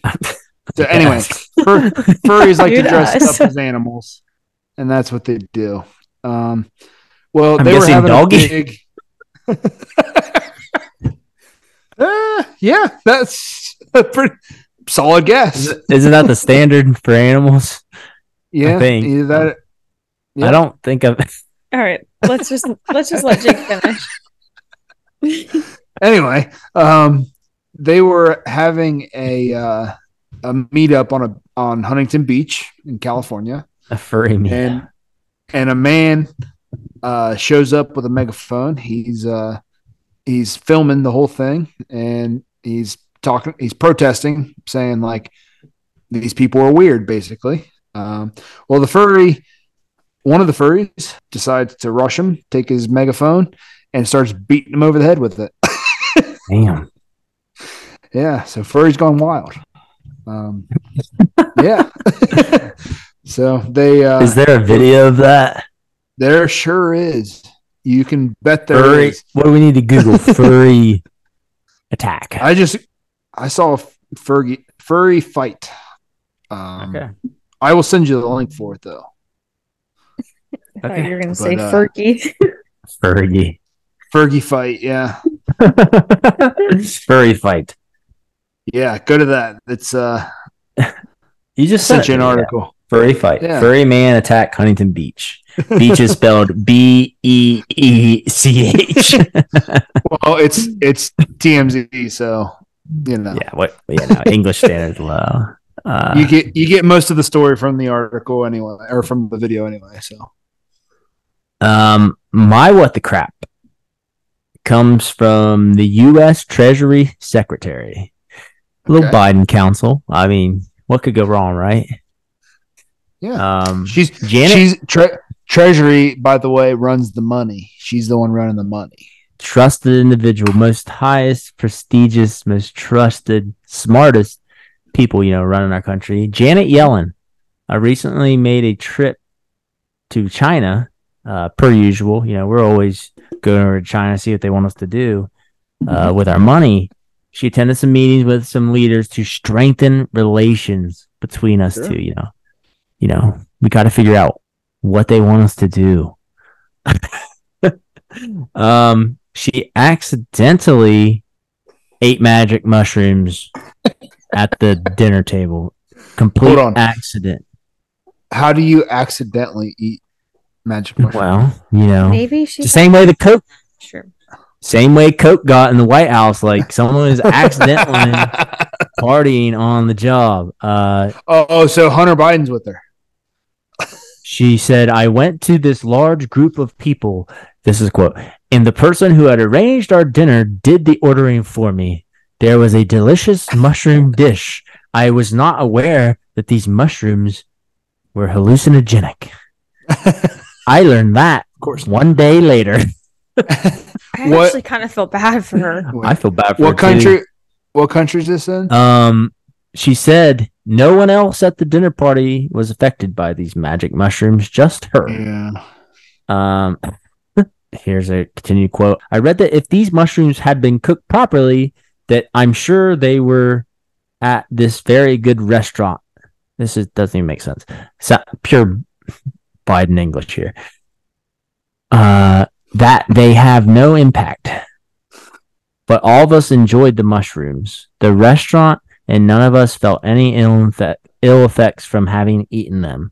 Speaker 3: so anyway, fur, furries like to
Speaker 2: Weird
Speaker 3: dress
Speaker 2: eyes.
Speaker 3: up as animals, and that's what they do. Um, well,
Speaker 1: I'm
Speaker 3: they were
Speaker 1: guessing
Speaker 3: having
Speaker 1: doggy?
Speaker 3: a big. Uh, yeah, that's a pretty solid guess.
Speaker 1: Isn't that the standard for animals?
Speaker 3: Yeah,
Speaker 1: think.
Speaker 3: either that. Yeah.
Speaker 1: I don't think of
Speaker 2: All right, let's just let's just let Jake finish.
Speaker 3: Anyway, um, they were having a uh, a meetup on a on Huntington Beach in California.
Speaker 1: a furry meat.
Speaker 3: and and a man uh, shows up with a megaphone. He's uh, he's filming the whole thing, and he's talking. He's protesting, saying like these people are weird, basically. Um, well, the furry, one of the furries, decides to rush him, take his megaphone, and starts beating him over the head with it.
Speaker 1: Damn.
Speaker 3: Yeah, so furry's gone wild. Um, yeah. so they uh,
Speaker 1: Is there a video of that?
Speaker 3: There sure is. You can bet there is.
Speaker 1: Furry. What do we need to Google? furry attack.
Speaker 3: I just I saw a Fergie furry fight. Um,
Speaker 1: Okay.
Speaker 3: I will send you the link for it though.
Speaker 2: I thought you were gonna
Speaker 3: But,
Speaker 2: say
Speaker 3: uh,
Speaker 2: Fergie.
Speaker 1: Furry.
Speaker 3: Fergie fight, yeah,
Speaker 1: furry fight.
Speaker 3: yeah. Go to that. It's uh,
Speaker 1: You just
Speaker 3: sent you an
Speaker 1: it.
Speaker 3: article.
Speaker 1: Furry fight.
Speaker 3: Yeah.
Speaker 1: Furry man attack Huntington Beach. Beach is spelled B E E C H.
Speaker 3: Well, it's it's TMZ, so you know
Speaker 1: Yeah, what? Yeah, no, English standards low. Uh,
Speaker 3: you get you get most of the story from the article anyway, or from the video anyway. So
Speaker 1: Um, my what the crap comes from the U.S. Treasury Secretary, little
Speaker 3: Okay.
Speaker 1: Biden council. I mean, what could go wrong, right?
Speaker 3: Yeah.
Speaker 1: Um,
Speaker 3: she's
Speaker 1: Janet-
Speaker 3: she's tre- Treasury. By the way, runs the money. She's the one running the money.
Speaker 1: trusted individual, most highest, prestigious, most trusted, smartest people, you know, running our country. Janet Yellen. I recently made a trip to China, uh, per usual. You know, we're always going over to China, see what they want us to do uh,
Speaker 3: Mm-hmm.
Speaker 1: with our money. She attended some meetings with some leaders to strengthen relations between us
Speaker 3: Sure.
Speaker 1: two, you know. You know, we got to figure out what they want us to do. Um, she accidentally ate magic mushrooms at the dinner table. Complete
Speaker 3: Hold on.
Speaker 1: accident.
Speaker 3: How do you accidentally eat magic mushroom?
Speaker 1: Well, you know,
Speaker 2: Maybe she's
Speaker 1: the same way the Coke,
Speaker 2: sure.
Speaker 1: same way Coke got in the White House. Like someone is accidentally partying on the job. Uh,
Speaker 3: oh, oh, so Hunter Biden's with her.
Speaker 1: She said, I went to this large group of people. This is a quote. And the person who had arranged our dinner did the ordering for me. There was a delicious mushroom dish. I was not aware that these mushrooms were hallucinogenic. I learned that
Speaker 3: Of course.
Speaker 1: one day later.
Speaker 2: I
Speaker 3: What- Uh,
Speaker 2: actually kind of feel bad for her.
Speaker 1: I feel bad for her,
Speaker 3: what
Speaker 1: too.
Speaker 3: country? What country is this in?
Speaker 1: Um, she said no one else at the dinner party was affected by these magic mushrooms, just her.
Speaker 3: yeah.
Speaker 1: Um, here's a continued quote. I read that if these mushrooms had been cooked properly, that I'm sure they were at this very good restaurant. This is, doesn't even make sense. So, pure Biden English here. Uh, that they have no impact. But all of us enjoyed the mushrooms, the restaurant, and none of us felt any ill, infe- ill effects from having eaten them.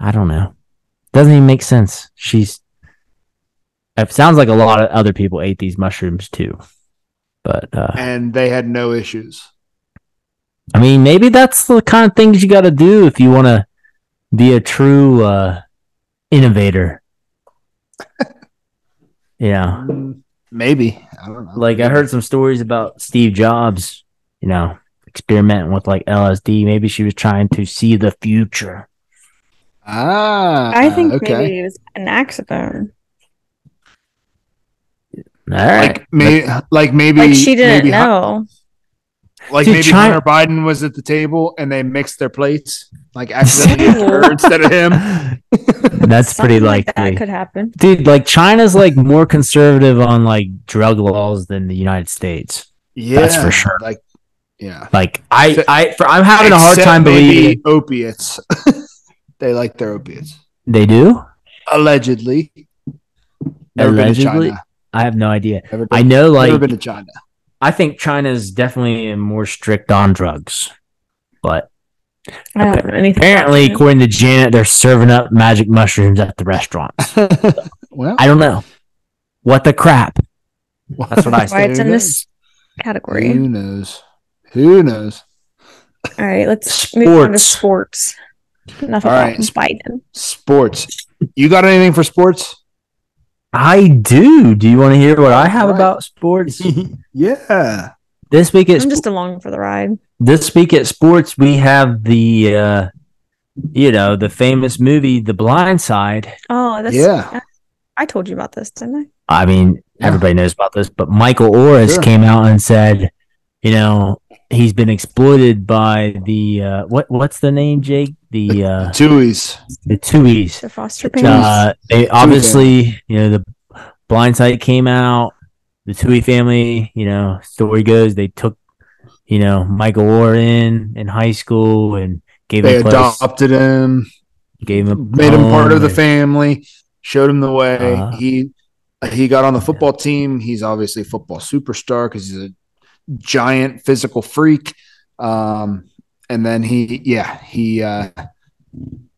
Speaker 1: I don't know doesn't even make sense. She's it sounds like a lot of other people ate these mushrooms too. But uh,
Speaker 3: And they had no issues.
Speaker 1: I mean, maybe that's the kind of things you got to do if you want to be a true uh, innovator. yeah,
Speaker 3: Mm, Maybe I don't know.
Speaker 1: like I heard some stories about Steve Jobs, you know, experimenting with like LSD. Maybe she was trying to see the future.
Speaker 3: Ah,
Speaker 2: I think
Speaker 3: okay.
Speaker 2: maybe it was an accident.
Speaker 1: All right,
Speaker 3: Like maybe, like maybe,
Speaker 2: like she didn't
Speaker 3: maybe, Hun-
Speaker 2: know.
Speaker 3: Like
Speaker 1: Dude,
Speaker 3: maybe
Speaker 1: China-
Speaker 3: Hunter Biden was at the table and they mixed their plates, like accidentally hit her instead of him.
Speaker 1: that's pretty
Speaker 2: Something
Speaker 1: likely.
Speaker 2: that could happen.
Speaker 1: dude like china's like more conservative on like drug laws than the united states
Speaker 3: Yeah,
Speaker 1: That's for sure.
Speaker 3: Like, yeah,
Speaker 1: like i
Speaker 3: Except-
Speaker 1: i for, i'm having a hard
Speaker 3: Except
Speaker 1: time
Speaker 3: maybe
Speaker 1: believing
Speaker 3: opiates. They like their opiates.
Speaker 1: They do?
Speaker 3: Allegedly. Never been to
Speaker 1: Allegedly?
Speaker 3: China.
Speaker 1: I have no idea.
Speaker 3: Never been,
Speaker 1: I know,
Speaker 3: never
Speaker 1: like,
Speaker 3: been to China.
Speaker 1: I think China is definitely more strict on drugs, but
Speaker 2: I don't know anything.
Speaker 1: apparently,
Speaker 2: about
Speaker 1: according to Janet, they're serving up magic mushrooms at the restaurant.
Speaker 3: well,
Speaker 1: I don't know what the crap. That's what I
Speaker 2: it. why it's in this category.
Speaker 3: Who knows? Who knows?
Speaker 2: All right, let's move on to sports. Enough
Speaker 3: All
Speaker 2: about
Speaker 3: right.
Speaker 2: Biden.
Speaker 3: Sports. You got anything for sports?
Speaker 1: I do. Do you want to hear what I have
Speaker 3: Right.
Speaker 1: about sports?
Speaker 3: yeah.
Speaker 1: this week at
Speaker 2: I'm just along for the ride.
Speaker 1: this week at sports we have the uh you know the famous movie The Blind Side.
Speaker 2: Oh, that's
Speaker 3: Yeah.
Speaker 2: I told you about this, didn't I?
Speaker 1: I mean,
Speaker 3: Yeah.
Speaker 1: everybody knows about this, but Michael Orris
Speaker 3: Sure.
Speaker 1: came out and said, you know, he's been exploited by the uh what what's the name, Jake? The uh
Speaker 3: Tui's.
Speaker 1: the Tuies.
Speaker 2: The foster parents.
Speaker 1: Uh, they obviously, you know, the blind side came out. The Tui family, you know, story goes they took, you know, Michael Warren in high school and gave
Speaker 3: They
Speaker 1: him a place,
Speaker 3: adopted him,
Speaker 1: gave him a
Speaker 3: made him part of the
Speaker 1: home,
Speaker 3: family, showed him the way.
Speaker 1: Uh-huh.
Speaker 3: he he got on the football team. He's obviously a football superstar because he's a giant physical freak. Um, and then he, yeah, he uh,
Speaker 1: and-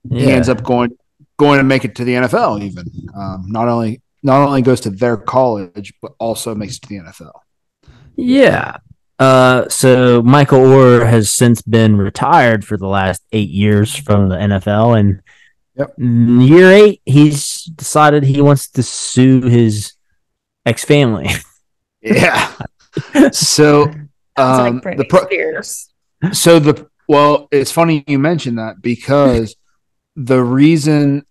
Speaker 3: he
Speaker 1: yeah.
Speaker 3: ends up going going to make it to the NFL. Even um, not only not only goes to their college, but also makes it to the NFL.
Speaker 1: Yeah. Uh, so Michael Orr has since been retired for the last eight years from the NFL, and
Speaker 3: Yep.
Speaker 1: in year eight, he's decided he wants to sue his ex family.
Speaker 3: Yeah. so
Speaker 2: Sounds like
Speaker 3: um, the
Speaker 2: Britney
Speaker 3: pro-
Speaker 2: Spears.
Speaker 3: so the well, it's funny you mentioned that because the reason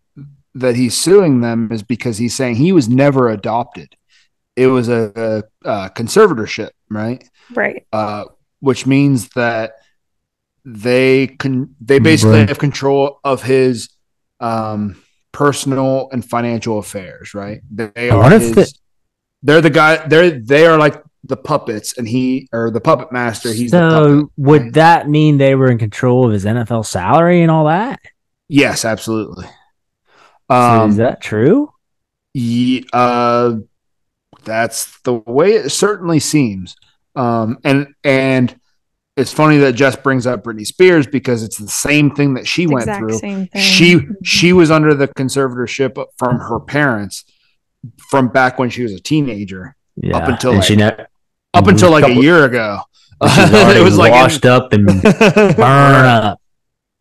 Speaker 3: that he's suing them is because he's saying he was never adopted. It was a, a, a conservatorship, right?
Speaker 2: Right.
Speaker 3: uh, which means that they can they basically
Speaker 1: Right.
Speaker 3: have control of his um, personal and financial affairs, right? They
Speaker 1: I
Speaker 3: are
Speaker 1: wonder if
Speaker 3: his,
Speaker 1: the-
Speaker 3: they're the guy they're they are like the puppets and he or the puppet master, he's the puppet.
Speaker 1: so would
Speaker 3: right?
Speaker 1: that mean they were in control of his NFL salary and all that?
Speaker 3: Yes, absolutely.
Speaker 1: So
Speaker 3: Um
Speaker 1: is that true?
Speaker 3: ye, uh that's the way it certainly seems. Um and and it's funny that Jess brings up Britney Spears because it's the same thing that she went
Speaker 2: exact
Speaker 3: through.
Speaker 2: same thing. Mm-hmm.
Speaker 3: she she was under the conservatorship from her parents from back when she was a teenager
Speaker 1: Yeah.
Speaker 3: until,
Speaker 1: and
Speaker 3: like,
Speaker 1: she ne-
Speaker 3: up until like a
Speaker 1: Mm-hmm. Couple-
Speaker 3: year ago
Speaker 1: she's already
Speaker 3: it was like
Speaker 1: washed up and burn up.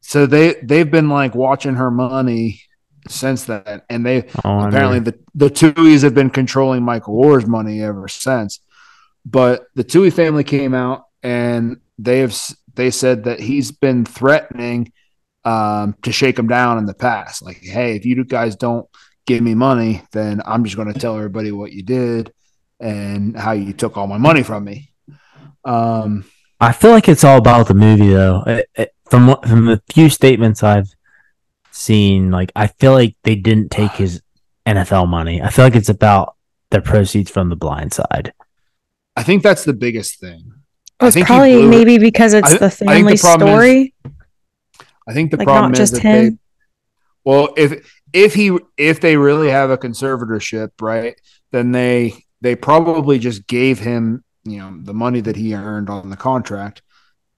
Speaker 3: so they they've been like watching her money since then and they
Speaker 1: on
Speaker 3: apparently
Speaker 1: her.
Speaker 3: the the Tuies have been controlling Michael Orr's money ever since. But the Tui family came out and they have s- they said that he's been threatening um, to shake him down in the past. Like, hey, if you guys don't give me money, then I'm just going to tell everybody what you did and how you took all my money from me. Um,
Speaker 1: I feel like it's all about the movie, though. It- it- from what- from the few statements I've seen, like I feel like they didn't take his NFL money. I feel like it's about the proceeds from The Blind Side.
Speaker 3: I think that's the biggest thing.
Speaker 2: It was
Speaker 3: I think he
Speaker 2: probably
Speaker 3: blew it.
Speaker 2: maybe because it's
Speaker 3: I- I
Speaker 2: the
Speaker 3: think the
Speaker 2: family
Speaker 3: problem is-
Speaker 2: story.
Speaker 3: I think the
Speaker 2: Like,
Speaker 3: problem
Speaker 2: not
Speaker 3: is
Speaker 2: just
Speaker 3: that they
Speaker 2: him?
Speaker 3: Well, if if he if they really have a conservatorship, right, then they they probably just gave him, you know, the money that he earned on the contract.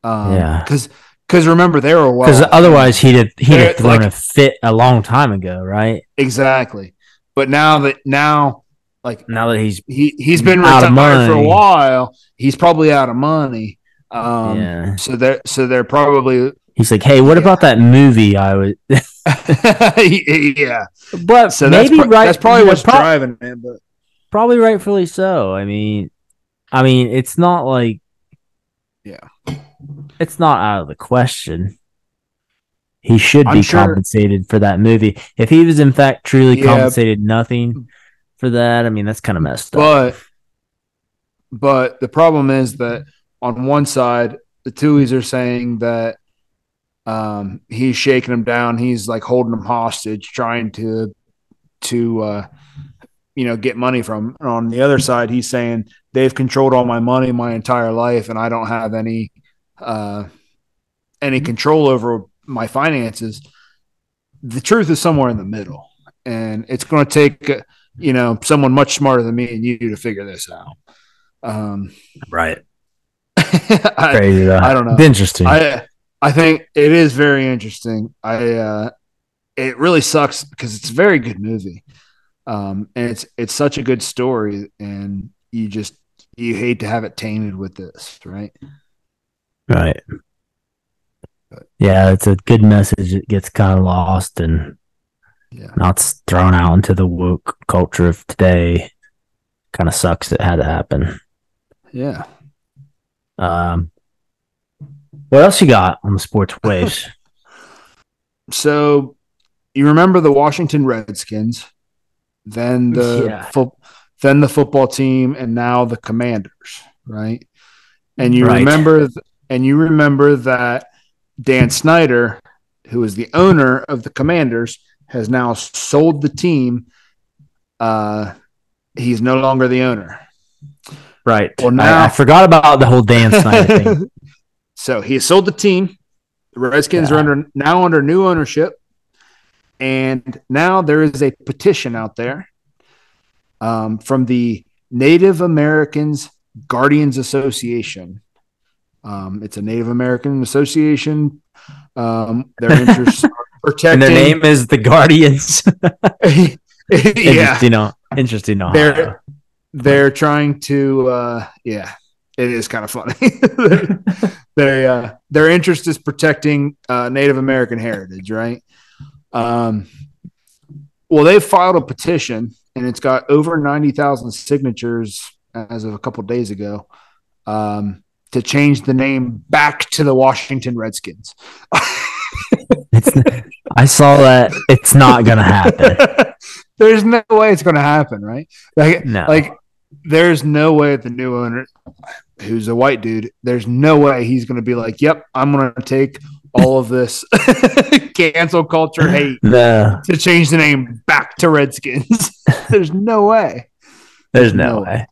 Speaker 3: Um,
Speaker 1: Yeah.
Speaker 3: Because because remember they were well
Speaker 1: Because otherwise, he'd have he'd
Speaker 3: They're-
Speaker 1: have thrown
Speaker 3: like-
Speaker 1: a fit a long time ago, right?
Speaker 3: exactly. But now that now like
Speaker 1: Now that he's
Speaker 3: he he's been
Speaker 1: Out of
Speaker 3: retired for a
Speaker 1: money.
Speaker 3: while, he's probably out of money. Um,
Speaker 1: yeah,
Speaker 3: So they're so they're probably
Speaker 1: he's like, hey, what about that movie? I was,
Speaker 3: yeah.
Speaker 1: but
Speaker 3: So that's
Speaker 1: maybe
Speaker 3: pro-
Speaker 1: right.
Speaker 3: that's probably
Speaker 1: yeah,
Speaker 3: what's
Speaker 1: pro-
Speaker 3: driving it. But
Speaker 1: probably rightfully so. I mean, I mean, it's not like,
Speaker 3: Yeah.
Speaker 1: it's not out of the question. He should
Speaker 3: I'm
Speaker 1: be
Speaker 3: sure-
Speaker 1: compensated for that movie. If he was in fact truly
Speaker 3: Yeah.
Speaker 1: compensated nothing for that, I mean, that's kind of messed up.
Speaker 3: But but the problem is that on one side, the Tuies are saying that um, he's shaking him down. He's like holding him hostage, trying to to uh, you know get money from. him. And on the other side, he's saying they've controlled all my money my entire life, and I don't have any uh, any control over my finances. the truth is somewhere in the middle, and it's going to take uh, you know someone much smarter than me and you to figure this out. Um,
Speaker 1: Right.
Speaker 3: I,
Speaker 1: Crazy though.
Speaker 3: I don't know.
Speaker 1: It's interesting.
Speaker 3: I I think it is very interesting. I uh, it really sucks because it's a very good movie, um, and it's it's such a good story, and you just you hate to have it tainted with this, right?
Speaker 1: right. Yeah, it's a good message. It gets kind of lost and
Speaker 3: Yeah.
Speaker 1: not s- thrown out into the woke culture of today. Kind of sucks it had to happen.
Speaker 3: Yeah.
Speaker 1: Um, what else you got on the sports waves?
Speaker 3: So you remember the Washington Redskins, then the
Speaker 1: Yeah.
Speaker 3: fo- then the football team, and now the Commanders, right? And you
Speaker 1: Right.
Speaker 3: remember th- and you remember that Dan Snyder, who is the owner of the Commanders, has now sold the team. Uh, he's no longer the owner.
Speaker 1: right.
Speaker 3: Well,
Speaker 1: I,
Speaker 3: now-
Speaker 1: I forgot about the whole Dan Snyder thing.
Speaker 3: so he has sold the team. The Redskins
Speaker 1: Yeah.
Speaker 3: are under now under new ownership, and now there is a petition out there um, from the Native Americans Guardians Association. Um, it's a Native American association. Um, their interests are protecting
Speaker 1: And their name is the Guardians.
Speaker 3: yeah,
Speaker 1: Interesting, yeah. interesting. uh, Ohio.
Speaker 3: they're they're trying to uh yeah it is kind of funny they uh their interest is protecting uh native american heritage right um well they filed a petition and it's got over 90,000 signatures as of a couple days ago um to change the name back to the Washington Redskins.
Speaker 1: It's, n- I saw that. It's not gonna happen.
Speaker 3: There's no way it's going to happen, right? Like,
Speaker 1: No.
Speaker 3: like there's no way the new owner who's a white dude there's no way he's going to be like yep i'm going to take all of this cancel culture hate
Speaker 1: no,
Speaker 3: to change the name back to redskins there's no way
Speaker 1: there's no,
Speaker 3: No.
Speaker 1: way.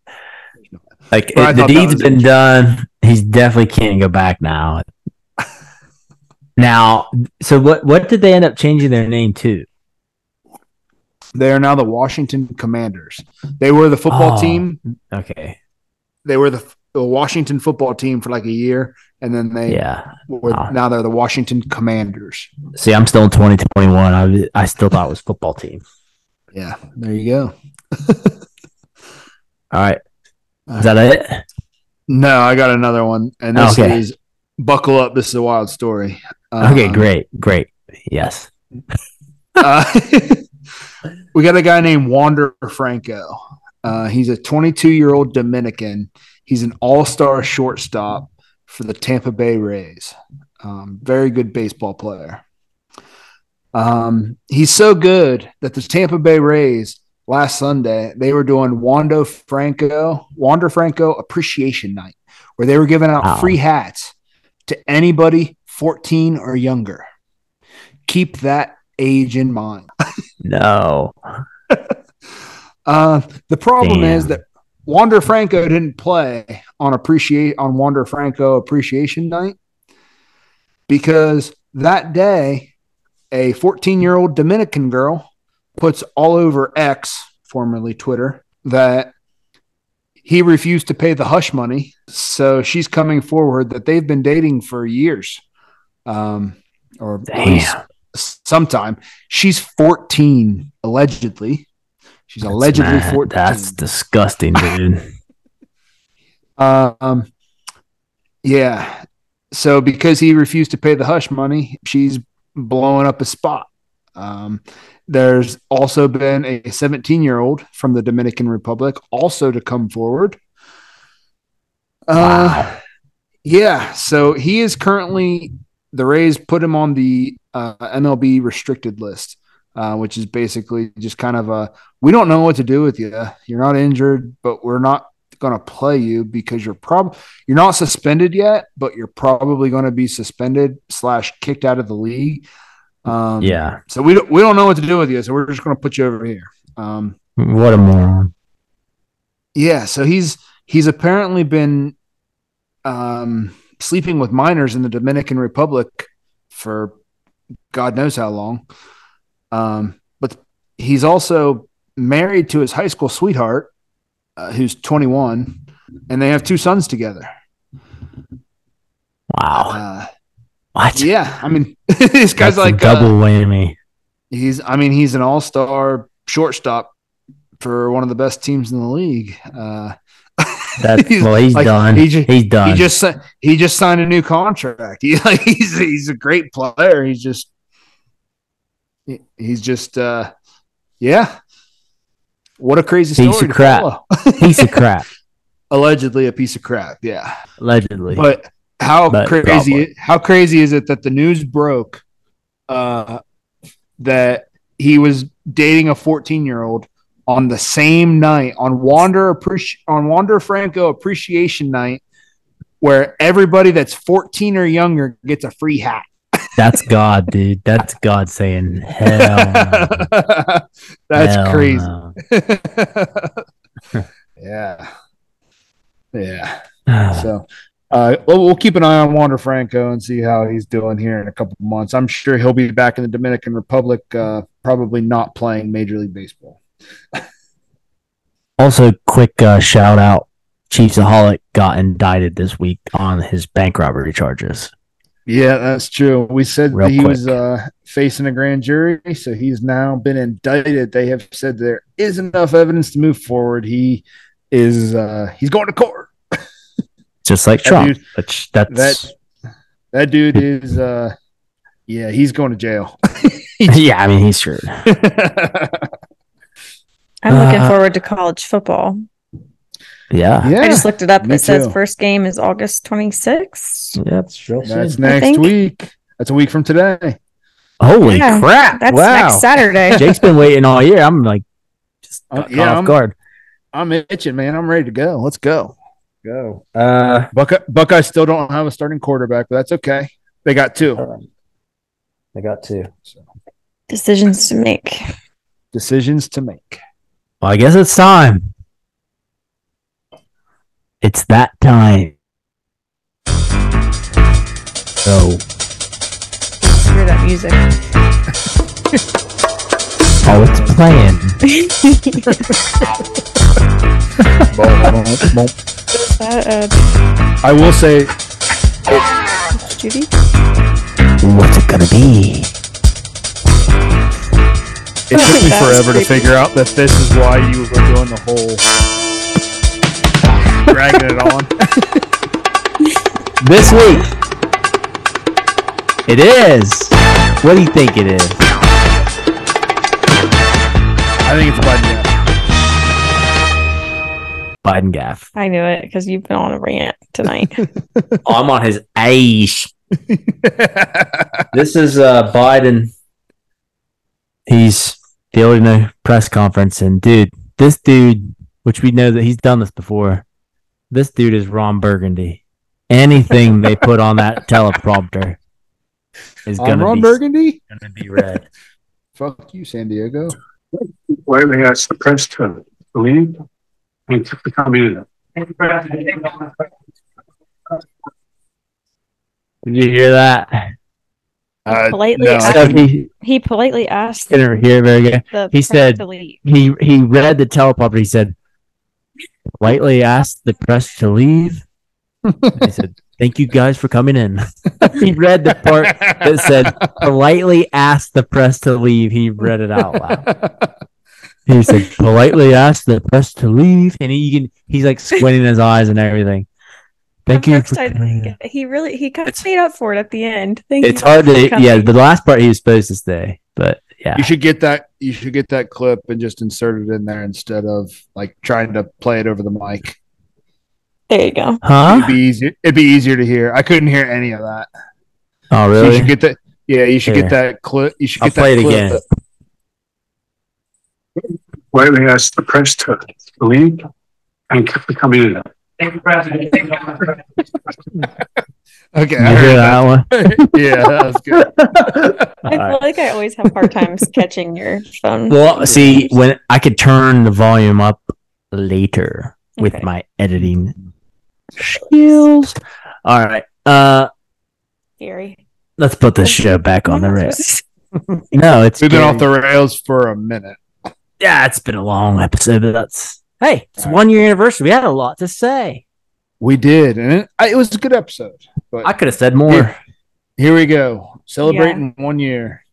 Speaker 1: Like
Speaker 3: But I
Speaker 1: it, the
Speaker 3: thought that
Speaker 1: deed's
Speaker 3: was
Speaker 1: been done. He's definitely can't go back now. Now, so what? What did they end up changing their name to?
Speaker 3: they are now the washington commanders they were the football
Speaker 1: Oh.
Speaker 3: team
Speaker 1: Okay,
Speaker 3: they were the, the washington football team for like a year and then they
Speaker 1: yeah.
Speaker 3: were
Speaker 1: Oh.
Speaker 3: now they're the washington commanders
Speaker 1: See, I'm still in 2021. I was- I still thought it was football team.
Speaker 3: yeah there you go
Speaker 1: All right, is that it?
Speaker 3: Uh, No, I got another one, and this
Speaker 1: Okay.
Speaker 3: is buckle up. This is a wild story.
Speaker 1: Okay,
Speaker 3: Um,
Speaker 1: great, great. Yes.
Speaker 3: uh, we got a guy named Wander Franco. Uh, he's a 22 year old Dominican. He's an all star shortstop for the Tampa Bay Rays. Um, very good baseball player. Um, he's so good that the Tampa Bay Rays last Sunday they were doing Wando Franco Wander Franco Appreciation Night, where they were giving out
Speaker 1: Wow.
Speaker 3: free hats to anybody 14 or younger. Keep that age in mind.
Speaker 1: No.
Speaker 3: Uh, the problem
Speaker 1: Damn.
Speaker 3: is that Wander Franco didn't play on appreciate on Wander Franco appreciation night because that day a 14-year-old Dominican girl puts all over X, formerly Twitter, that he refused to pay the hush money. So she's coming forward that they've been dating for years. Um or at least
Speaker 1: Damn.
Speaker 3: sometime. She's 14, allegedly. She's
Speaker 1: That's
Speaker 3: allegedly
Speaker 1: mad.
Speaker 3: 14.
Speaker 1: That's disgusting, dude.
Speaker 3: um, yeah. So because he refused to pay the hush money, she's blowing up a spot. Um, there's also been a 17 year old from the Dominican Republic also to come forward. Uh,
Speaker 1: wow.
Speaker 3: yeah, so he is currently the Rays put him on the uh, MLB restricted list, uh, which is basically just kind of a we don't know what to do with you. You're not injured, but we're not going to play you because you're prob you're not suspended yet, but you're probably going to be suspended slash kicked out of the league. Um,
Speaker 1: Yeah.
Speaker 3: So we don't we don't know what to do with you, so we're just going to put you over here. Um,
Speaker 1: What a moron.
Speaker 3: yeah, so he's he's apparently been um, sleeping with minors in the Dominican Republic for God knows how long, Um, but he's also married to his high school sweetheart, uh, who's 21, and they have two sons together.
Speaker 1: Wow.
Speaker 3: Uh,
Speaker 1: What?
Speaker 3: yeah, I mean, this
Speaker 1: That's
Speaker 3: guy's
Speaker 1: a
Speaker 3: like uh,
Speaker 1: double whammy.
Speaker 3: He's, I mean, he's an all-star shortstop for one of the best teams in the league. Uh,
Speaker 1: That's
Speaker 3: he's
Speaker 1: well, he's
Speaker 3: like-
Speaker 1: done.
Speaker 3: he ju-
Speaker 1: he's done.
Speaker 3: he just si- he just signed a new contract. He, like, he's he's a great player. He's just he- he's just uh, yeah. What a crazy
Speaker 1: Piece
Speaker 3: story!
Speaker 1: of
Speaker 3: to
Speaker 1: crap.
Speaker 3: follow.
Speaker 1: piece of crap,
Speaker 3: Allegedly a piece of crap. Yeah,
Speaker 1: allegedly.
Speaker 3: but how
Speaker 1: But
Speaker 3: crazy?
Speaker 1: probably.
Speaker 3: How crazy is it that the news broke uh, that he was dating a 14 year old on the same night on Wander appreci- on Wander Franco Appreciation Night, where everybody that's 14 or younger gets a free hat.
Speaker 1: That's God, dude. That's God saying hell. no.
Speaker 3: that's
Speaker 1: Hell
Speaker 3: crazy.
Speaker 1: no."
Speaker 3: yeah, yeah. So uh, we'll, we'll keep an eye on Wander Franco and see how he's doing here in a couple of months. I'm sure he'll be back in the Dominican Republic, uh, probably not playing Major League Baseball.
Speaker 1: Also, quick uh, shout out: Chiefsaholic got indicted this week on his bank robbery charges.
Speaker 3: Yeah, that's true. We said
Speaker 1: Real
Speaker 3: that he
Speaker 1: quick.
Speaker 3: was uh, facing a grand jury, so he's now been indicted. They have said there is enough evidence to move forward. He is uh, he's going to court.
Speaker 1: Just like
Speaker 3: That
Speaker 1: Trump,
Speaker 3: dude-
Speaker 1: which that's
Speaker 3: That that dude is uh, yeah, he's going to jail.
Speaker 1: yeah. I mean, he's screwed.
Speaker 2: I'm looking
Speaker 3: Uh-huh.
Speaker 1: Uh,
Speaker 2: forward to college football.
Speaker 1: Yeah,
Speaker 3: yeah,
Speaker 2: I just looked it up.
Speaker 3: me
Speaker 2: It says
Speaker 3: too.
Speaker 2: first game is August 26th.
Speaker 1: yeah. That's real
Speaker 3: that's
Speaker 2: I
Speaker 3: next
Speaker 2: think-
Speaker 3: week. That's a week from today.
Speaker 1: Holy
Speaker 2: Yeah,
Speaker 1: crap!
Speaker 2: That's
Speaker 1: wow,
Speaker 2: next Saturday.
Speaker 1: Jake's been waiting all year. I'm like, just
Speaker 3: Uh,
Speaker 1: caught
Speaker 3: yeah,
Speaker 1: off
Speaker 3: I'm-
Speaker 1: guard.
Speaker 3: I'm itching, man. I'm ready to go. Let's go. Go.
Speaker 1: Uh,
Speaker 3: Buckeye, Buckeye still don't have a starting quarterback, but that's okay. They got two
Speaker 1: I got two.
Speaker 2: Decisions to make.
Speaker 3: decisions to make.
Speaker 1: Well, I guess it's time. It's that time. So
Speaker 2: Hear that music.
Speaker 1: oh, it's playing.
Speaker 3: I
Speaker 2: Is that
Speaker 3: will say,
Speaker 2: uh, Judy?
Speaker 1: What's it gonna be?
Speaker 3: it took me
Speaker 2: That was
Speaker 3: forever to
Speaker 2: creepy.
Speaker 3: figure out that this is why you were doing the whole dragging it on.
Speaker 1: This week, it is. What do you think it is?
Speaker 3: I think it's Biden. yeah.
Speaker 1: Biden gaff.
Speaker 2: I knew it because you've been on a rant tonight.
Speaker 1: Oh, I'm on his ash. This is uh, Biden. He's the Illinois press conference, and dude, this dude, which we know that he's done this before, this dude is Ron Burgundy. Anything they put on that teleprompter is
Speaker 3: On
Speaker 1: gonna
Speaker 3: Ron
Speaker 1: be,
Speaker 3: Burgundy?
Speaker 1: gonna be red.
Speaker 3: Fuck you, San Diego.
Speaker 5: why they are suppressed to believe and to become either.
Speaker 1: Did you hear that?
Speaker 3: Uh,
Speaker 2: politely,
Speaker 3: no.
Speaker 2: asked,
Speaker 1: Stephanie
Speaker 2: he politely asked
Speaker 1: didn't hear it very good.
Speaker 2: the
Speaker 1: He
Speaker 2: press
Speaker 1: said-
Speaker 2: to leave.
Speaker 1: he he read the teleprompter. He said, politely asked the press to leave. he said, "Thank you guys for coming in." he read the part that said, "Politely asked the press to leave." He read it out loud. He said, "Politely asked the press to leave," and he can, he's like squinting his eyes and everything. Thank
Speaker 2: I'm
Speaker 1: you.
Speaker 2: so
Speaker 1: For
Speaker 2: excited
Speaker 1: coming in.
Speaker 2: that He really he kind of made up for it at the end. Thank
Speaker 1: It's
Speaker 2: you.
Speaker 1: hard to
Speaker 2: for
Speaker 1: yeah.
Speaker 2: coming.
Speaker 1: The last part he was supposed to say, but yeah,
Speaker 3: You should get that. You should get that clip and just insert it in there instead of like trying to play it over the mic.
Speaker 2: There you go.
Speaker 3: It'd
Speaker 1: huh?
Speaker 3: be easier. It'd be easier to hear. I couldn't hear any of that.
Speaker 1: Oh
Speaker 3: So you should
Speaker 1: really?
Speaker 3: get that. Yeah, you should
Speaker 1: Here.
Speaker 3: get that clip. You should
Speaker 1: I'll
Speaker 3: get that
Speaker 1: play it
Speaker 3: clip.
Speaker 1: again.
Speaker 5: Why they are suppressed to believe and to become either.
Speaker 3: Okay.
Speaker 1: You
Speaker 3: I
Speaker 1: hear
Speaker 3: heard
Speaker 1: that
Speaker 3: that.
Speaker 1: one?
Speaker 3: yeah, that was good.
Speaker 2: I feel like I always have hard times catching your phone.
Speaker 1: Well, see, when I could turn the volume up later with
Speaker 2: Okay.
Speaker 1: my editing skills. All right. Uh
Speaker 2: Gary.
Speaker 1: let's put this show back on the rails. No, it's
Speaker 3: We've been
Speaker 1: good.
Speaker 3: off the rails for a minute.
Speaker 1: yeah, it's been a long episode, but that's hey, it's
Speaker 3: All right.
Speaker 1: one year anniversary. We had a lot to say.
Speaker 3: We did, and it, I- it was a good episode. But
Speaker 1: I could have said more.
Speaker 3: Here- here we go, celebrating one year.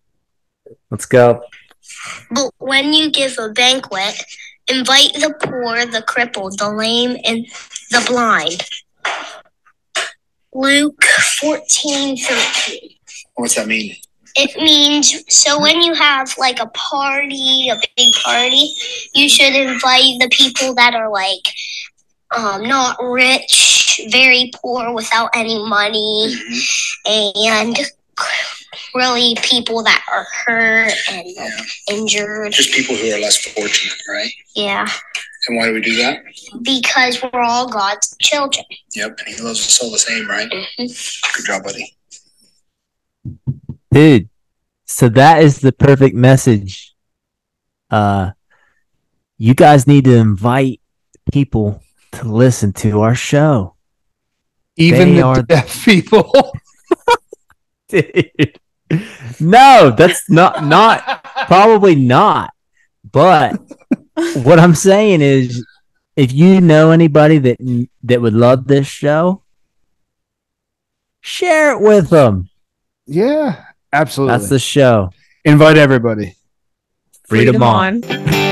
Speaker 1: Let's go.
Speaker 6: But when you give a banquet, invite the poor, the crippled, the lame, and the blind. Luke fourteen thirteen.
Speaker 7: What's that mean?
Speaker 6: It means so when you have like a party, a big party, you should invite the people that are like um, not rich, very poor, without any money, and really people that are hurt and injured.
Speaker 7: Just people who are less fortunate, right?
Speaker 6: Yeah,
Speaker 7: And why do we do that?
Speaker 6: because we're all God's children.
Speaker 7: Yep, and he loves us all the same, right? Good job, buddy.
Speaker 1: Dude, so that is the perfect message. Uh you guys need to invite people to listen to our show.
Speaker 3: Even
Speaker 1: They
Speaker 3: the
Speaker 1: are-
Speaker 3: deaf people.
Speaker 1: Dude. No, that's not not probably not. But what I'm saying is if you know anybody that that would love this show, share it with them.
Speaker 3: yeah, absolutely.
Speaker 1: That's the show.
Speaker 3: Invite everybody.
Speaker 1: Freedom, on.
Speaker 2: on.